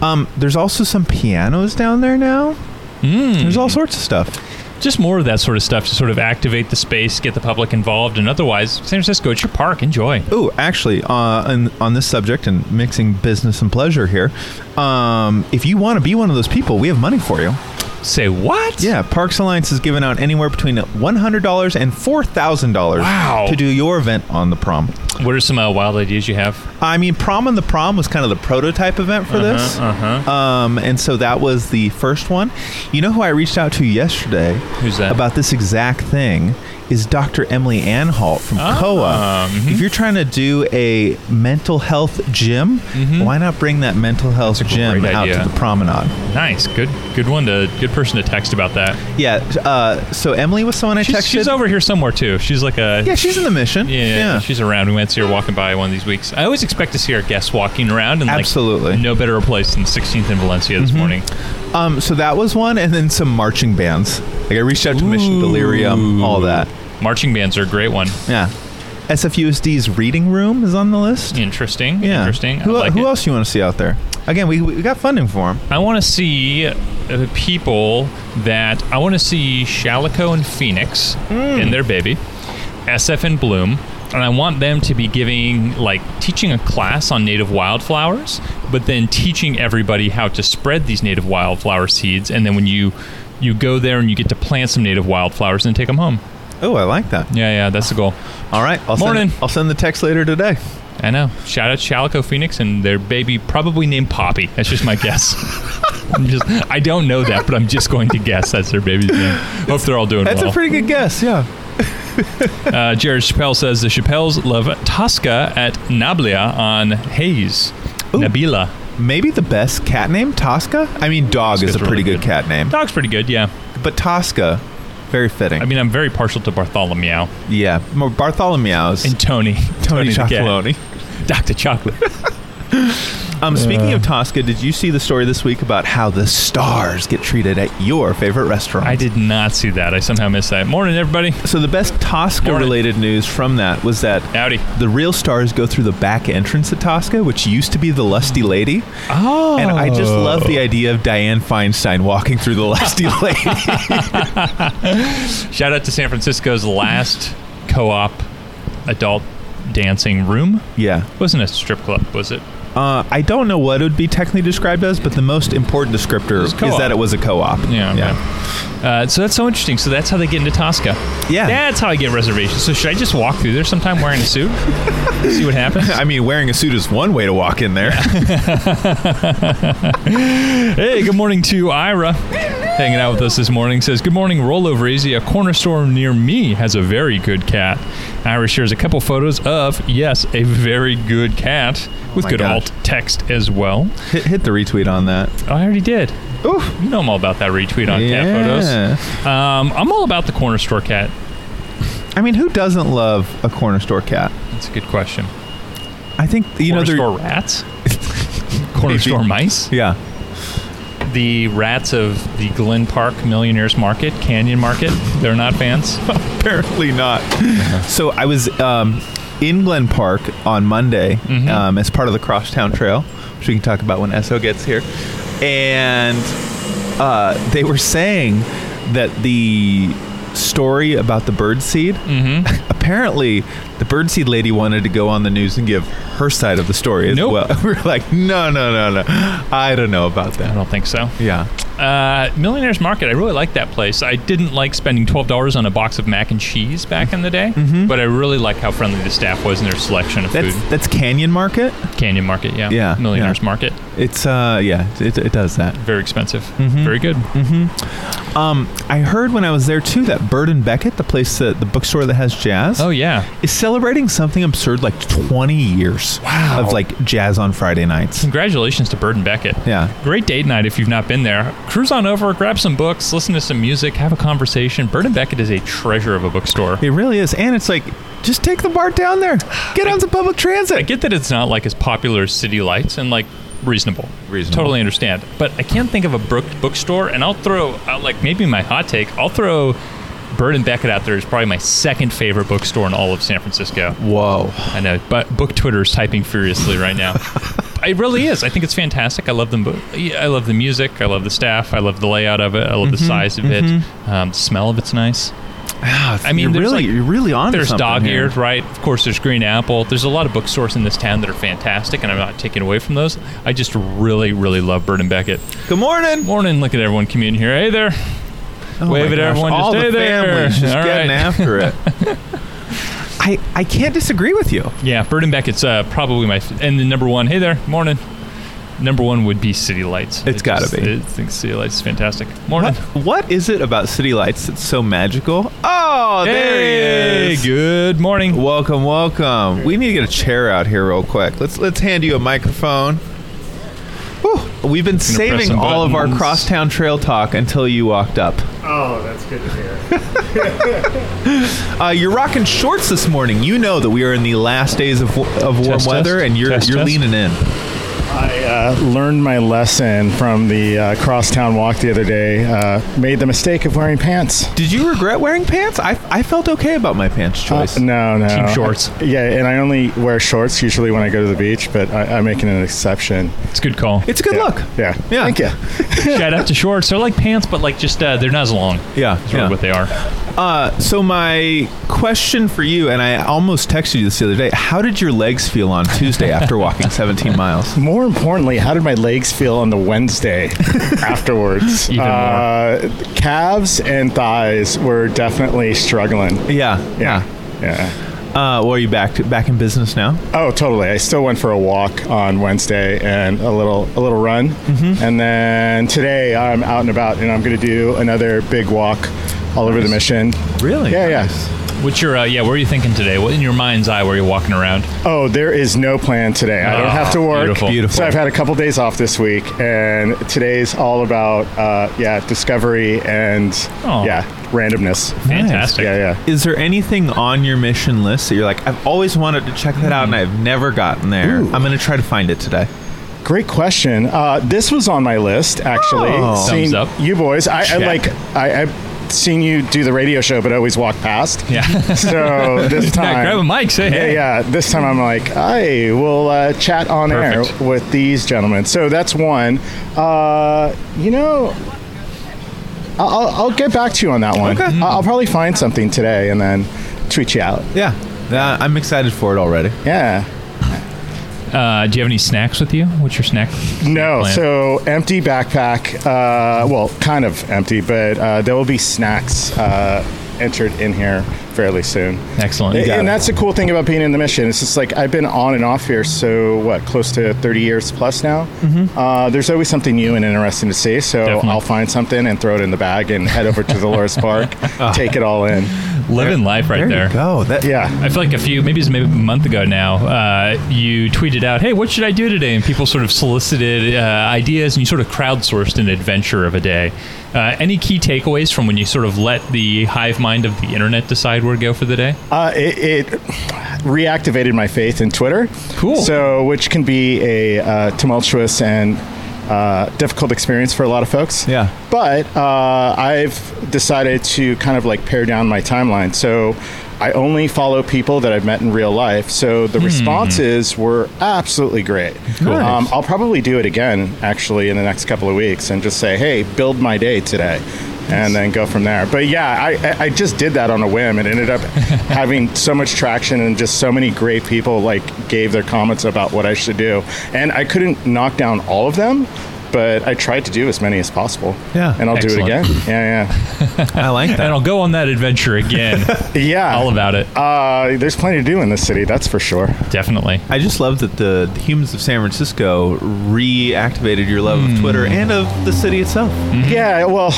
um, there's also some pianos down there now.
Hmm.
There's all sorts of stuff.
just more of that sort of stuff to sort of activate the space, get the public involved, and otherwise, San Francisco, it's your park. Enjoy.
Oh, actually, uh, on, on this subject and mixing business and pleasure here, um, if you want to be one of those people, we have money for you.
Say what?
Yeah, Parks Alliance is giving out anywhere between $100 and $4,000
Wow.
to do your event on the prom.
What are some uh, wild ideas you have?
I mean, Prom on the Prom was kind of the prototype event for this. Uh-huh. Um, and so that was the first one. You know who I reached out to yesterday
Who's that?
about this exact thing is Dr. Emily Anhalt from
Ah,
COA.
mm-hmm.
If you're trying to do a mental health gym, why not bring that mental health
Mm-hmm. a
gym
great
out
idea.
to the promenade?
Nice, good, good one to good person to text about that.
Yeah. Uh, so Emily was someone I
She's,
texted.
she's over here somewhere too. She's like a
yeah, she's in the mission.
yeah, she's around. We might see her walking by one of these weeks. I always expect to see our guests walking around, and like,
Absolutely. Mm-hmm.
no better place than 16th in Valencia this morning.
Um, so that was one, and then some marching bands. Like I reached out to Mission Delirium, all that.
Marching bands are a great one.
Yeah. SFUSD's reading room is on the list.
Interesting,
Yeah.
interesting.
Who,
I like
who
it.
else do you want to see out there? Again, we, we got funding for them.
I want to see uh, people that I want to see Shalico and Phoenix
Hmm.
and their baby, SF and Bloom, and I want them to be giving like teaching a class on native wildflowers, but then teaching everybody how to spread these native wildflower seeds, and then when you you go there and you get to plant some native wildflowers and take them home.
Oh, I like that.
Yeah, yeah, that's the goal.
All right. I'll
Morning.
Send, I'll send the text later today.
I know. Shout out Shalico Phoenix and their baby, probably named Poppy. That's just my guess. I'm just, I don't know that, but I'm just going to guess that's their baby's name. Hope they're all doing
That's
well.
a pretty good guess, yeah.
uh, Jared Chappelle says the Chappelles love Tosca at Nablia on Hayes. Nabila.
Maybe the best cat name, Tosca? I mean, dog
Tosca's
is a pretty
really
good,
good.
cat name.
Dog's pretty good, yeah.
But Tosca, very fitting.
I mean, I'm very partial to Bartholomew
yeah. More Bartholomew's.
and Tony.
Tony
the cat.
Chocolonely.
Dr. Chocolate.
Um, speaking of Tosca, did you see the story this week about how the stars get treated at your favorite restaurant?
I did not see that. I somehow missed that. Morning, everybody.
So the best Tosca-related news from that was that
Howdy.
the real stars go through the back entrance at Tosca, which used to be the Lusty Lady.
Oh.
And I just love the idea of Diane Feinstein walking through the Lusty Lady.
Shout out to San Francisco's last co op adult dancing room.
yeah.
Wasn't a strip club, was it?
Uh, I don't know what it would be technically described as, but the most important descriptor
was
is
co-op.
that it was a co-op.
Yeah.
Yeah.
okay. Uh, so that's so interesting. So that's how they get into Tosca.
Yeah.
That's how I get reservations. So should I just walk through there sometime wearing a suit? See what happens.
I mean, wearing a suit is one way to walk in there.
Hey, good morning to Ira. Hanging out with us this morning says, Good morning, Rollover Easy. A corner store near me has a very good cat. Ira shares a couple photos of, yes, a very good cat with
Oh my
good
gosh.
alt text as well.
hit, hit the retweet on that.
Oh, I already did.
Oof.
You know I'm all about that retweet on
Yeah.
cat photos. Um, I'm all about the corner store cat.
I mean, who doesn't love a corner store cat?
That's a good question.
I think
Corner
you know they're
store rats? corner store mice?
yeah.
The rats of the Glen Park Millionaires Market, Canyon Market, they're not fans.
Apparently not. So I was um, in Glen Park on Monday um, as part of the Crosstown Trail, which we can talk about when Esso gets here. And uh, they were saying that the story about the birdseed, apparently the birdseed lady wanted to go on the news and give her side of the story as
Nope.
well. we were like, no, no, no, no. I don't know about
I
that.
don't think so.
Yeah.
Uh, Millionaire's Market. I really like that place. I didn't like spending twelve dollars on a box of mac and cheese back in the day, but I really like how friendly the staff was in their selection of
That's,
food.
that's Canyon Market.
Canyon Market, yeah,
Yeah,
Millionaire's
yeah.
Market.
It's, uh, yeah, it, it does that.
Very expensive, very good.
Um, I heard when I was there too that Bird and Beckett, the place that the bookstore that has jazz,
Oh yeah,
is celebrating something absurd like 20 years
Wow.
of like jazz on Friday nights.
congratulations to Bird and Beckett.
Yeah.
Great date night if you've not been there. Cruise on over, grab some books, listen to some music, have a conversation. Bird and Beckett is a treasure of a bookstore.
It really is, and it's like just take the BART down there, get on some public transit.
I get that it's not like as popular as City Lights and like reasonable.
Reasonable.
Totally understand. But I can't think of a book bookstore, and I'll throw out like maybe my hot take. I'll throw Bird and Beckett out there is probably my second favorite bookstore in all of San Francisco.
Whoa!
I know, but book Twitter is typing furiously right now. it really is. I think it's fantastic. I love them. Both. Yeah, I love the music. I love the staff. I love the layout of it. I love the
Mm-hmm,
size of it. Um, the smell of it's nice.
I
mean,
you're
there's,
really,
like-
you're really on.
There's
something
dog
here.
eared, right? Of course, there's Green Apple. There's a lot of bookstores in this town that are fantastic, and I'm not taking away from those. I just really, really love Bird and Beckett.
Good morning.
Morning, look at everyone commuting here. Hey there.
Oh
Wave at
my gosh,
everyone, just
All
stay
the
there.
families just
All
getting
right.
after it. I I can't disagree with you.
Yeah, Bird and Beckett's uh, probably my. F- and the number one, hey there, morning. Number one would be City Lights.
It's gotta
just-
be.
I think City Lights is fantastic. Morning.
What, what is it about city lights that's so magical? Oh, there
Hey,
he is.
good morning.
Welcome, welcome. We need to get a chair out here real quick. Let's let's hand you a microphone. Whew. We've been
Gonna press
saving
some
all of our
buttons.
crosstown trail talk until you walked up.
Oh, that's good to hear.
Uh, you're rocking shorts this morning. You know that we are in the last days of, w- of warm
Test,
weather,
test.
and you're
Test,
you're
test.
leaning in.
I uh, learned my lesson from the uh, crosstown walk the other day. Uh, made the mistake of wearing pants.
Did you regret wearing pants? I, I felt okay about my pants choice.
Uh, no, no.
Team shorts.
Yeah, and I only wear shorts usually when I go to the beach, but I, I'm making an exception.
It's a good call.
It's a good
yeah.
look.
Yeah.
Yeah.
Thank you.
Shout out to shorts. They're like pants, but like just uh, they're not as long.
Yeah,
That's really
yeah.
what they are.
Uh, so my question for you, and I almost texted you this the other day. How did your legs feel on Tuesday after walking 17 miles?
More importantly, how did my legs feel on the Wednesday afterwards?
Even more.
Uh, calves and thighs were definitely struggling.
Yeah,
Yeah. Yeah.
Uh, well, are you back to, back in business now?
Oh, totally. I still went for a walk on Wednesday and a little a little run,
Mm-hmm.
and then today I'm out and about, and I'm going to do another big walk all over the mission.
Really?
Yeah,
Nice.
yeah.
What's your uh, yeah? Where are you thinking today? What in your mind's eye? Where are you walking around?
Oh, there is no plan today. I don't
Ah,
have to work.
beautiful.
Beautiful.
So I've had a couple days off this week, and today's all about uh, yeah discovery and
Oh.
yeah randomness.
Fantastic.
Yeah, yeah.
Is there anything on your mission list that you're like, I've always wanted to check that out and I've never gotten there? I'm going to try to find it today.
Great question. Uh, this was on my list actually.
Oh.
Seeing
Thumbs up.
You boys, I, I
Check.
like I. I've Seen you do the radio show, but I always walk past.
Yeah.
So this time,
Yeah, grab a mic. Say
Yeah,
hey.
yeah. This time I'm like, I will uh, chat on
Perfect.
air with these gentlemen. So that's one. Uh, you know, I'll, I'll I'll get back to you on that one.
Okay.
I- I'll probably find something today and then tweet you out.
Yeah. Uh, I'm excited for it already.
Yeah.
Uh, do you have any snacks with you? What's your snack?
No,
plan?
so empty backpack. Uh, well, kind of empty, but uh, there will be snacks uh, entered in here fairly soon.
Excellent.
And,
got it.
that's the cool thing about being in the mission. It's just like I've been on and off here, so what, close to 30 years plus now. Uh, there's always something new and interesting to see, so
Mm-hmm. Definitely.
I'll find something and throw it in the bag and head over to Dolores Park,
Ah.
take it all in.
Living life right
There
there.
you go. That,
Yeah.
I feel like a few, maybe it's maybe a month ago now. Uh, you tweeted out, "Hey, what should I do today?" And people sort of solicited uh, ideas, and you sort of crowdsourced an adventure of a day. Uh, any key takeaways from when you sort of let the hive mind of the internet decide where to go for the day?
Uh, it, it reactivated my faith in Twitter.
Cool.
So, which can be a uh, tumultuous and uh, difficult experience for a lot of folks.
Yeah.
But uh, I've decided to kind of like pare down my timeline. So, I only follow people that I've met in real life. So the responses were absolutely great. Um, I'll probably do it again actually in the next couple of weeks and just say, hey, build my day today. And then go from there. But yeah, I- I, I just did that on a whim and ended up having so much traction and just so many great people like gave their comments about what I should do. And I couldn't knock down all of them, but I tried to do as many as possible.
Yeah.
And I'll do it
Excellent.
again. Yeah,
I like
And
that.
I'll go on that adventure again.
yeah. Yeah.
All about it,
uh, there's plenty to do in this city, that's for sure.
definitely.
I just love that the, the humans of San Francisco reactivated your love of Twitter and of the city itself.
Yeah, well,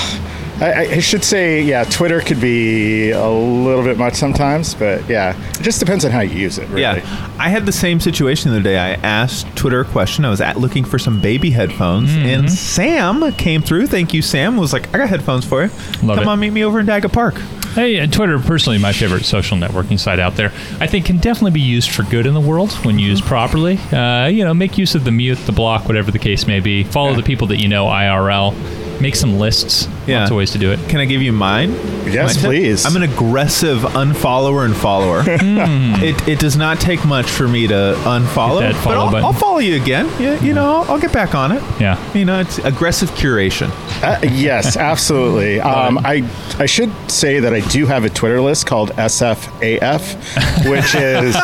I, I should say, yeah, Twitter could be a little bit much sometimes, but yeah, it just depends on how you use it, really.
Yeah, I had the same situation the other day. I asked Twitter a question. I was at looking for some baby headphones,
Mm-hmm.
and Sam came through. Thank you, Sam. Was like, I got headphones for you.
Love
Come
it.
on, meet me over in Daga Park.
Hey, uh, Twitter, personally, my favorite social networking site out there. I think can definitely be used for good in the world when used properly. Uh, you know, make use of the mute, the block, whatever the case may be. Follow the people that you know IRL. Make some lists.
Yeah.
Lots of ways to do it.
Can I give you mine?
Yes,
My tip?
please.
I'm an aggressive unfollower and follower. it, it does not take much for me to unfollow,
Hmm. Hit that follow button.
but
Hmm.
I'll, I'll follow you again. Yeah, you know, I'll, I'll get back on it.
Yeah.
You know, it's aggressive curation.
Uh, yes, absolutely. Um, I I should say that I do have a Twitter list called SFAF, which is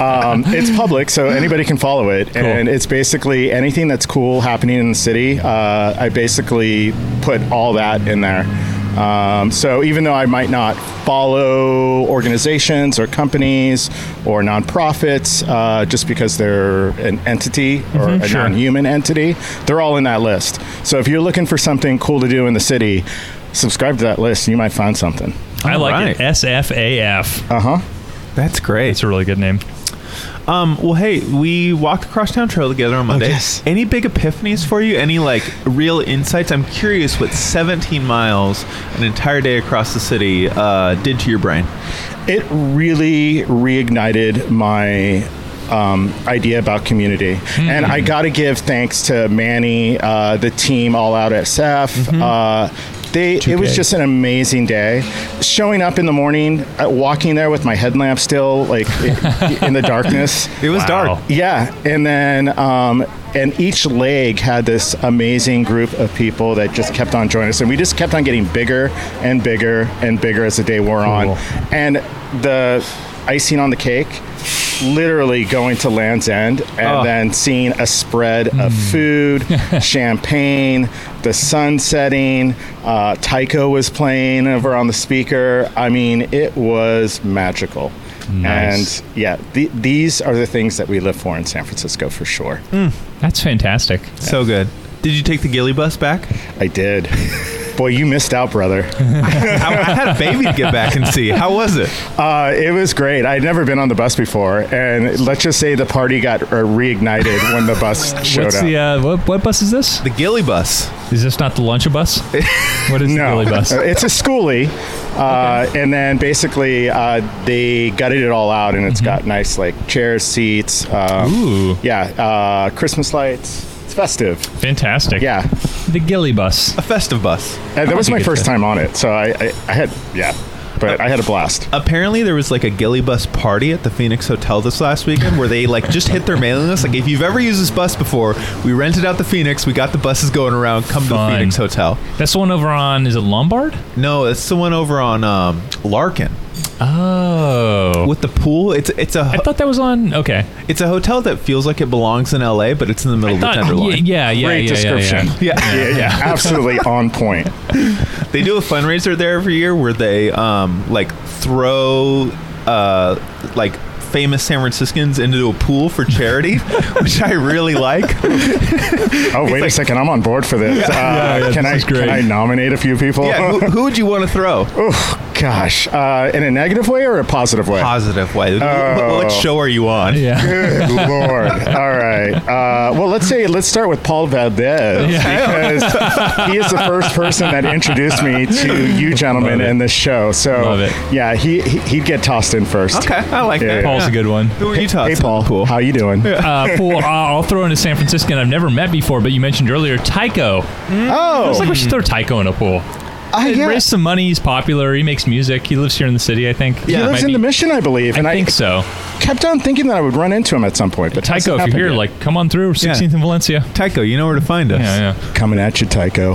um, it's public, so anybody can follow it, and it's basically anything that's cool happening in the city. Uh, I basically put all that in there. Um, so even though I might not follow organizations or companies or nonprofits, uh, just because they're an entity or a non-human entity, they're all in that list. So if you're looking for something cool to do in the city, subscribe to that list, and you might find something.
I like it.
right.
SFAF.
Uh huh.
That's great.
It's a really good name.
Um, well, hey, we walked across town trail together on Monday.
yes.
Any big epiphanies for you? Any like real insights? I'm curious what 17 miles, an entire day across the city, uh, did to your brain.
it really reignited my um, idea about community. And I got to give thanks to Manny, uh, the team all out at SF. Uh, they, it was
2K.
just an amazing day. Showing up in the morning, uh, walking there with my headlamp still, like i- in the darkness.
It was dark.
Yeah, and then um, and each leg had this amazing group of people that just kept on joining us, and we just kept on getting bigger and bigger and bigger as the day wore on. And the icing on the cake, literally going to Land's End and
Ah.
Oh.
then seeing a spread
Hmm.
of food, champagne, the sun setting. Uh, Tycho was playing over on the speaker. I mean, it was magical.
Nice.
And yeah, the, these are the things that we live for in San Francisco for sure.
Hmm.
That's fantastic.
So good. Did you take the Gilly bus back?
I did. Boy, you missed out, brother.
I, I had a baby to get back and see. How was it?
Uh, it was great. I'd never been on the bus before, and let's just say the party got uh, reignited when the bus showed
What's
up.
the uh, what, what bus is this?
The Gilly bus.
Is this not the lunch bus? What is the
no,
Billy bus?
it's a schoolie, uh, and then basically uh, they gutted it all out, and it's got nice like chairs, seats, um,
Mm-hmm. Ooh,
yeah, uh, Christmas lights. It's festive,
fantastic!
yeah.
the Gilly bus.
A festive bus.
And that was
think
my
it's
first
a- Uh,
time on it, so I, I, I had yeah, but I had a blast.
Apparently, there was like a Gilly bus party at the Phoenix Hotel this last weekend where they like just hit their mailing list. Like, if you've ever used this bus before, we rented out the Phoenix. We got the buses going around. Come to
Fun.
the Phoenix Hotel.
That's the one over on is it Lombard?
No, it's the one over on um, Larkin
Oh,
with the pool. It's it's a
I
ho-
thought that was on. Okay,
it's a hotel that feels like it belongs in L.A., but it's in the middle of the
Thought-
Tenderloin.
yeah, yeah, yeah,
Great
yeah,
description.
Yeah,
yeah.
Yeah, yeah, absolutely on point.
They do a fundraiser there every year where they um like throw uh like famous San Franciscans into a pool for charity, which I really like.
Oh, wait a second, I'm on board for this. Uh, can I
great.
can I nominate a few people?
Yeah, who, who would you want to throw?
oh gosh, uh, in a negative way or a positive way?
Positive way. What, what show are you on?
yeah.
Good lord. All right. Uh, well, let's say let's start with Paul Valdez because he is the first person that introduced me to you gentlemen
Love it.
in this show. So
Love it.
yeah, he, he he'd get tossed in first.
Okay, I like
Yeah.
that.
Paul's a good one.
Who are you
Hey
tossing?
Paul,
Cool.
how you doing?
Uh, pool. I'll I'll throw in a San Franciscan I've never met before, but you mentioned earlier Tycho. I was
Oh,
like, we should throw Tycho in a pool.
I, yeah.
Raise some money. He's popular. He makes music. He lives here in the city, I think.
He
Yeah,
lives
might
in
be-
the Mission, I believe, and
I
I,
think so.
kept on thinking that I would run into him at some point. But
Tycho,
hasn't
if
happened
you're here,
yet.
like, come on through. 16th in Valencia.
Tycho, you know where to find us.
Yeah, yeah.
coming at you, Tycho.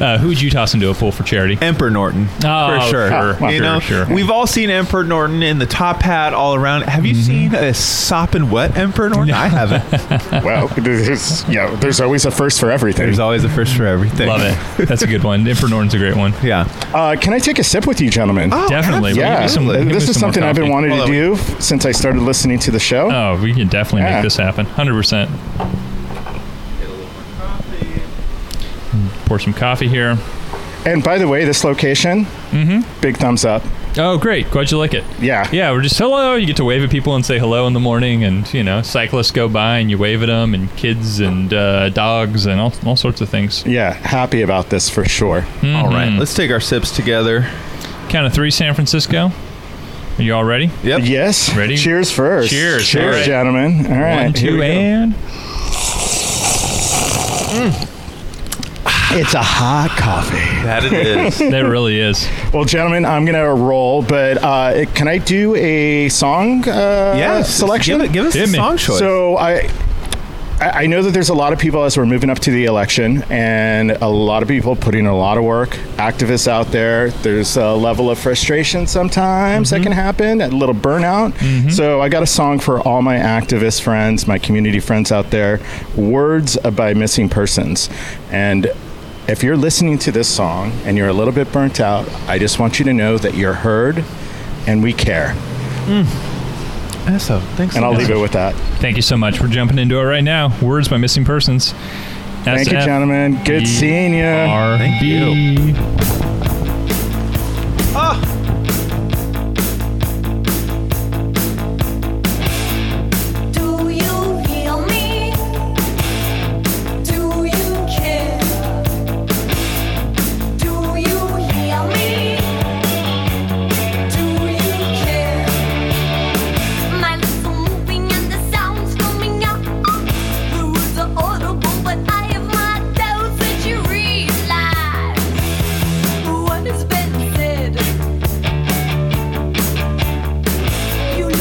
Uh, who would you toss into a pool for charity?
Emperor Norton,
Oh,
for sure.
sure,
you
sure,
know,
sure.
we've all seen Emperor Norton in the top hat all around. Have you seen a sopping wet Emperor Norton? I haven't.
well, there's, yeah, there's always a first for everything.
There's always a first for everything.
Love it. That's a good one. Emperor Norton's a great one.
Yeah.
Uh, can I take a sip with you, gentlemen?
Definitely. Well, give
Yeah,
me some- give me
this is
some more
something I've been
coffee.
wanting to
Hold on.
do f- since I started listening to the show.
Oh, we can definitely
Yeah.
make this happen. 100%. Pour some coffee here.
And by the way, this location, big thumbs up.
Oh, great. Glad you like it.
Yeah.
Mm-hmm. Yeah, we're just hello. You get to wave at people and say hello in the morning, and you know, cyclists go by and you wave at them, and kids and uh, dogs and all, all sorts of things.
Yeah, happy about this for sure.
Hmm.
All right. Let's take our sips together.
Count of three, San Francisco. Are you all ready?
Yep.
Yes.
Ready?
Cheers first.
Cheers.
Cheers,
All right.
gentlemen. All right.
One,
here
two,
we go.
and
It's a hot coffee.
That it is.
that really is.
Well, gentlemen, I'm gonna roll, but uh, it- can I do a song? Uh,
yes.
Selection.
Give, it, give us a
Give me.
song choice.
So I. I I know that there's a lot of people as we're moving up to the election, and a lot of people putting a lot of work. Activists out there, there's a level of frustration sometimes that can happen, a little burnout. So I got a song for all my activist friends, my community friends out there Words by Missing Persons. And if you're listening to this song and you're a little bit burnt out, I just want you to know that you're heard and we care.
Esso, thanks.
And
so
I'll
much.
leave it with that.
Thank you so much. We're jumping into it right now. Words by missing persons.
Thank you, gentlemen. Good seeing you.
Thank you.
Do you feel me? Do you care? Do you hear me? Do you care? My lips are moving and the sounds coming out. The words are audible, but I have my doubts that you realize what has been said. Oh,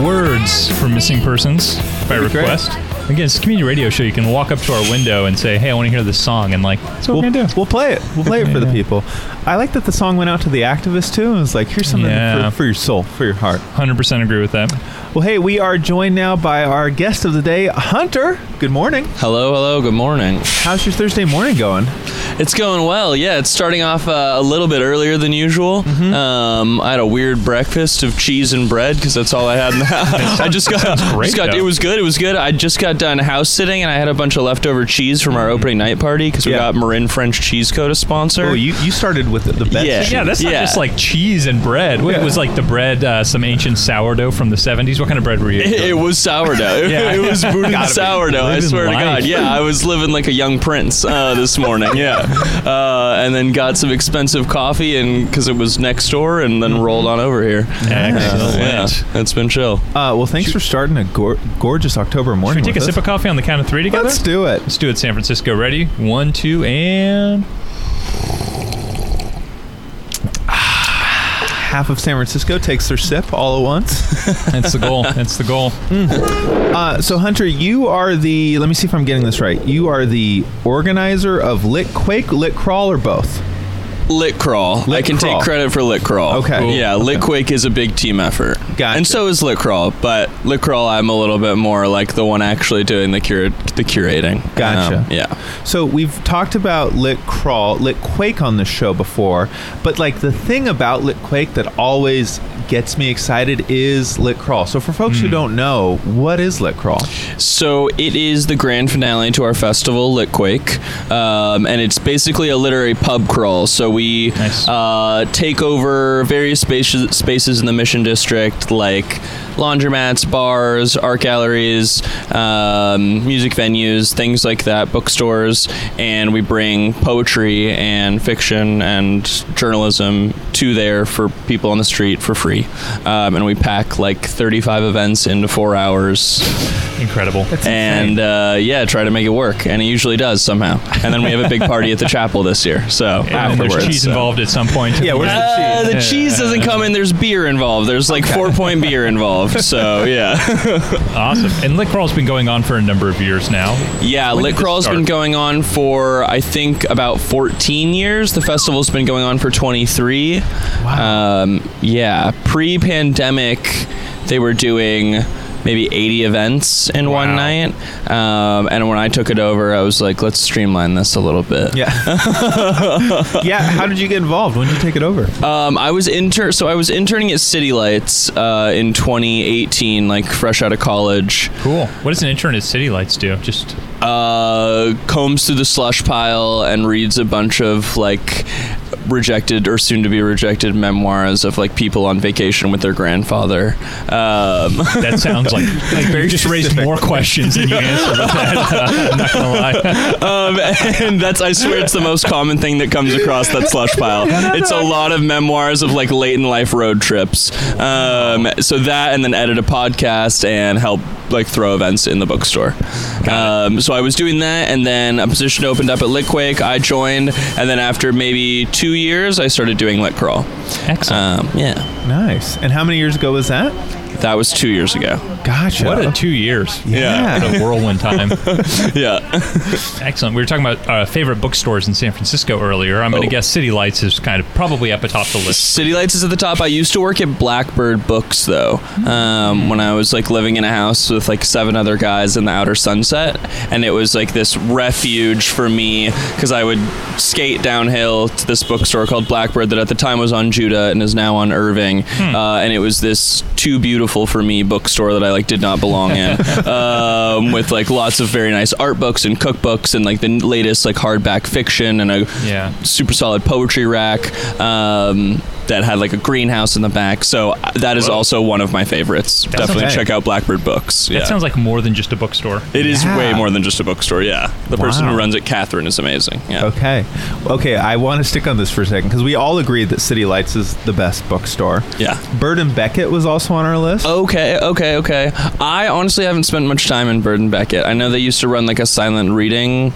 Oh, for missing persons by
great.
request. Again, it's a community radio show. You can walk up to our window and say, "Hey, I want to hear this song," and like, that's what
We'll,
we're gonna do.
we'll play it. We'll play it for the
Yeah.
people. I like that the song went out to the activists too. It was like, here's something
Yeah.
for, for your soul, for your heart.
Hundred percent agree with that.
Well, hey, we are joined now by our guest of the day, Hunter. Good morning.
Hello, hello, good morning.
How's your Thursday morning going?
It's going well. Yeah, it's starting off uh, a little bit earlier than usual. Um, I had a weird breakfast of cheese and bread because that's all I had in the house. I just got,
great,
just got
though.
it was good. It was good. I just got done house sitting and I had a bunch of leftover cheese from our opening night party because we
Yeah.
got Marin French Cheese Co to sponsor.
Oh, you, you started with the, the best.
Yeah.
Yeah, that's not
Yeah.
just like cheese and bread. What,
Yeah.
It was like the bread, uh, some ancient sourdough from the '70s. What kind of bread were you?
It, it was sourdough.
Yeah.
It was booted
Gotta be.
sourdough. I
Living
swear to
life.
God. Yeah, I was living like a young prince uh, this morning. Yeah, uh, and then got some expensive coffee, and because it was next door, and
Mm-hmm.
then rolled on over here.
Excellent.
Yeah, it's been chill.
Uh, well, thanks for starting a gor- gorgeous October
Should we
morning.
take a
with
sip
us.
of coffee on the count of three together?
Let's do it.
Let's do it, San Francisco. Ready? One, two, and
Half of San Francisco takes their sip all at once.
that's the goal. That's the goal.
Uh, so, Hunter, you are the. Let me see if I'm getting this right. You are the organizer of Lit Quake, Lit Crawl, or both.
Lit crawl. I
Lit
can
Crawl.
take credit for lit crawl.
Okay. Cool.
Yeah, lit quake is a big team effort.
Gotcha.
And so is lit crawl, but lit crawl, I'm a little bit more like the one actually doing the cura- the curating. Um,
Gotcha.
yeah.
So we've talked about Lit Crawl, Lit Quake on this show before, but like the thing about Lit Quake that always gets me excited is Lit Crawl. So for folks
Hmm.
who don't know, what is Lit Crawl?
So it is the grand finale to our festival, Litquake, um, and it's basically a literary pub crawl. So we
Nice.
uh, take over various spaces, spaces in the Mission District, like laundromats, bars, art galleries, um, music venues, things like that, bookstores, and we bring poetry and fiction and journalism to there for people on the street for free. Um, and we pack like 35 events into four hours
Incredible.
and uh, yeah, try to make it work, and it usually does somehow. And then we have a big party at the chapel this year, so
and
afterwards.
there's cheese
so.
involved at some point.
Yeah, where's the
Uh, the
Yeah.
cheese doesn't come in. There's beer involved. There's like four point beer involved. So yeah,
awesome. And Lick Crawl's been going on for a number of years now.
yeah. Lit
did this
Crawl's
start?
been going on for I think about 14 years. The festival's been going on for 23. Wow. Um, yeah, pre-pandemic, they were doing maybe 80 events in one
Wow.
night. Um, and when I took it over, I was like, let's streamline this a little bit.
Yeah. yeah. How did you get involved? When did you take it over?
Um, I was inter so I was interning at City Lights uh, in 2018, like fresh out of college.
Cool. What does an intern at City Lights do? Just
Uh, combs through the slush pile and reads a bunch of like rejected or soon to be rejected memoirs of like people on vacation with their grandfather. Um,
that sounds like, like you just raised more questions than you answered with that. Uh, I'm not gonna lie.
um, and that's I swear it's the most common thing that comes across that slush pile. It's a lot of memoirs of like late in life road trips. Um, so that, and then edit a podcast and help like throw events in the bookstore. Um, so I was doing that, and then a position opened up at Litquake. I joined, and then after maybe two years, I started doing Lit Crawl.
Excellent.
Um, yeah,
Nice. And how many years ago was that?
that was two years ago.
Gotcha.
what a two years.
Uh, Yeah.
What a whirlwind time.
Yeah.
Excellent. We were talking about uh, favorite bookstores in San Francisco earlier. I'm going to
Oh.
guess City Lights is kind of probably up atop the list.
City Lights is at the top. I used to work at Blackbird Books though, um, when I was like living in a house with like seven other guys in the outer sunset, and it was like this refuge for me because I would skate downhill to this bookstore called Blackbird that at the time was on Judah and is now on Irving, uh, and it was this too beautiful for me bookstore that I like did not belong in, um, with like lots of very nice art books and cookbooks and like the n- latest like hardback fiction and a
Yeah.
super solid poetry rack um, that had like a greenhouse in the back. So uh, that is also one of my favorites. Definitely
sounds-
check out Blackbird Books.
That sounds like more than just a bookstore.
it is
Yeah.
way more than just a bookstore. Yeah, the person
Wow.
who runs it, Catherine, is amazing. Yeah.
Okay. Okay, I want to stick on this for a second because we all agree that City Lights is the best bookstore.
Yeah. Uh,
Bird and Beckett was also on our list.
Okay, okay, okay. I honestly haven't spent much time in Bird and Beckett. I know they used to run like a silent reading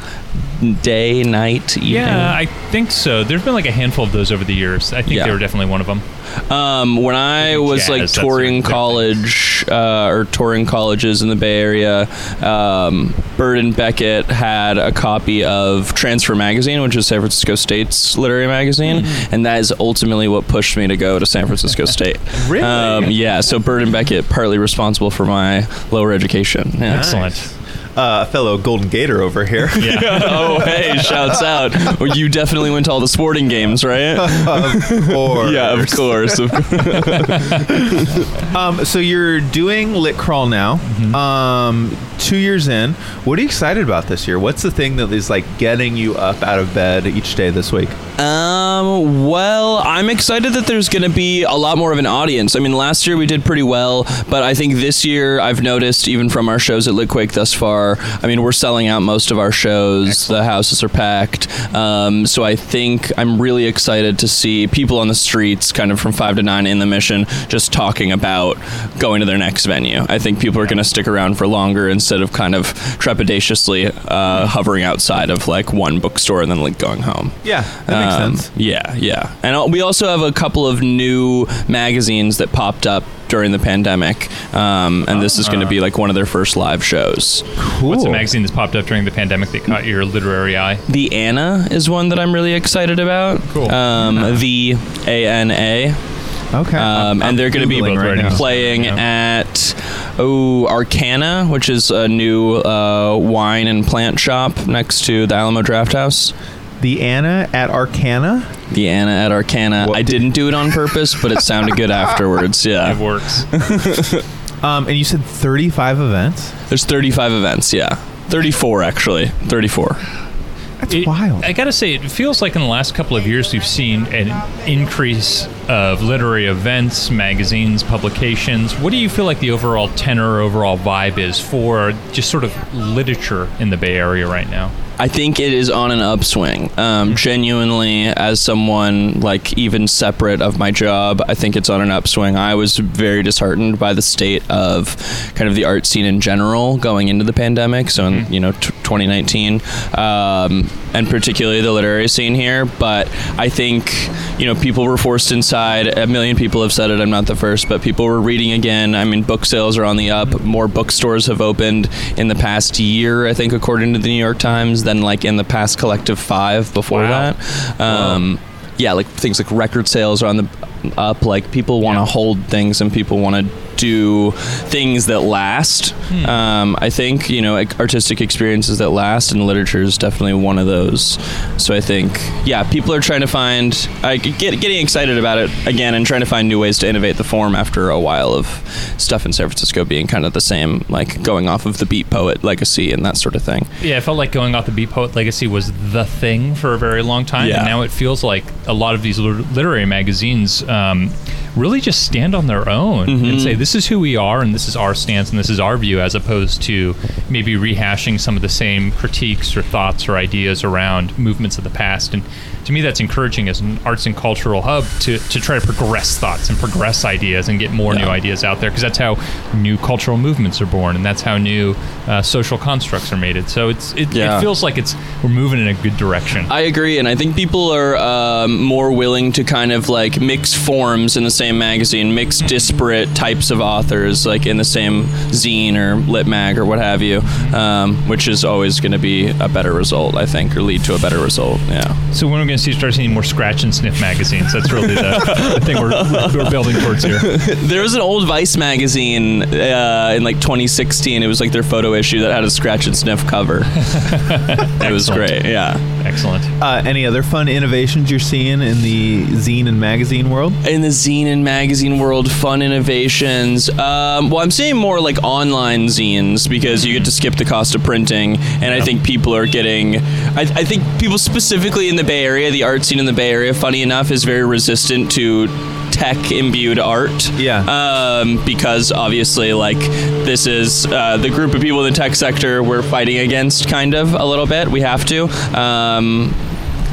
day, night, evening?
Yeah, I think so. There's been like a handful of those over the years. I think
Yeah.
they were definitely one of them.
Um, when I was
jazz,
like
that's
touring
their- their
college uh, or touring colleges in the Bay Area, um, Bird and Beckett had a copy of Transfer Magazine, which is San Francisco State's literary magazine, and that is ultimately what pushed me to go to San Francisco State.
Really?
Um, yeah. So Bird and Beckett partly responsible for my lower education. Yeah.
Excellent.
Uh, fellow Golden Gator over here.
oh, hey! Shouts out. Well, you definitely went to all the sporting games, right?
or
yeah, of course. Of course.
Um, so you're doing Lit Crawl now. Um, two years in. What are you excited about this year? What's the thing that is like getting you up out of bed each day this week?
Um, well, I'm excited that there's going to be a lot more of an audience. I mean, last year we did pretty well, but I think this year I've noticed, even from our shows at Litquake thus far, I mean, we're selling out most of our shows. The houses are packed. Um, so I think I'm really excited to see people on the streets, kind of from 5 to 9 in the mission, just talking about going to their next venue. I think people are going to stick around for longer instead of kind of trepidatiously uh, hovering outside of like one bookstore and then like going home.
Yeah, that
Um,
makes sense.
Yeah, yeah. And al- we also have a couple of new magazines that popped up during the pandemic, um, and this is going to
Uh.
be like one of their first live shows.
Cool.
What's a magazine that's popped up during the pandemic that caught your literary eye?
The Anna is one that I'm really excited about.
Cool.
Um, the A N A.
Okay.
Um, and they're going to be
Googling right now.
playing
Yeah.
at oh Arcana, which is a new uh, wine and plant shop next to the Alamo Draft House.
the Anna at Arcana.
The Anna at Arcana.
What
I
did-
didn't do it on purpose, but it sounded good afterwards.
It
Yeah.
works.
Um, and you said 35 events.
There's 35 events, yeah. 34 actually. 34.
That's
It-
wild.
I gotta say, it feels like in the last couple of years we've seen an increase of literary events, magazines, publications. What do you feel like the overall tenor, overall vibe is for just sort of literature in the Bay Area right now?
I think it is on an upswing. Um, genuinely, as someone like even separate of my job, I think it's on an upswing. I was very disheartened by the state of kind of the art scene in general going into the pandemic. So in you know t- 2019, um, and particularly the literary scene here. But I think you know people were forced inside. A million people have said it. I'm not the first, but people were reading again. I mean, book sales are on the up. More bookstores have opened in the past year, I think, according to the New York Times, than like in the past collective five before
Wow.
that. Um, Yeah, like things like record sales are on the up. Like people want to
Yeah.
hold things and people want to do things that last.
Hmm.
Um, I think you know like, artistic experiences that last, and literature is definitely one of those. So I think yeah, people are trying to find I get getting excited about it again and trying to find new ways to innovate the form after a while of stuff in San Francisco being kind of the same, like going off of the beat poet legacy and that sort of thing.
Yeah, I felt like going off the Beat Poet Legacy was the thing for a very long time,
Yeah.
and now it feels like a lot of these lit- literary magazines um, really just stand on their own
Mm-hmm.
and say, "This is who we are, and this is our stance, and this is our view," as opposed to maybe rehashing some of the same critiques or thoughts or ideas around movements of the past. And to me, that's encouraging as an arts and cultural hub to to try to progress thoughts and progress ideas and get more new
Yeah.
ideas out there because that's how new cultural movements are born and that's how new uh, social constructs are made. So it's it,
Yeah.
it feels like it's we're moving in a good direction.
I agree, and I think people are um, more willing to kind of like mix forms in the same magazine, mix disparate types of authors like in the same zine or lit mag or what have you, um, which is always going to be a better result, I think, or lead to a better result. Yeah.
so when are we going to see start seeing more scratch and sniff magazines? That's really the, the thing we're, we're building towards here.
There was an old Vice magazine uh, in like 2016. It was like their photo issue that had a scratch and sniff cover. it was great. Yeah.
Excellent.
Uh, any other fun innovations you're seeing in the zine and magazine world?
in the zine and magazine world, fun innovations. Um, well, I'm seeing more like online zines because you get to skip the cost of printing, and I think people are getting. I, I think people specifically in the Bay Area, the art scene in the Bay Area, funny enough, is very resistant to tech imbued art.
Yeah.
Um, because obviously, like this is uh, the group of people in the tech sector we're fighting against, kind of a little bit. We have to. Um,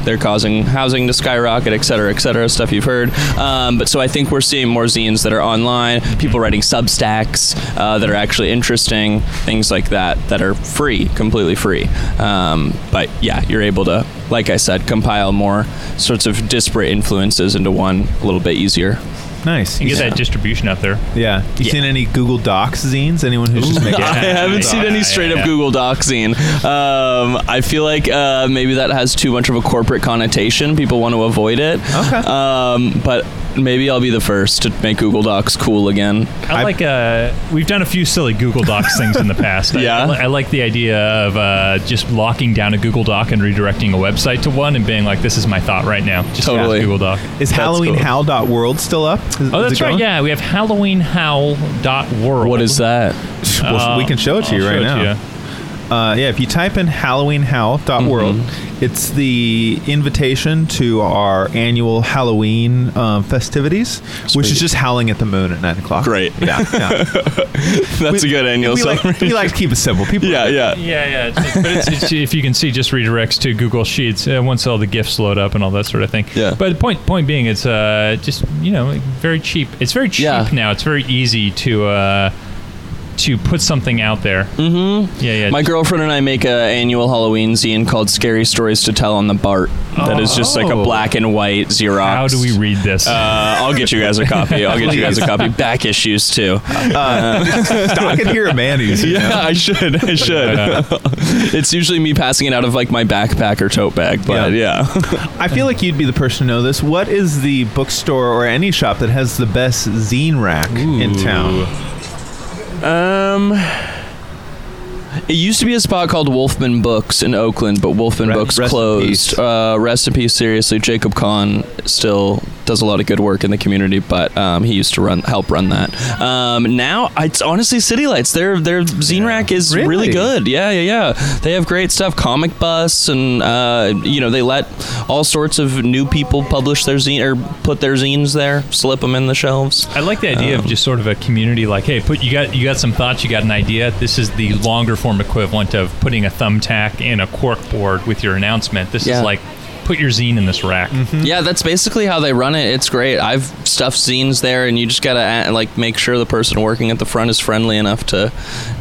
They're causing housing to skyrocket, et cetera, et cetera, stuff you've heard. Um, but so I think we're seeing more zines that are online, people writing substacks uh, that are actually interesting, things like that, that are free, completely free. Um, but yeah, you're able to, like I said, compile more sorts of disparate influences into one a little bit easier.
Nice.
You get that distribution out there.
Yeah. You
Yeah.
seen any Google Docs zines? Anyone who's just making
I haven't seen any
Yeah,
straight
yeah.
up Google Docs zine. Um, I feel like uh, maybe that has too much of a corporate connotation. People want to avoid it.
Okay.
Um, but maybe I'll be the first to make Google Docs cool again.
I,
I-
like. Uh, we've done a few silly Google Docs things in the past. I-
Yeah.
I, li- I like the idea of uh, just locking down a Google Doc and redirecting a website to one and being like, "This is my thought right now." Just ask
Totally.
Google Doc.
Is HalloweenHowl.world still up? Is-
Oh,
is it
that's right.
going?
Yeah, we have HalloweenHowl.world.
What is that?
Well, we can show it to you right now. Uh, yeah, if you type in HalloweenHowl.world,
Mm-hmm.
it's the invitation to our annual Halloween um, festivities, which is just howling at the moon at nine o'clock.
Great.
Yeah, yeah.
That's a good annual
we, like,
summary.
we like to keep it simple. People.
yeah, yeah.
Yeah, yeah. It's, it's- but it's, it's, if you can see, just redirects to Google Sheets uh, once all the GIFs load up and all that sort of thing.
Yeah.
But the point point being, it's uh, just you know very cheap. It's very cheap
Yeah.
now. It's very easy to uh, to put something out there. Mm-hmm. Yeah, yeah.
My girlfriend and I make an annual Halloween zine called "Scary Stories to Tell on the Bart." That is just like a
Oh.
black and white Xerox.
How do we read this?
Uh, I'll get you guys a copy. I'll get you guys a copy. Back issues too.
Stock it here at Manny's. you know?
Yeah, I should. I should. it's usually me passing it out of like my backpack or tote bag, but yeah.
I feel like you'd be the person to know this. What is the bookstore or any shop that has the best zine rack in town?
um, it used to be a spot called Wolfman Books in Oakland, but Wolfman
Re-
Books
rest in
closed.
peace.
Uh, rest in peace. Seriously, Jacob Kahn still does a lot of good work in the community, but um, he used to run help run that. Um, now it's honestly City Lights. Their their zine rack is really,
Really?
good. Yeah, yeah, yeah. They have great stuff. Comic Bus and uh, you know they let all sorts of new people publish their zine or put their zines there, slip them in the shelves.
I like the idea
um,
of just sort of a community, like, hey, put you got you got some thoughts, you got an idea. This is the longer form equivalent of putting a thumbtack and a cork board with your announcement. This
Yeah. Mm-hmm.
is like, put your zine in this rack.
Yeah, that's basically how they run it. It's great. I've stuffed zines there, and you just gotta uh, like make sure the person working at the front is friendly enough to,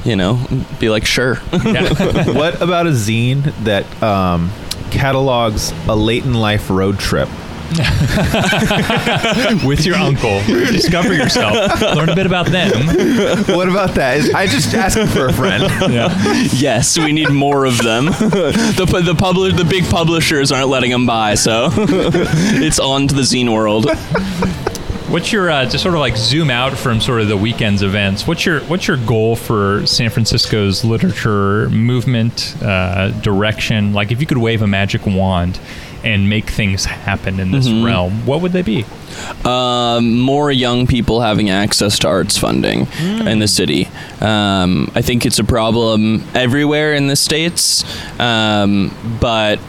you know, be like, sure.
Yeah.
what about a zine that um, catalogs a late in life road trip?
with your uncle, discover yourself, learn a bit about them.
What about that? Is- I just asking for a friend.
yes, we need more of them. the pu- the publi- the big publishers aren't letting them buy, so it's on to the zine world.
What's your uh, just sort of like zoom out from sort of the weekend's events? What's your what's your goal for San Francisco's literature movement uh, direction? Like, if you could wave a magic wand and make things happen in this
Mm-hmm.
realm, what would they be?
um, more young people having access to arts funding in the city. Um, I think it's a problem everywhere in the states, um, but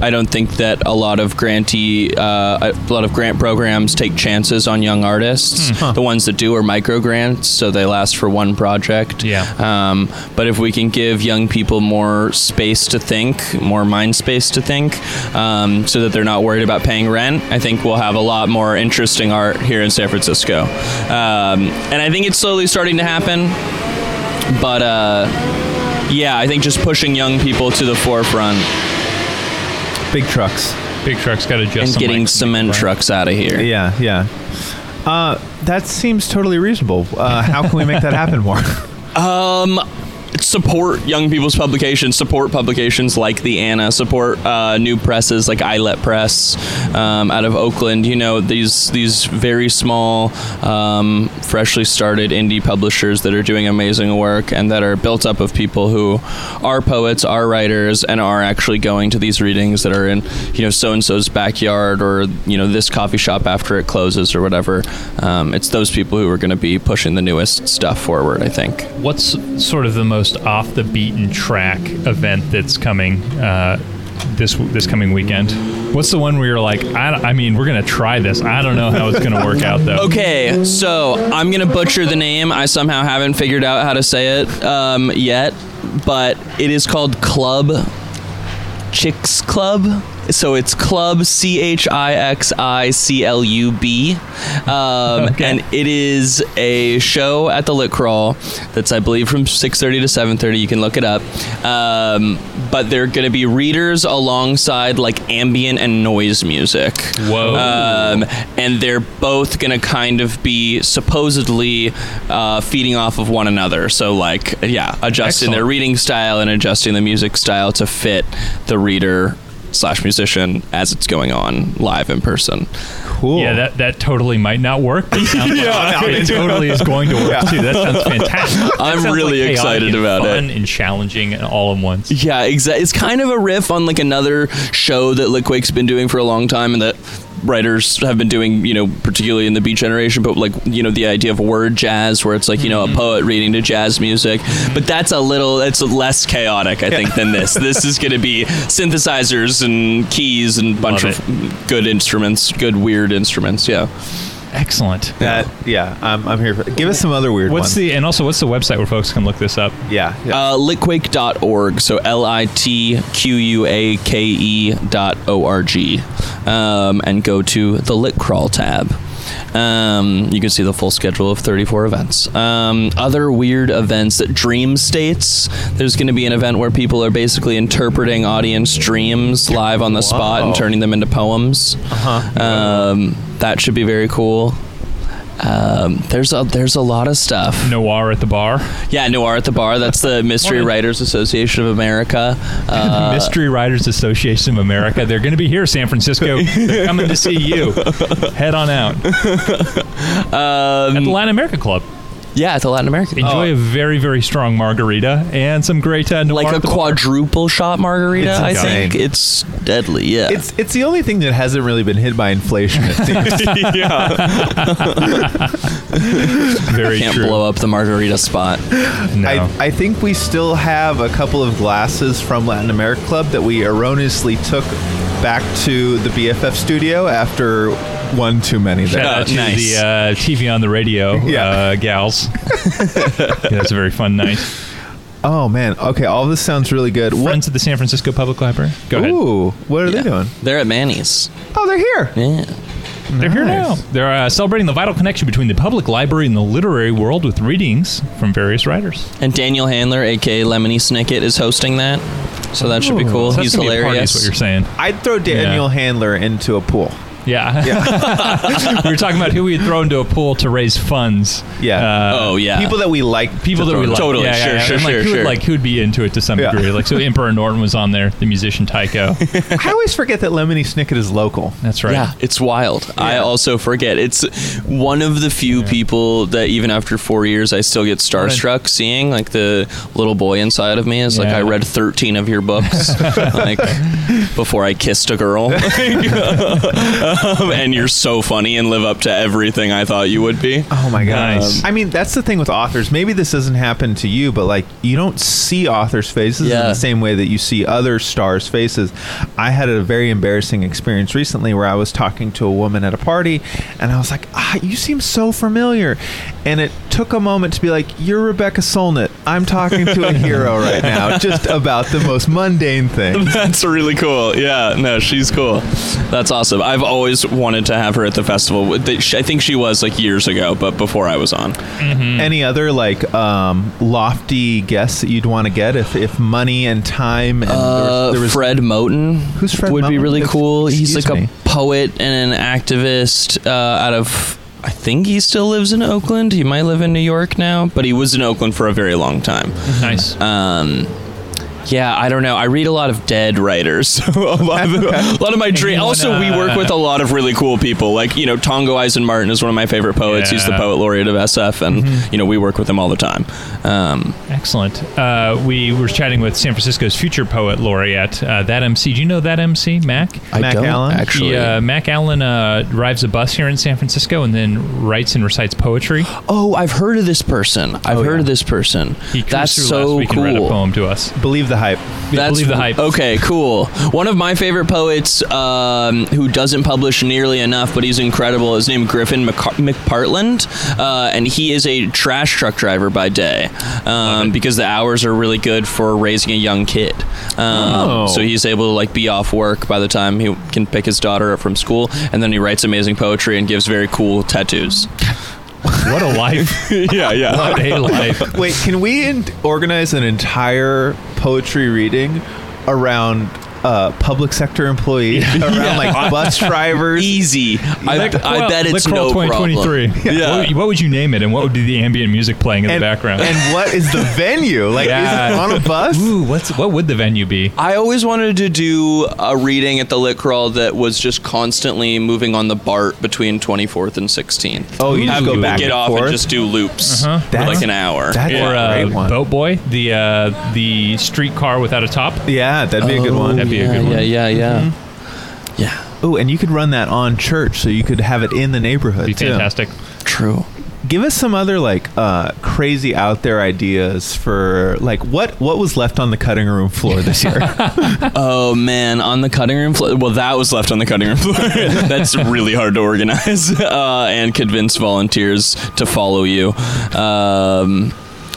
I don't think that a lot of grantee, uh, a lot of grant programs take chances on young artists. The ones that do are micro grants, so they last for one project.
Yeah.
Um, but if we can give young people more space to think, more mind space to think, um, so that they're not worried about paying rent, I think we'll have a lot more interesting art here in San Francisco. Um, and I think it's slowly starting to happen. But uh, yeah, I think just pushing young people to the forefront
Big trucks.
Big trucks got to adjust.
and
some,
getting
like,
cement
right?
trucks out of here.
Yeah, yeah. Uh, that seems totally reasonable. Uh, how can we make that happen more?
support young people's publications support publications like the anna support uh, new presses like Islet press um, out of oakland you know these these very small um, freshly started indie publishers that are doing amazing work and that are built up of people who are poets are writers and are actually going to these readings that are in you know so and so's backyard or you know this coffee shop after it closes or whatever um, it's those people who are going to be pushing the newest stuff forward i think
What's sort of the most off the beaten track event that's coming uh, this this coming weekend? What's the one where you're like, I, I mean, we're gonna try this. I don't know how it's gonna work out though.
Okay, so I'm gonna butcher the name. I somehow haven't figured out how to say it um, yet, but it is called Club Chicks Club. So it's Club C H I X I C L U B, um, and it is a show at the Lit Crawl that's I believe from six thirty to seven thirty. You can look it up, um, but they're going to be readers alongside like ambient and noise music.
Whoa.
Um, and they're both going to kind of be supposedly uh, feeding off of one another. So like yeah, adjusting their
Excellent.
reading style and adjusting the music style to fit the reader slash musician as it's going on live in person.
Cool.
Yeah, that, that totally might not work. But it sounds
Yeah,
like
I mean-
it totally is going to work too. That sounds fantastic. That
I'm
sounds
really
chaotic
excited
and
about it. E-
Fun and challenging and all in once.
Yeah, exactly. It's kind of a riff on like another show that Litquake's been doing for a long time and that writers have been doing, you know, particularly in the beat generation, but like, you know, the idea of word jazz where it's like, you know, a poet reading to jazz music. But that's a little it's less chaotic, I think, than this. This is gonna be synthesizers and keys and bunch
Love
of good instruments, good weird instruments, yeah.
Excellent.
That- yeah, I'm, I'm here for. Give us some other weird
What's
ones.
the and also what's the website where folks can look this up?
yeah, yeah.
Uh, litquake.org. So L I T Q U A K E dot O R G. Um, and go to the Lit Crawl tab. Um, you can see the full schedule of 34 events. Um, other weird events that dream states. There's going to be an event where people are basically interpreting audience dreams live on the spot and
Wow.
turning them into poems. Uh-huh. Um, that should be very cool. Um, there's a there's a lot of stuff.
Noir at the bar.
Yeah, Noir at the Bar. That's the Mystery Writers Association of America. Uh,
Mystery Writers Association of America. They're going to be here, San Francisco. They're coming to see you. Head on out.
Um,
At the Latin America Club.
yeah, at the Latin American.
Enjoy a very, very strong margarita and some great uh, noir.
like
at
a
the bar.
quadruple shot margarita,
It's
I
insane.
think. It's deadly, yeah.
it's it's the only thing that hasn't really been hit by inflation. It seems.
Very
Can't
true.
blow up the margarita spot.
No. Uh,
I, I think we still have a couple of glasses from Latin America Club that we erroneously took back to the BFF studio after one too many.
Shout
There.
out to
Oh, nice.
the uh, TV on the radio
Yeah.
uh, gals. yeah, that's a very fun night.
Oh man. Okay. All this sounds really good. What-
Friends of the San Francisco Public Library. Go ahead.
Ooh. What are they doing?
They're at Manny's.
Oh, they're here.
Yeah.
They're here now.
Nice.
They're uh, celebrating the vital connection between the public library and the literary world with readings from various writers.
And Daniel Handler, aka Lemony Snicket, is hosting that. So that should be cool.
So that's
He's
gonna be a party,
hilarious.
is what you're saying.
I'd throw Daniel Handler into a pool.
Yeah. we were talking about who we'd throw into a pool to raise funds. Uh,
Yeah.
oh, yeah.
People that we like.
People
to
that we
throw-
like.
Totally.
Yeah,
Sure,
yeah, yeah.
sure,
And, like,
sure,
who would,
sure.
like, who'd be into it to some
Yeah.
degree? Like, so Emperor Norton was on there, the musician Tycho.
I always forget that Lemony Snicket is local.
That's right.
Yeah, it's wild. I also forget. It's one of the few people that even after four years, I still get starstruck seeing. Like the little boy inside of me is like,
Yeah.
I read thirteen of your books, like before I kissed a girl. Um, and you're so funny and live up to everything I thought you would be.
Oh my god!
Nice.
I mean, that's the thing with authors. Maybe this doesn't happen to you, but like you don't see authors' faces in
Yeah.
the same way that you see other stars' faces. I had a very embarrassing experience recently where I was talking to a woman at a party, and I was like, "Ah, you seem so familiar," and it took a moment to be like, "You're Rebecca Solnit. I'm talking to a hero right now, just about the most mundane thing."
That's really cool. Yeah, no, she's cool. That's awesome. I've always wanted to have her at the festival. With the- I think she was like years ago, but before I was on.
Any other like um, lofty guests that you'd want to get if, if money and time and there was-
Uh,
there was
Fred Moten.
Who's Fred
Would be
Moten?
really
Ex-
cool. He's
excuse
like
me.
a poet and an activist uh, out of. I think he still lives in Oakland. He might live in New York now, but he was in Oakland for a very long time.
Nice.
Um, yeah, I don't know. I read a lot of dead writers. So a, lot of, a lot of my dream.
Anyone,
Also, we work
uh,
with a lot of really cool people. Like you know, Tongo Eisen Martin is one of my favorite poets. He's the
Yeah.
poet laureate of SF, and
Mm-hmm.
you know we work with him all the time. Um,
Excellent. Uh, we were chatting with San Francisco's future poet laureate, uh, that MC. Do you know that MC, Mac?
Mac Allen?
actually.
He, uh, Mac Allen uh, drives a bus here in San Francisco and then writes and recites poetry.
Oh, I've heard of this person. I've heard of this person.
He cruised
That's
through
so
last week
cool.
and read a poem to us.
believe the hype.
believe the hype.
Okay, cool. One of my favorite poets um, who doesn't publish nearly enough, but he's incredible, is named Griffin McCar- McPartland, uh, and he is a trash truck driver by day um, because the hours are really good for raising a young kid. Um,
Oh.
So he's able to like be off work by the time he can pick his daughter up from school, and then he writes amazing poetry and gives very cool tattoos.
What a life. yeah, yeah. What a life.
Wait, can we in- organize an entire poetry reading around uh, public sector employees, around like bus drivers?
Easy. I, I
Well,
bet it's
Lick Roll
no problem.
2023. What, would, what would you name it, and what would be the ambient music playing in
and,
the background?
and what is the venue? Like, is
Yeah.
it on a bus?
Ooh, what's what would the venue be?
I always wanted to do a reading at the lit crawl that was just constantly moving on the BART between 24th and 16th.
Oh, you just
Have
go
people
back
get
and
off
forth?
and just do loops
Uh-huh.
for like
That's-
an hour.
that's
Or
a
uh,
great one.
Boat Boy, the uh, the streetcar without a top.
yeah, that'd be a good one.
that'd be a
Oh, yeah,
good one.
yeah, yeah, yeah. Yeah,
Oh, and you could run that on church, so you could have it in the neighborhood.
Be
too.
fantastic.
true.
Give us some other like uh, crazy out there ideas for like what what was left on the cutting room floor this year.
Oh man, on the cutting room floor. Well, that was left on the cutting room floor. That's really hard to organize uh, and convince volunteers to follow you. Um,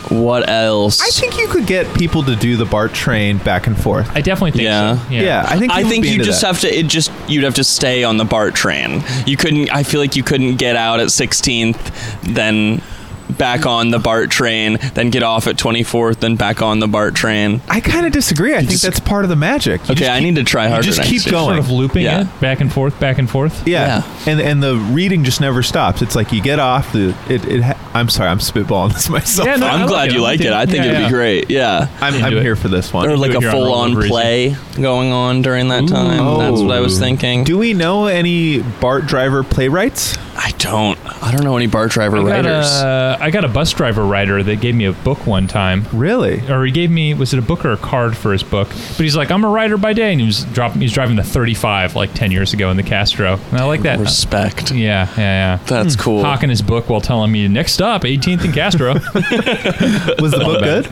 what else?
I think you could get people to do the BART train back and forth.
I definitely think
Yeah.
so.
Yeah, I think
I
people
think
would be
you
into
just
that.
have to. It just you'd have to stay on the BART train. You couldn't. I feel like you couldn't get out at 16th, then back on the BART train, then get off at 24th, then back on the BART train.
I kind of disagree. I think
just-
that's part of the magic. You
Okay,
just
I
keep-
need to try harder.
just
next
keep
year.
going.
Sort of looping
Yeah.
it back and forth, back and forth.
Yeah.
Yeah.
and and the reading just never stops. It's like you get off the. It, it ha- I'm sorry, I'm spitballing this myself.
Yeah, no, I
I'm
like
glad
it.
you
I
like
think-
it. I think
yeah,
it'd
yeah.
be great. Yeah.
I'm,
Into
I'm
it.
here for this
or
one.
like a
do it here on
full
Roll
on
Over Easy.
play going on during that time. That's what I was thinking.
Do we know any BART driver playwrights?
I don't. I don't know any BART driver
I got,
writers.
a, uh, I got a bus driver writer that gave me a book one time.
Really?
or he gave me was it a book or a card for his book? But he's like, I'm a writer by day, and he was dropping. He's driving the 35 like 10 years ago in the Castro, and I like that.
Respect.
yeah, yeah, yeah.
That's cool.
Hawking his book while telling me next up 18th and Castro.
Was the book good?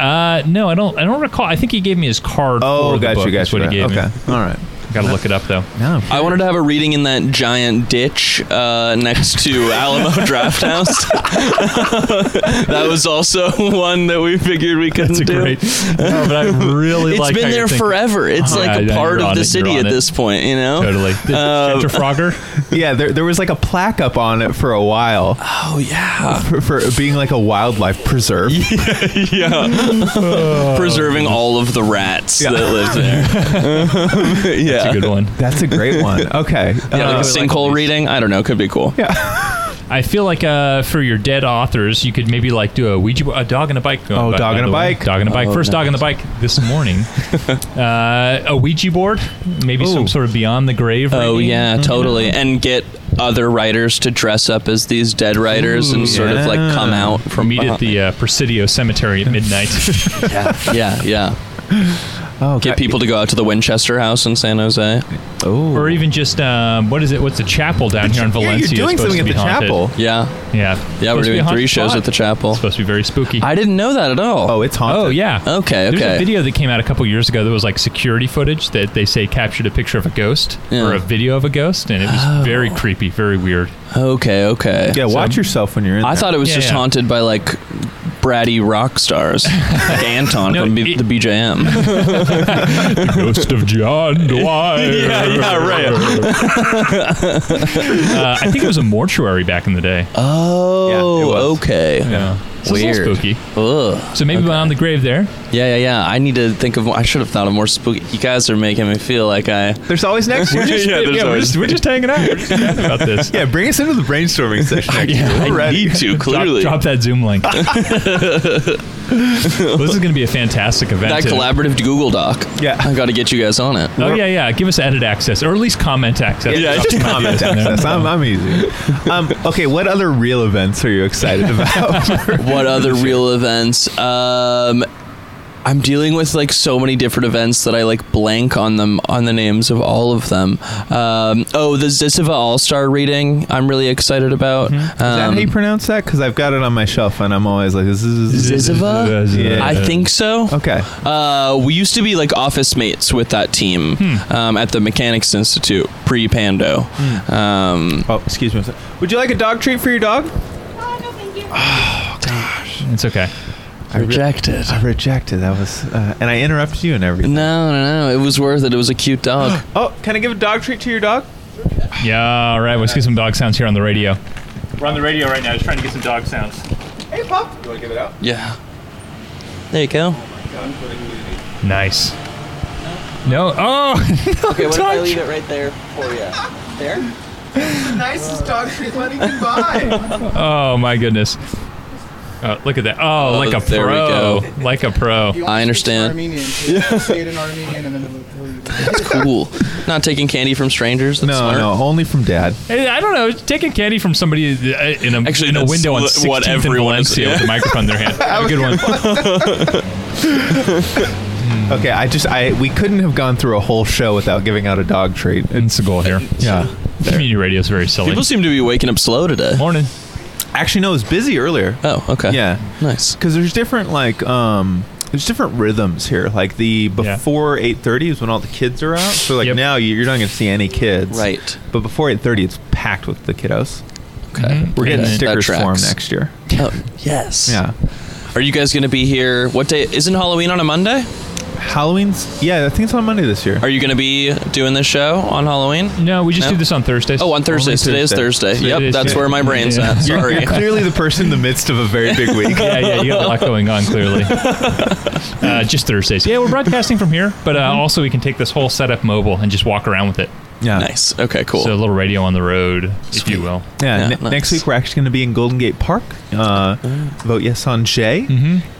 uh, no, I don't. I don't recall. I think he gave me his card.
Oh,
for the
got
book,
you, got
is
you.
What he gave
okay,
me.
all right.
Got to look it up though.
No,
I wanted to have a reading in that giant ditch uh, next to Alamo Draft House. that was also one that we figured we couldn't
That's a
do.
great. No, but I really
It's
like.
been
how
there
you're thinking.
forever. It's
Oh,
like
yeah,
a
yeah,
part
you're
of
on
the
it,
city
you're on
at
it.
this point, you know?
Totally. Did
Uh,
Chester Frogger.
yeah. There, there was like a plaque up on it for a while
Oh, yeah.
for, for being like a wildlife preserve.
Uh.
Preserving all of the rats
Yeah.
that live there. yeah.
That's a good one.
That's a great one. Okay,
yeah, like
Uh,
a
I like
sinkhole
these.
reading? I don't know. Could be cool.
I feel like uh, for your dead authors, you could maybe like do a Ouija board, a dog and a bike.
Oh,
by-
dog
by
and a
the way.
bike.
Dog and a bike.
Oh,
First dog and a
nice.
bike this morning. uh, a Ouija board, maybe some
Ooh.
sort of beyond the grave.
Oh,
reading.
yeah, totally. And get other writers to dress up as these dead writers and sort of like come out from
Meet at
behind-
the uh, Presidio Cemetery at midnight.
yeah, yeah, yeah.
Oh,
Get
God.
people to go out to the Winchester House in San Jose.
Oh.
or even just um, what is it? What's the chapel down here in
yeah,
Valencia?
you're
is
doing
supposed
something
to
at
be
the
haunted.
chapel.
Yeah,
Yeah,
yeah. We're
Supposed to be a
doing three
haunted
shows
spot.
at the chapel.
It's supposed to be very spooky.
I didn't know that at all.
Oh, it's haunted.
Oh yeah.
Okay,
There's
okay.
a video that came out a couple years ago that was like security footage that they say captured a picture of a ghost
Yeah. Oh.
or a video of a ghost, and it was very creepy, very weird.
okay, okay.
Yeah, watch yourself when you're in.
I
there.
thought it was
Yeah,
just
yeah.
haunted by like bratty rock stars, like Anton
No,
from B-
it-
the BJM.
Ghost of John Dwyer.
Yeah, yeah, right.
uh, I think it was a mortuary back in the day.
Yeah, it
oh,
was.
okay.
yeah. So it's a
Oh, Weird.
little spooky.
Ugh.
So maybe beyond the grave there.
Yeah, yeah, yeah. I need to think of. I should have thought of more spooky. You guys are making me feel like I.
There's always next year.
Yeah, there's
we're,
always-
just, we're just hanging out. We're just chatting about this.
yeah, bring us into the brainstorming session. Next year. We're
I
ready.
need to
Drop,
clearly.
drop that Zoom link. well, this is going to be a fantastic event.
that
to-
collaborative Google Doc.
Yeah.
I got to get you guys on it.
Oh yeah, yeah. Give us edit access, or at least comment access.
Yeah,
Drop
just
some ideas
Comment
in there.
access. I'm, I'm easy. Um, okay, what other real events are you excited about?
What other real events? Um, I'm dealing with like so many different events that I like blank on them on the names of all of them. Um, oh, the Zisiva All Star reading I'm really excited about.
Mm-hmm. Is that
Um,
how you pronounce that? Because I've got it on my shelf, and I'm always like, "This is
Zizova?
Yeah.
I think so.
okay."
Uh, we used to be like office mates with that team
Hmm.
um, at the Mechanics Institute pre Pando. Um,
Oh, excuse me. Would you like a dog treat for your dog?
It's okay.
rejected.
I rejected. That was, uh, and I interrupted you and everything.
No, no, no. It was worth it. It was a cute dog.
Oh, can I give a dog treat to your dog?
Yeah, all right. Let's get some dog sounds here on the radio. We're on the radio right now. Just trying to get some dog sounds.
Hey, pup. You want to give it out?
yeah. There you go.
Nice. No. Oh,
Okay, what
if I leave
it right there for you? There?
Nicest dog treat money can buy.
oh my goodness. Uh, look at that. Oh, like a
there we
pro.
go.
Like a pro.
You want
I
to speak
understand.
Armenian, too. Say it in Armenian and then we'll- we'll-
Cool. Not taking candy from strangers. That's
no,
smart.
no, only from dad.
Hey, I don't know. Taking candy from somebody uh, in a
Actually,
in a
that's
window on
li-
16th
what
and
everyone is-
Valencia
yeah.
with a microphone in their hand. Have a good one.
Okay, I just, I, we couldn't have gone through a whole show without giving out a dog treat.
It's the goal here.
Yeah.
Community radio is very silly.
People seem to be waking up slow today.
Morning.
Actually, no, it was busy earlier.
Oh, okay.
Yeah.
Nice.
because there's different like um there's different rhythms here like the
Yeah.
before 8.30 is when all the kids are out so like
Yep.
now you- you're not going to see any kids
Right.
but before 8.30 it's packed with the kiddos
Okay.
we're getting
That
stickers for 'em
tracks.
next year
Oh, yes.
Mm-hmm. yeah
Are you guys going to be here? What day? Isn't Halloween on a Monday?
halloween's yeah i think it's on monday this year
Are you going to be doing this show on Halloween?
No, we just
No?
do this on Thursdays.
Oh, on Thursdays.
Only
Today is
Thursday.
Thursday.
Today
Yep,
is
that's
Tuesday.
where my brain's
Yeah.
at.
You're-
Sorry.
you're clearly the person in the midst of a very big week
yeah, yeah, you got a lot going on clearly. Uh, just Thursdays. Yeah, we're broadcasting from here, but uh,
Mm-hmm.
also we can take this whole setup mobile and just walk around with it.
yeah
Nice. Okay, cool.
So a little radio on the road, if
Sweet.
you will.
Yeah,
Yeah,
ne-
nice. Ah.
next week we're actually going to be in Golden Gate Park. Uh, vote yes on Jay,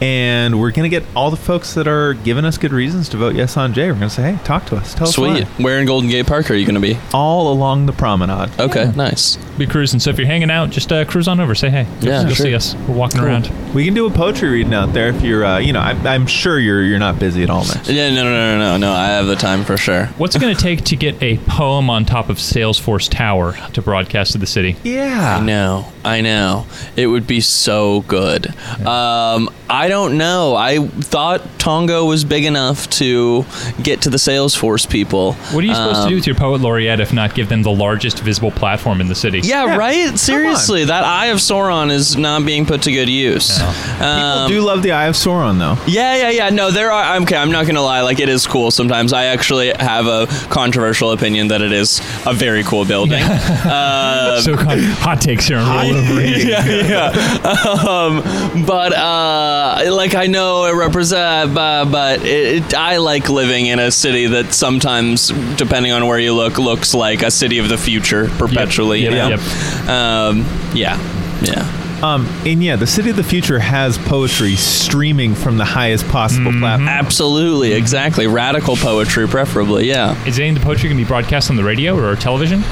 and we're going to get all the folks that are giving us good reasons to vote yes on Jay. We're going to say, hey, talk to us, tell
Sweet.
us why.
Where in Golden Gate Park are you going to be?
All along the promenade.
Okay, nice.
Be cruising. So if you're hanging out, just uh, cruise on over. Say hey.
Yeah,
you'll
sure.
see us. We're walking around.
We can do a poetry reading out there if you're, uh, you know, I, I'm sure you're you're not busy at all next.
Yeah, no, no, no, no, no. I have the time for sure.
What's it going to take to get a poem on top of Salesforce Tower to broadcast to the city?
I
Yeah,
know. I know. It would be so good. Um, I don't know. I thought Tongo was big enough to get to the Salesforce people. Um,
What are you supposed to do with your poet laureate if not give them the largest visible platform in the city?
Yeah, right? Seriously, that Eye of Sauron is not being put to good use. Um,
do love the Eye of Sauron though.
Yeah, yeah, yeah. No, there are. I'm- Okay, I'm not gonna lie. Like, it is cool. Sometimes I actually have a controversial opinion that it is a very cool building. uh,
So con- hot takes here on Roll Over.
yeah, yeah. Um, but uh, like I know it represent, but, but it, it, I like living in a city that sometimes, depending on where you look, looks like a city of the future perpetually.
Yep,
you
yep,
know? Um, yeah, yeah,
Um, and yeah, the city of the future has poetry streaming from the highest possible platform.
absolutely, exactly. Radical poetry, preferably. Yeah.
Is any of the poetry going to be broadcast on the radio or television?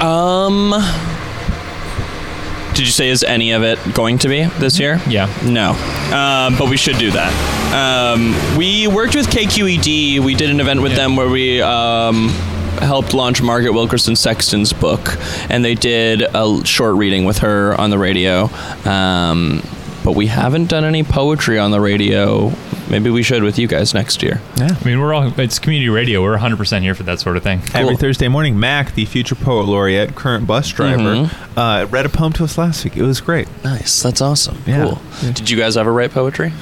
Um. Did you say is any of it going to be this year?
Mm-hmm. Yeah.
No. Um, but we should do that. Um, we worked with KQED. We did an event with them where we um, helped launch Margaret Wilkerson Sexton's book, and they did a l- short reading with her on the radio. Um, but we haven't done any poetry on the radio. Maybe we should with you guys next year.
I mean, we're all, it's community radio. We're 100% here for that sort of thing.
Every
Cool.
Thursday morning, Mac, the future poet laureate, current bus driver,
Mm-hmm.
uh, read a poem to us last week. It was great.
Nice. That's awesome.
Yeah.
Cool. Did you guys ever write poetry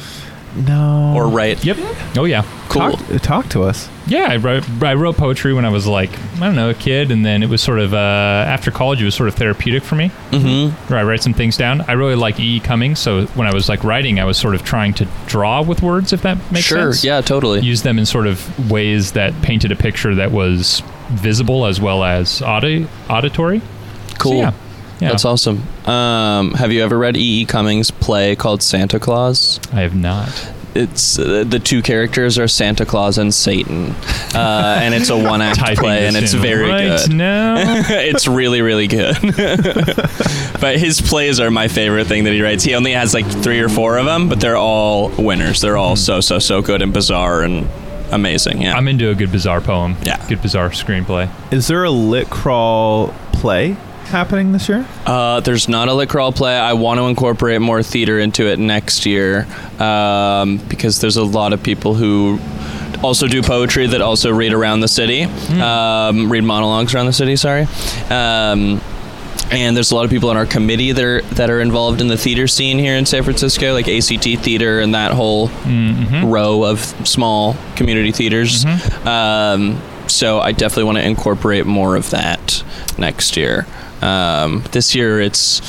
No.
or write?
Yep. Oh, yeah.
Cool.
Talk, talk to us.
Yeah, I wrote, I wrote poetry when I was like, I don't know, a kid. And then it was sort of, uh, after college, it was sort of therapeutic for me. Mm-hmm. Where I write some things down. I really like E. E. Cummings. So when I was like writing, I was sort of trying to draw with words, if that makes
sure.
sense.
Yeah. Totally.
Use them in sort of ways that painted a picture that was visible as well as audi- auditory.
Cool.
So, yeah. Yeah.
That's awesome. Um, have you ever read E. E. Cummings' play called Santa Claus?
I have not.
it's uh, the two characters are Santa Claus and Satan, uh, and it's a one act
Typing
play,
this
and it's
in
very
right
good.
now.
it's really really good. but his plays are my favorite thing that he writes. He only has like three or four of them, but they're all winners. They're all
Hmm.
so so so good and bizarre and amazing. Yeah.
I'm into a good bizarre poem.
Yeah.
Good bizarre screenplay.
Is there a lit crawl play happening this year?
Uh, there's not a lit crawl play. I want to incorporate more theater into it next year um, because there's a lot of people who also do poetry that also read around the city, um, read monologues around the city. Sorry. Um, and there's a lot of people on our committee that are that are involved in the theater scene here in San Francisco, like ACT Theater and that whole row of small community theaters. Um, so I definitely want to incorporate more of that next year. Um, this year it's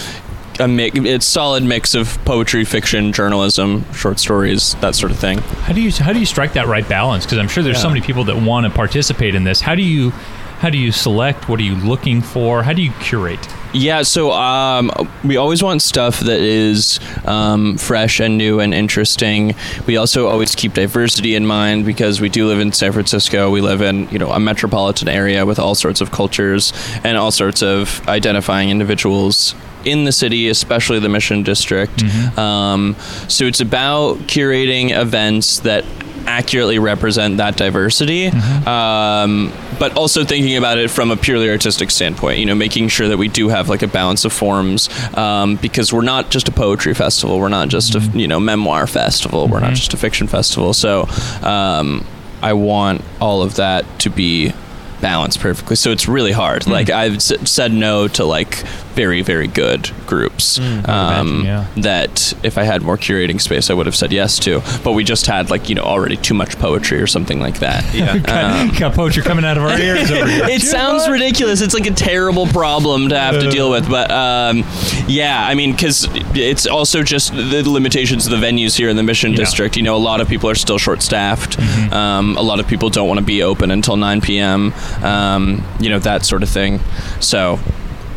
a mi- it's solid mix of poetry, fiction, journalism, short stories, that sort of thing.
How do you how do you strike that right balance? Because I'm sure there's so many people that want to participate in this. How do you how do you select? What are you looking for? How do you curate?
Yeah, so um, we always want stuff that is um, fresh and new and interesting. We also always keep diversity in mind because we do live in San Francisco. We live in you know a metropolitan area with all sorts of cultures and all sorts of identifying individuals in the city, especially the Mission District. Um, so it's about curating events that accurately represent that diversity, um, but also thinking about it from a purely artistic standpoint. You know, making sure that we do have like a balance of forms um, because we're not just a poetry festival, we're not just a you know memoir festival, we're not just a fiction festival. So um, I want all of that to be balanced perfectly. So it's really hard.
Hmm.
Like I've s- said no to like very very good groups um,
Hmm, imagine, yeah.
that if I had more curating space, I would have said yes to. But we just had like you know already too much poetry or something like that. Uh,
Got poetry coming out of our ears over here.
It sounds ridiculous. It's like a terrible problem to have to deal with, but um, yeah, I mean, because it's also just the limitations of the venues here in the Mission
Yeah.
District. You know, a lot of people are still short-staffed. Um, a lot of people don't want to be open until 9 p.m. Um, you know, that sort of thing. So.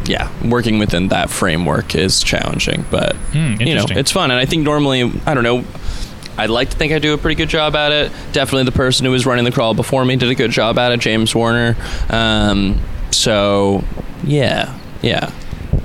Yeah, working within that framework is challenging, but you know
interesting.
it's fun. And I think normally, I don't know, I'd like to think I do a pretty good job at it. Definitely the person who was running the crawl before me did a good job at it, James Warner. Um, so, yeah, yeah.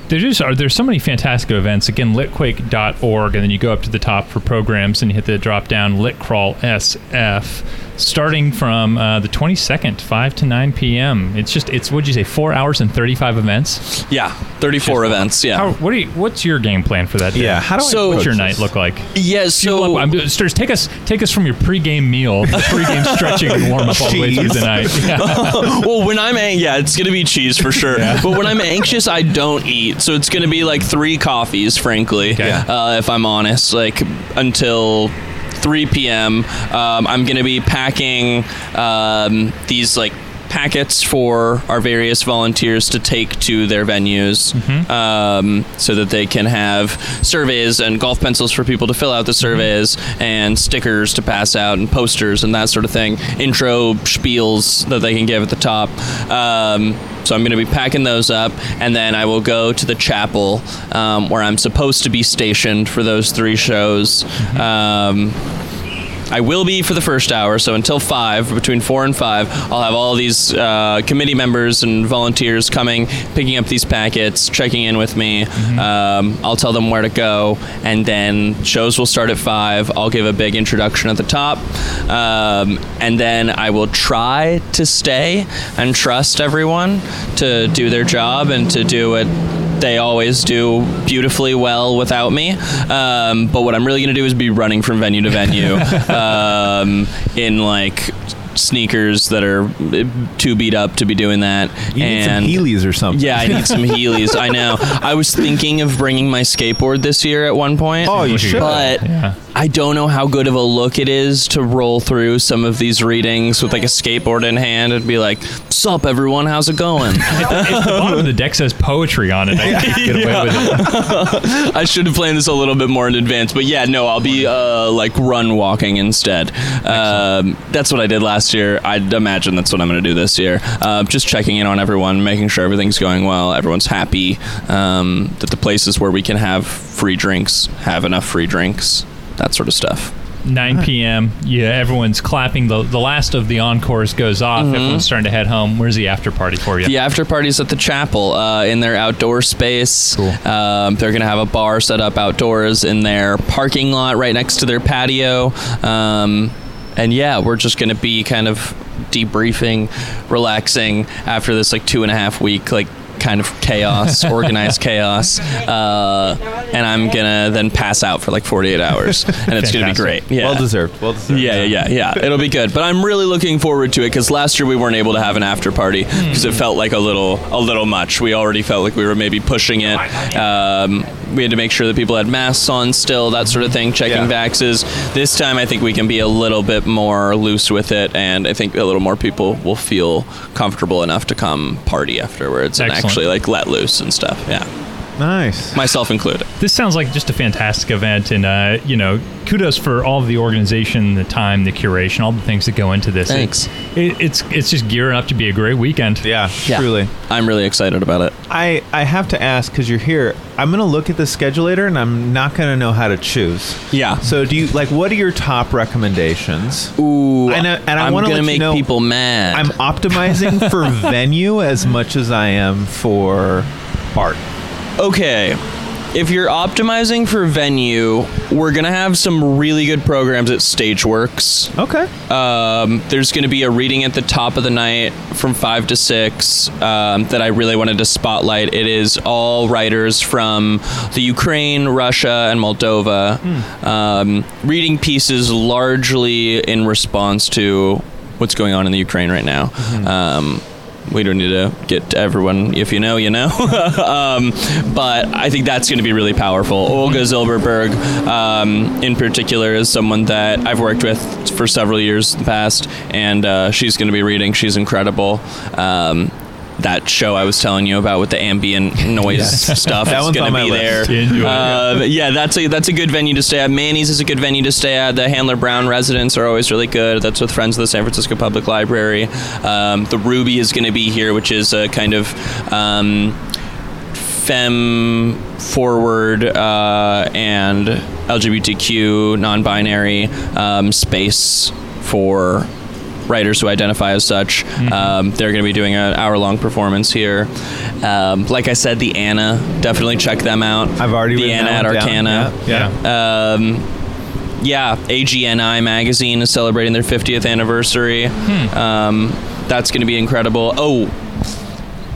There just are there's so many fantastic events. Again, litquake.org, and then you go up to the top for programs and you hit the drop down Lit Crawl SF, starting from uh, the 22nd, 5 to 9 p.m. It's just it's what'd you say, four hours and 35 events.
Yeah, 34 events, yeah.
How, Oh, what do you, what's your game plan for that? Day?
Yeah, how do I
So-
what's your
approach
night
this?
look like?
yeah, so...
Well, I'm, Sturz, take us take us from your pregame meal, the pregame stretching and warm up all the way through the night. Yeah.
well, when I'm ang- yeah, it's gonna be cheese for sure. But when I'm anxious, I don't eat, so it's gonna be like three coffees, frankly.
Yeah.
Uh, if I'm honest, like until. 3 p.m. Um, I'm gonna be packing um, these like packets for our various volunteers to take to their venues, um, so that they can have surveys and golf pencils for people to fill out the surveys and stickers to pass out and posters and that sort of thing. Intro spiels that they can give at the top. Um, so I'm going to be packing those up, and then I will go to the chapel um, where I'm supposed to be stationed for those three shows. Um, I will be for the first hour, so until five, between four and five, I'll have all these uh, committee members and volunteers coming, picking up these packets, checking in with me. Um, I'll tell them where to go, and then shows will start at five. I'll give a big introduction at the top, um, and then I will try to stay and trust everyone to do their job and to do it they always do beautifully well without me. Um, but what I'm really gonna do is be running from venue to venue um, in like sneakers that are too beat up to be doing that.
You need some
and
Heelys or something.
yeah, I need some Heelys. I know. I was thinking of bringing my skateboard this year at one point.
Oh, you should.
But
Yeah.
I don't know how good of a look it is to roll through some of these readings with like a skateboard in hand and be like, "Sup, everyone? How's it going?"
If the bottom of the deck says poetry on it, I think you get away with it.
I should have planned this a little bit more in advance, but yeah, no, I'll be uh, like run walking instead. Um, that's what I did last year. I'd imagine that's what I'm going to do this year. Uh, just checking in on everyone, making sure everything's going well, everyone's happy, um, that the places where we can have free drinks have enough free drinks, that sort of stuff.
9 p.m. Yeah, everyone's clapping. The, the last of the encores goes off. Everyone's starting to head home. Where's the after party for you?
The after party's at the chapel uh, in their outdoor space.
Cool.
Um, they're going to have a bar set up outdoors in their parking lot right next to their patio. Um, and yeah, we're just going to be kind of debriefing, relaxing after this like two and a half week, like kind of chaos, organized chaos. Uh, and I'm going to then pass out for like 48 hours. And it's going to be
Fantastic.
great. Yeah.
Well deserved. Well deserved.
Yeah, yeah, yeah, yeah. It'll be good. But I'm really looking forward to it because last year we weren't able to have an after party because
Hmm.
it felt like a little, a little much. We already felt like we were maybe pushing it. Um, we had to make sure that people had masks on still, that sort of thing, checking
Yeah.
vaxes. This time, I think we can be a little bit more loose with it, and I think a little more people will feel comfortable enough to come party afterwards
Excellent.
and actually like let loose and stuff. Yeah,
Nice.
myself included.
this sounds like just a fantastic event, and uh, you know, kudos for all of the organization, the time, the curation, all the things that go into this.
Thanks.
It, it's it's just gearing up to be a great weekend.
Yeah,
Yeah.
truly.
I'm really excited about it.
I, I have to ask because you're here. I'm gonna look at the schedule later, and I'm not gonna know how to choose.
Yeah.
So do you like? What are your top recommendations?
Ooh,
I know- and I
am
wanna
gonna
let you
make
know-
people mad.
I'm optimizing for venue as much as I am for art.
okay if you're optimizing for venue we're gonna have some really good programs at stageworks
Okay.
um, there's gonna be a reading at the top of the night from 5 to 6 um, that i really wanted to spotlight it is all writers from the ukraine russia and moldova um, reading pieces largely in response to what's going on in the ukraine right now um, we don't need to get to everyone if you know you know um, but i think that's going to be really powerful olga zilberberg um, in particular is someone that i've worked with for several years in the past and uh, she's going to be reading she's incredible um, that show I was telling you about with the ambient noise stuff
That
is
one's
going to
on my
be
list.
Yeah, enjoy
there.
it.
Uh, yeah, that's a that's a good venue to stay at. Manny's is a good venue to stay at. The Handler Brown residents are always really good. That's with Friends of the San Francisco Public Library. Um, the Ruby is going to be here, which is a kind of um, femme forward uh, and LGBTQ non binary um, space for writers who identify as such.
Mm-hmm.
Um, they're going to be doing an hour long performance here. Um, like I said, the Anna, definitely check them out.
I've already
The
written
Anna
that
at
one down.
Arcana.
Yeah. yeah.
Um, yeah, AGNI magazine is celebrating their 50th anniversary.
Hmm.
Um, that's going to be incredible. Oh,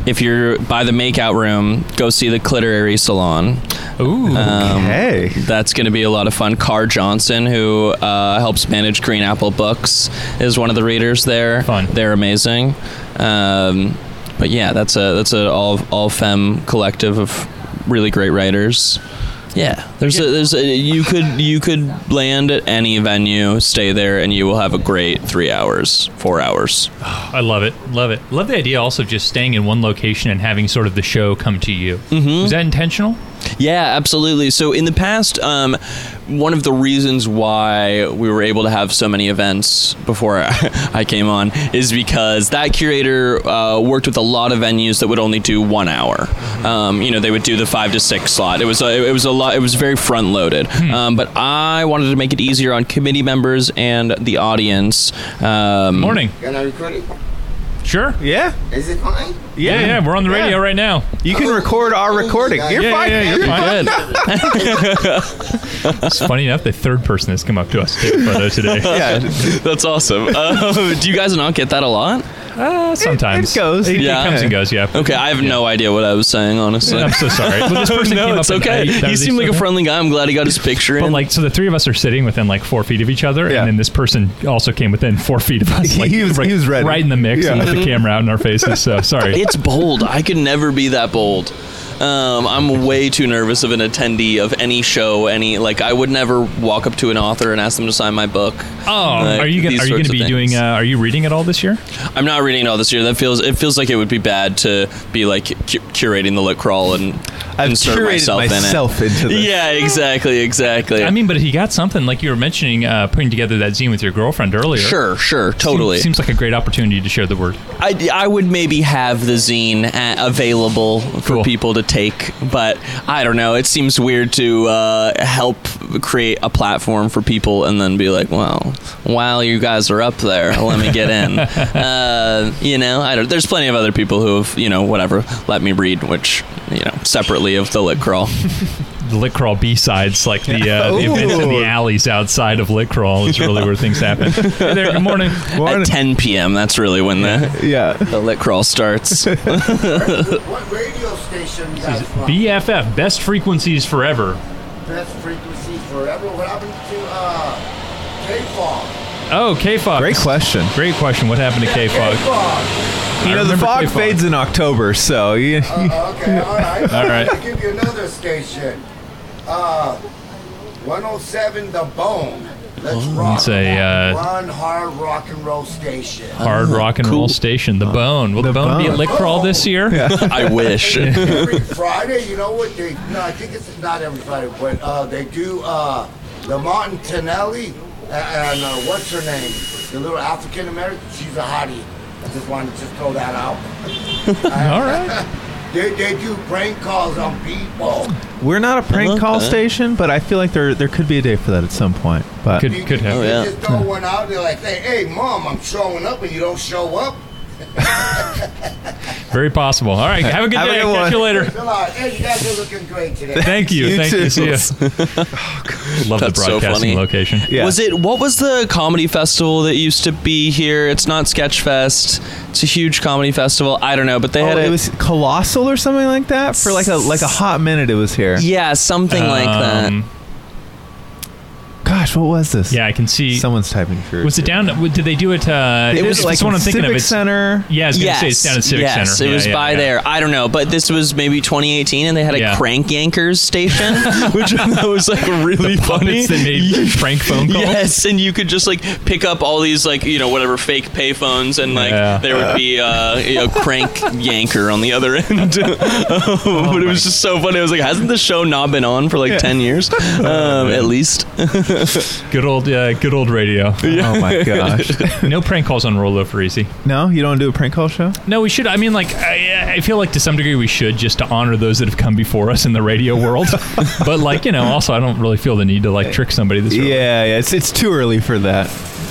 if you're by the makeout room, go see the Cliterary Salon.
Ooh.
Um,
hey.
That's going to be a lot of fun. Carr Johnson, who uh, helps manage Green Apple Books, is one of the readers there.
Fun.
They're amazing. Um, but yeah, that's a that's a all all femme collective of really great writers. Yeah, there's a there's a you could you could land at any venue, stay there, and you will have a great three hours, four hours.
I love it. Love it. Love the idea also of just staying in one location and having sort of the show come to you. Mm-hmm. Is that intentional?
Yeah, absolutely. So in the past, um, one of the reasons why we were able to have so many events before I I came on is because that curator uh, worked with a lot of venues that would only do one hour. Um, you know, they would do the five to six slot. It was a, it was a lot. It was very front loaded.
Hmm.
Um, but I wanted to make it easier on committee members and the audience. Um,
Morning.
Can I record it?
Sure.
Yeah.
Is it fine?
Yeah, yeah. We're on the radio right now.
You can record our recording. You're
Yeah,
fine.
yeah, yeah,
man.
you're fine.
Good.
It's funny enough, the third person that's come up to us to take a photo today.
Yeah.
That's awesome. Uh, do you guys not get that a lot?
Uh, sometimes
goes.
It,
Yeah.
it comes and goes. Yeah.
Okay, I have no idea what I was saying, honestly.
I'm so sorry. Well, this person came
no,
up
it's
and
okay.
I- that
He
was
seemed like a
okay.
friendly guy. I'm glad he got his picture
But
in.
like, so the three of us are sitting within like four feet of each other,
Yeah.
and then this person also came within four feet of us.
He
Like,
was-
right,
he was ready.
right in the mix, and
Yeah.
with the camera out in our faces. So sorry.
it's bold. I could never be that bold. Um, I'm way too nervous of an attendee of any show. Any like, I would never walk up to an author and ask them to sign my book.
oh,
Like,
are you gonna,
these
are you going
sorts
to
of
be
things.
doing? Uh, are you reading at all this year?
I'm not reading it all this year. That feels. It feels like it would be bad to be like cu- curating the lit crawl and
I've
insert
curated
myself,
myself
in it.
into this.
Yeah, exactly, exactly.
I mean, but he got something like you were mentioning uh, putting together that zine with your girlfriend earlier.
sure, sure,
Seems-
totally.
Seems, like a great opportunity to share the word.
I, I would maybe have the zine uh, available for
Cool.
people to take, but I don't know. It seems weird to uh, help create a platform for people and then be like, well, while you guys are up there, let me get in. uh, you know, I don't. There's plenty of other people who have, you know, whatever, let me read, which you know, separately of the lit crawl.
The lit crawl B sides, like the, uh, the events in the alleys outside of lit crawl, is really where things happen. Hey there, good morning.
At 10 p.m., that's really when the,
Yeah.
the lit crawl starts.
What radio station you guys from?
BFF, best frequencies forever.
Best frequency forever. What happened to uh, K-Fog?
Oh, K Fox.
Great question.
Great question. What happened to K Fox?
K-Fog.
You know, the
remember
fog
K-Fog.
fades in October, so you,
Uh, okay, all right.
All right.
I'll give you another station. Uh, 107 The Bone. Let's rock.
It's a uh,
One hard rock and roll station.
hard rock and roll station, The Bone. Will The, bone, be at
Bone.
Lit Crawl this year?
I wish.
every Friday, you know what they? No, I think it's not every Friday, but uh, they do uh, the Martinelli and, and uh, what's her name? The little African American. She's a hottie. I just wanted to just throw that out.
All right.
They, they do prank calls on people.
we're not a prank call station, but I feel like there there could be a day for that at some point. But
Could, could
You
have.
Oh, yeah.
just throw one out. They're like, hey, hey, mom, I'm showing up, and you don't show up.
Very possible. All right. Have a good
Have a
day.
good
Catch
one.
you later.
They're like, hey, you guys are looking great today.
Thank you.
You
Thank you.
too.
See ya. Oh, Love
That's
the
so
broadcasting
funny.
location.
yeah.
Was it what was the comedy festival that used to be here? It's not Sketchfest. It's a huge comedy festival. I don't know, but they
Oh,
had a
it was colossal or something like that for like a like a hot minute. It was here.
yeah, something like that.
Um,
Gosh, what was this?
Yeah, I can see.
someone's typing through.
was it down? Did they do it? Uh,
It was
it's
like
the one I'm
in
thinking of.
Civic
It's,
Center.
Yeah, I was gonna
Yes,
say it's down at Civic
yes,
Center.
it
Yeah,
was
yeah,
by
yeah.
there. I don't know, but this was maybe 2018, and they had a
Yeah.
crank yankers station, which I thought was like really funny.
Puppets that made prank phone calls.
Yes, and you could just like pick up all these like you know whatever fake payphones, and like
Yeah.
there would be uh, you know, crank yanker on the other end.
Oh
but it was just so funny. I was like, hasn't this show not been on for like ten years,
Oh,
um, at least?
Good old, uh, good old radio.
Oh my gosh.
No prank calls on Rollover Easy.
no, you don't do a prank call show.
No, we should. I mean, like, I, I feel like to some degree we should just to honor those that have come before us in the radio world. but like, you know, also I don't really feel the need to like trick somebody this early.
Yeah, yeah. It's it's too early for that.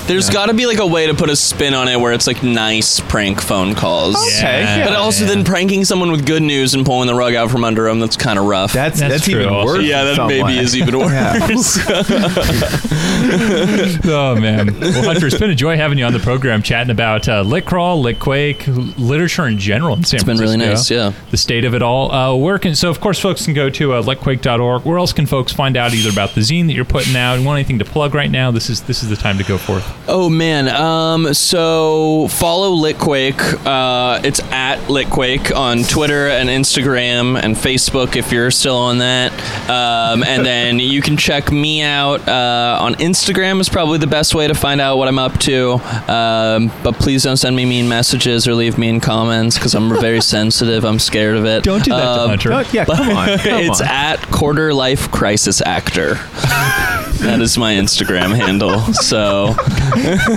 There's got to be like a way to put a spin on it where it's like nice prank phone calls.
Okay, Oh, yeah.
But also, then pranking someone with good news and pulling the rug out from under them, that's kind of rough.
That's
That's
that's,
true
even
also.
worse.
yeah,
in
that
some
maybe
way.
is even worse.
Yeah.
Oh man, well, Hunter, it's been a joy having you on the program, chatting about uh, lit crawl, lit quake, l- literature in general in San
It's been really
Francisco.
nice, yeah.
the state of it all. Uh, where can so of course folks can go to uh, litquake.org. Where else can folks find out either about the zine that you're putting out? Want anything to plug right now? This is this is the time to go forth.
Oh man. Um, so follow Litquake. Uh, it's at Litquake on Twitter and Instagram and Facebook if you're still on that. Um, and then you can check me out uh, on Instagram is probably the best way to find out what I'm up to. Um, but please don't send me mean messages or leave mean comments because I'm very sensitive. I'm scared of it.
Don't do that to
Um,
Hunter.
Oh, yeah, come on. Come
it's
on.
at quarter life crisis actor. that is my Instagram handle. So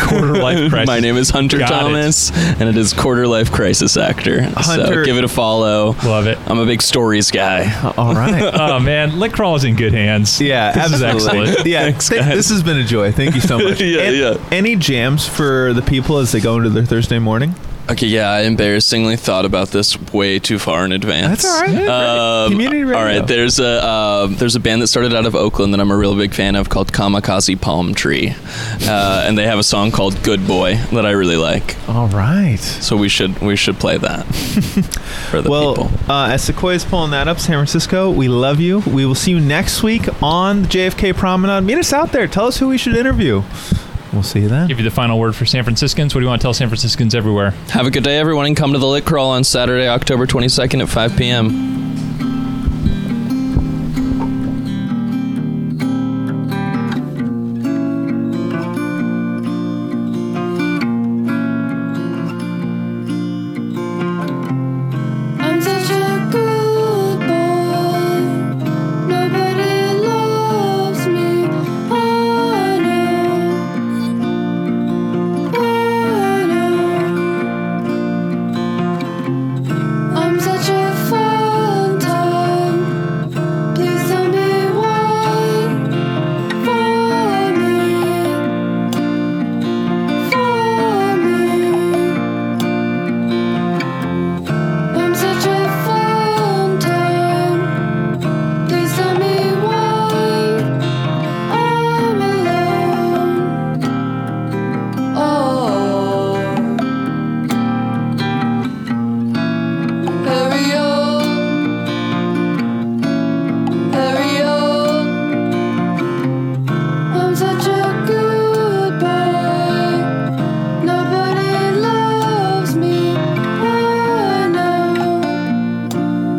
Quarter life crisis.
my name is Hunter
Got it.
Thomas, and it is quarter life crisis actor.
Hunter-
So give it a follow.
Love it.
I'm a big stories guy.
All right.
Oh man, lit crawl is in good hands.
Yeah,
This is
absolutely.
excellent.
Yeah, th- this has been a joy. Thank you so much.
Yeah,
An-
yeah.
Any jams for the people as they go into their Thursday morning?
Okay, yeah, I embarrassingly thought about this way too far in advance.
That's all right.
Um,
Community radio.
All right, there's a uh, there's a band that started out of Oakland that I'm a real big fan of called Kamikaze Palm Tree, uh, and they have a song called "Good Boy" that I really like.
All right.
So we should we should play that for the
Well,
people.
uh, as Sequoia's pulling that up, San Francisco, we love you. We will see you next week on the JFK Promenade. Meet us out there. Tell us who we should interview. We'll see you then.
Give you the final word for San Franciscans. What do you want to tell San Franciscans everywhere?
Have a good day, everyone, and come to the Lit Crawl on Saturday, October 22nd at 5 p.m.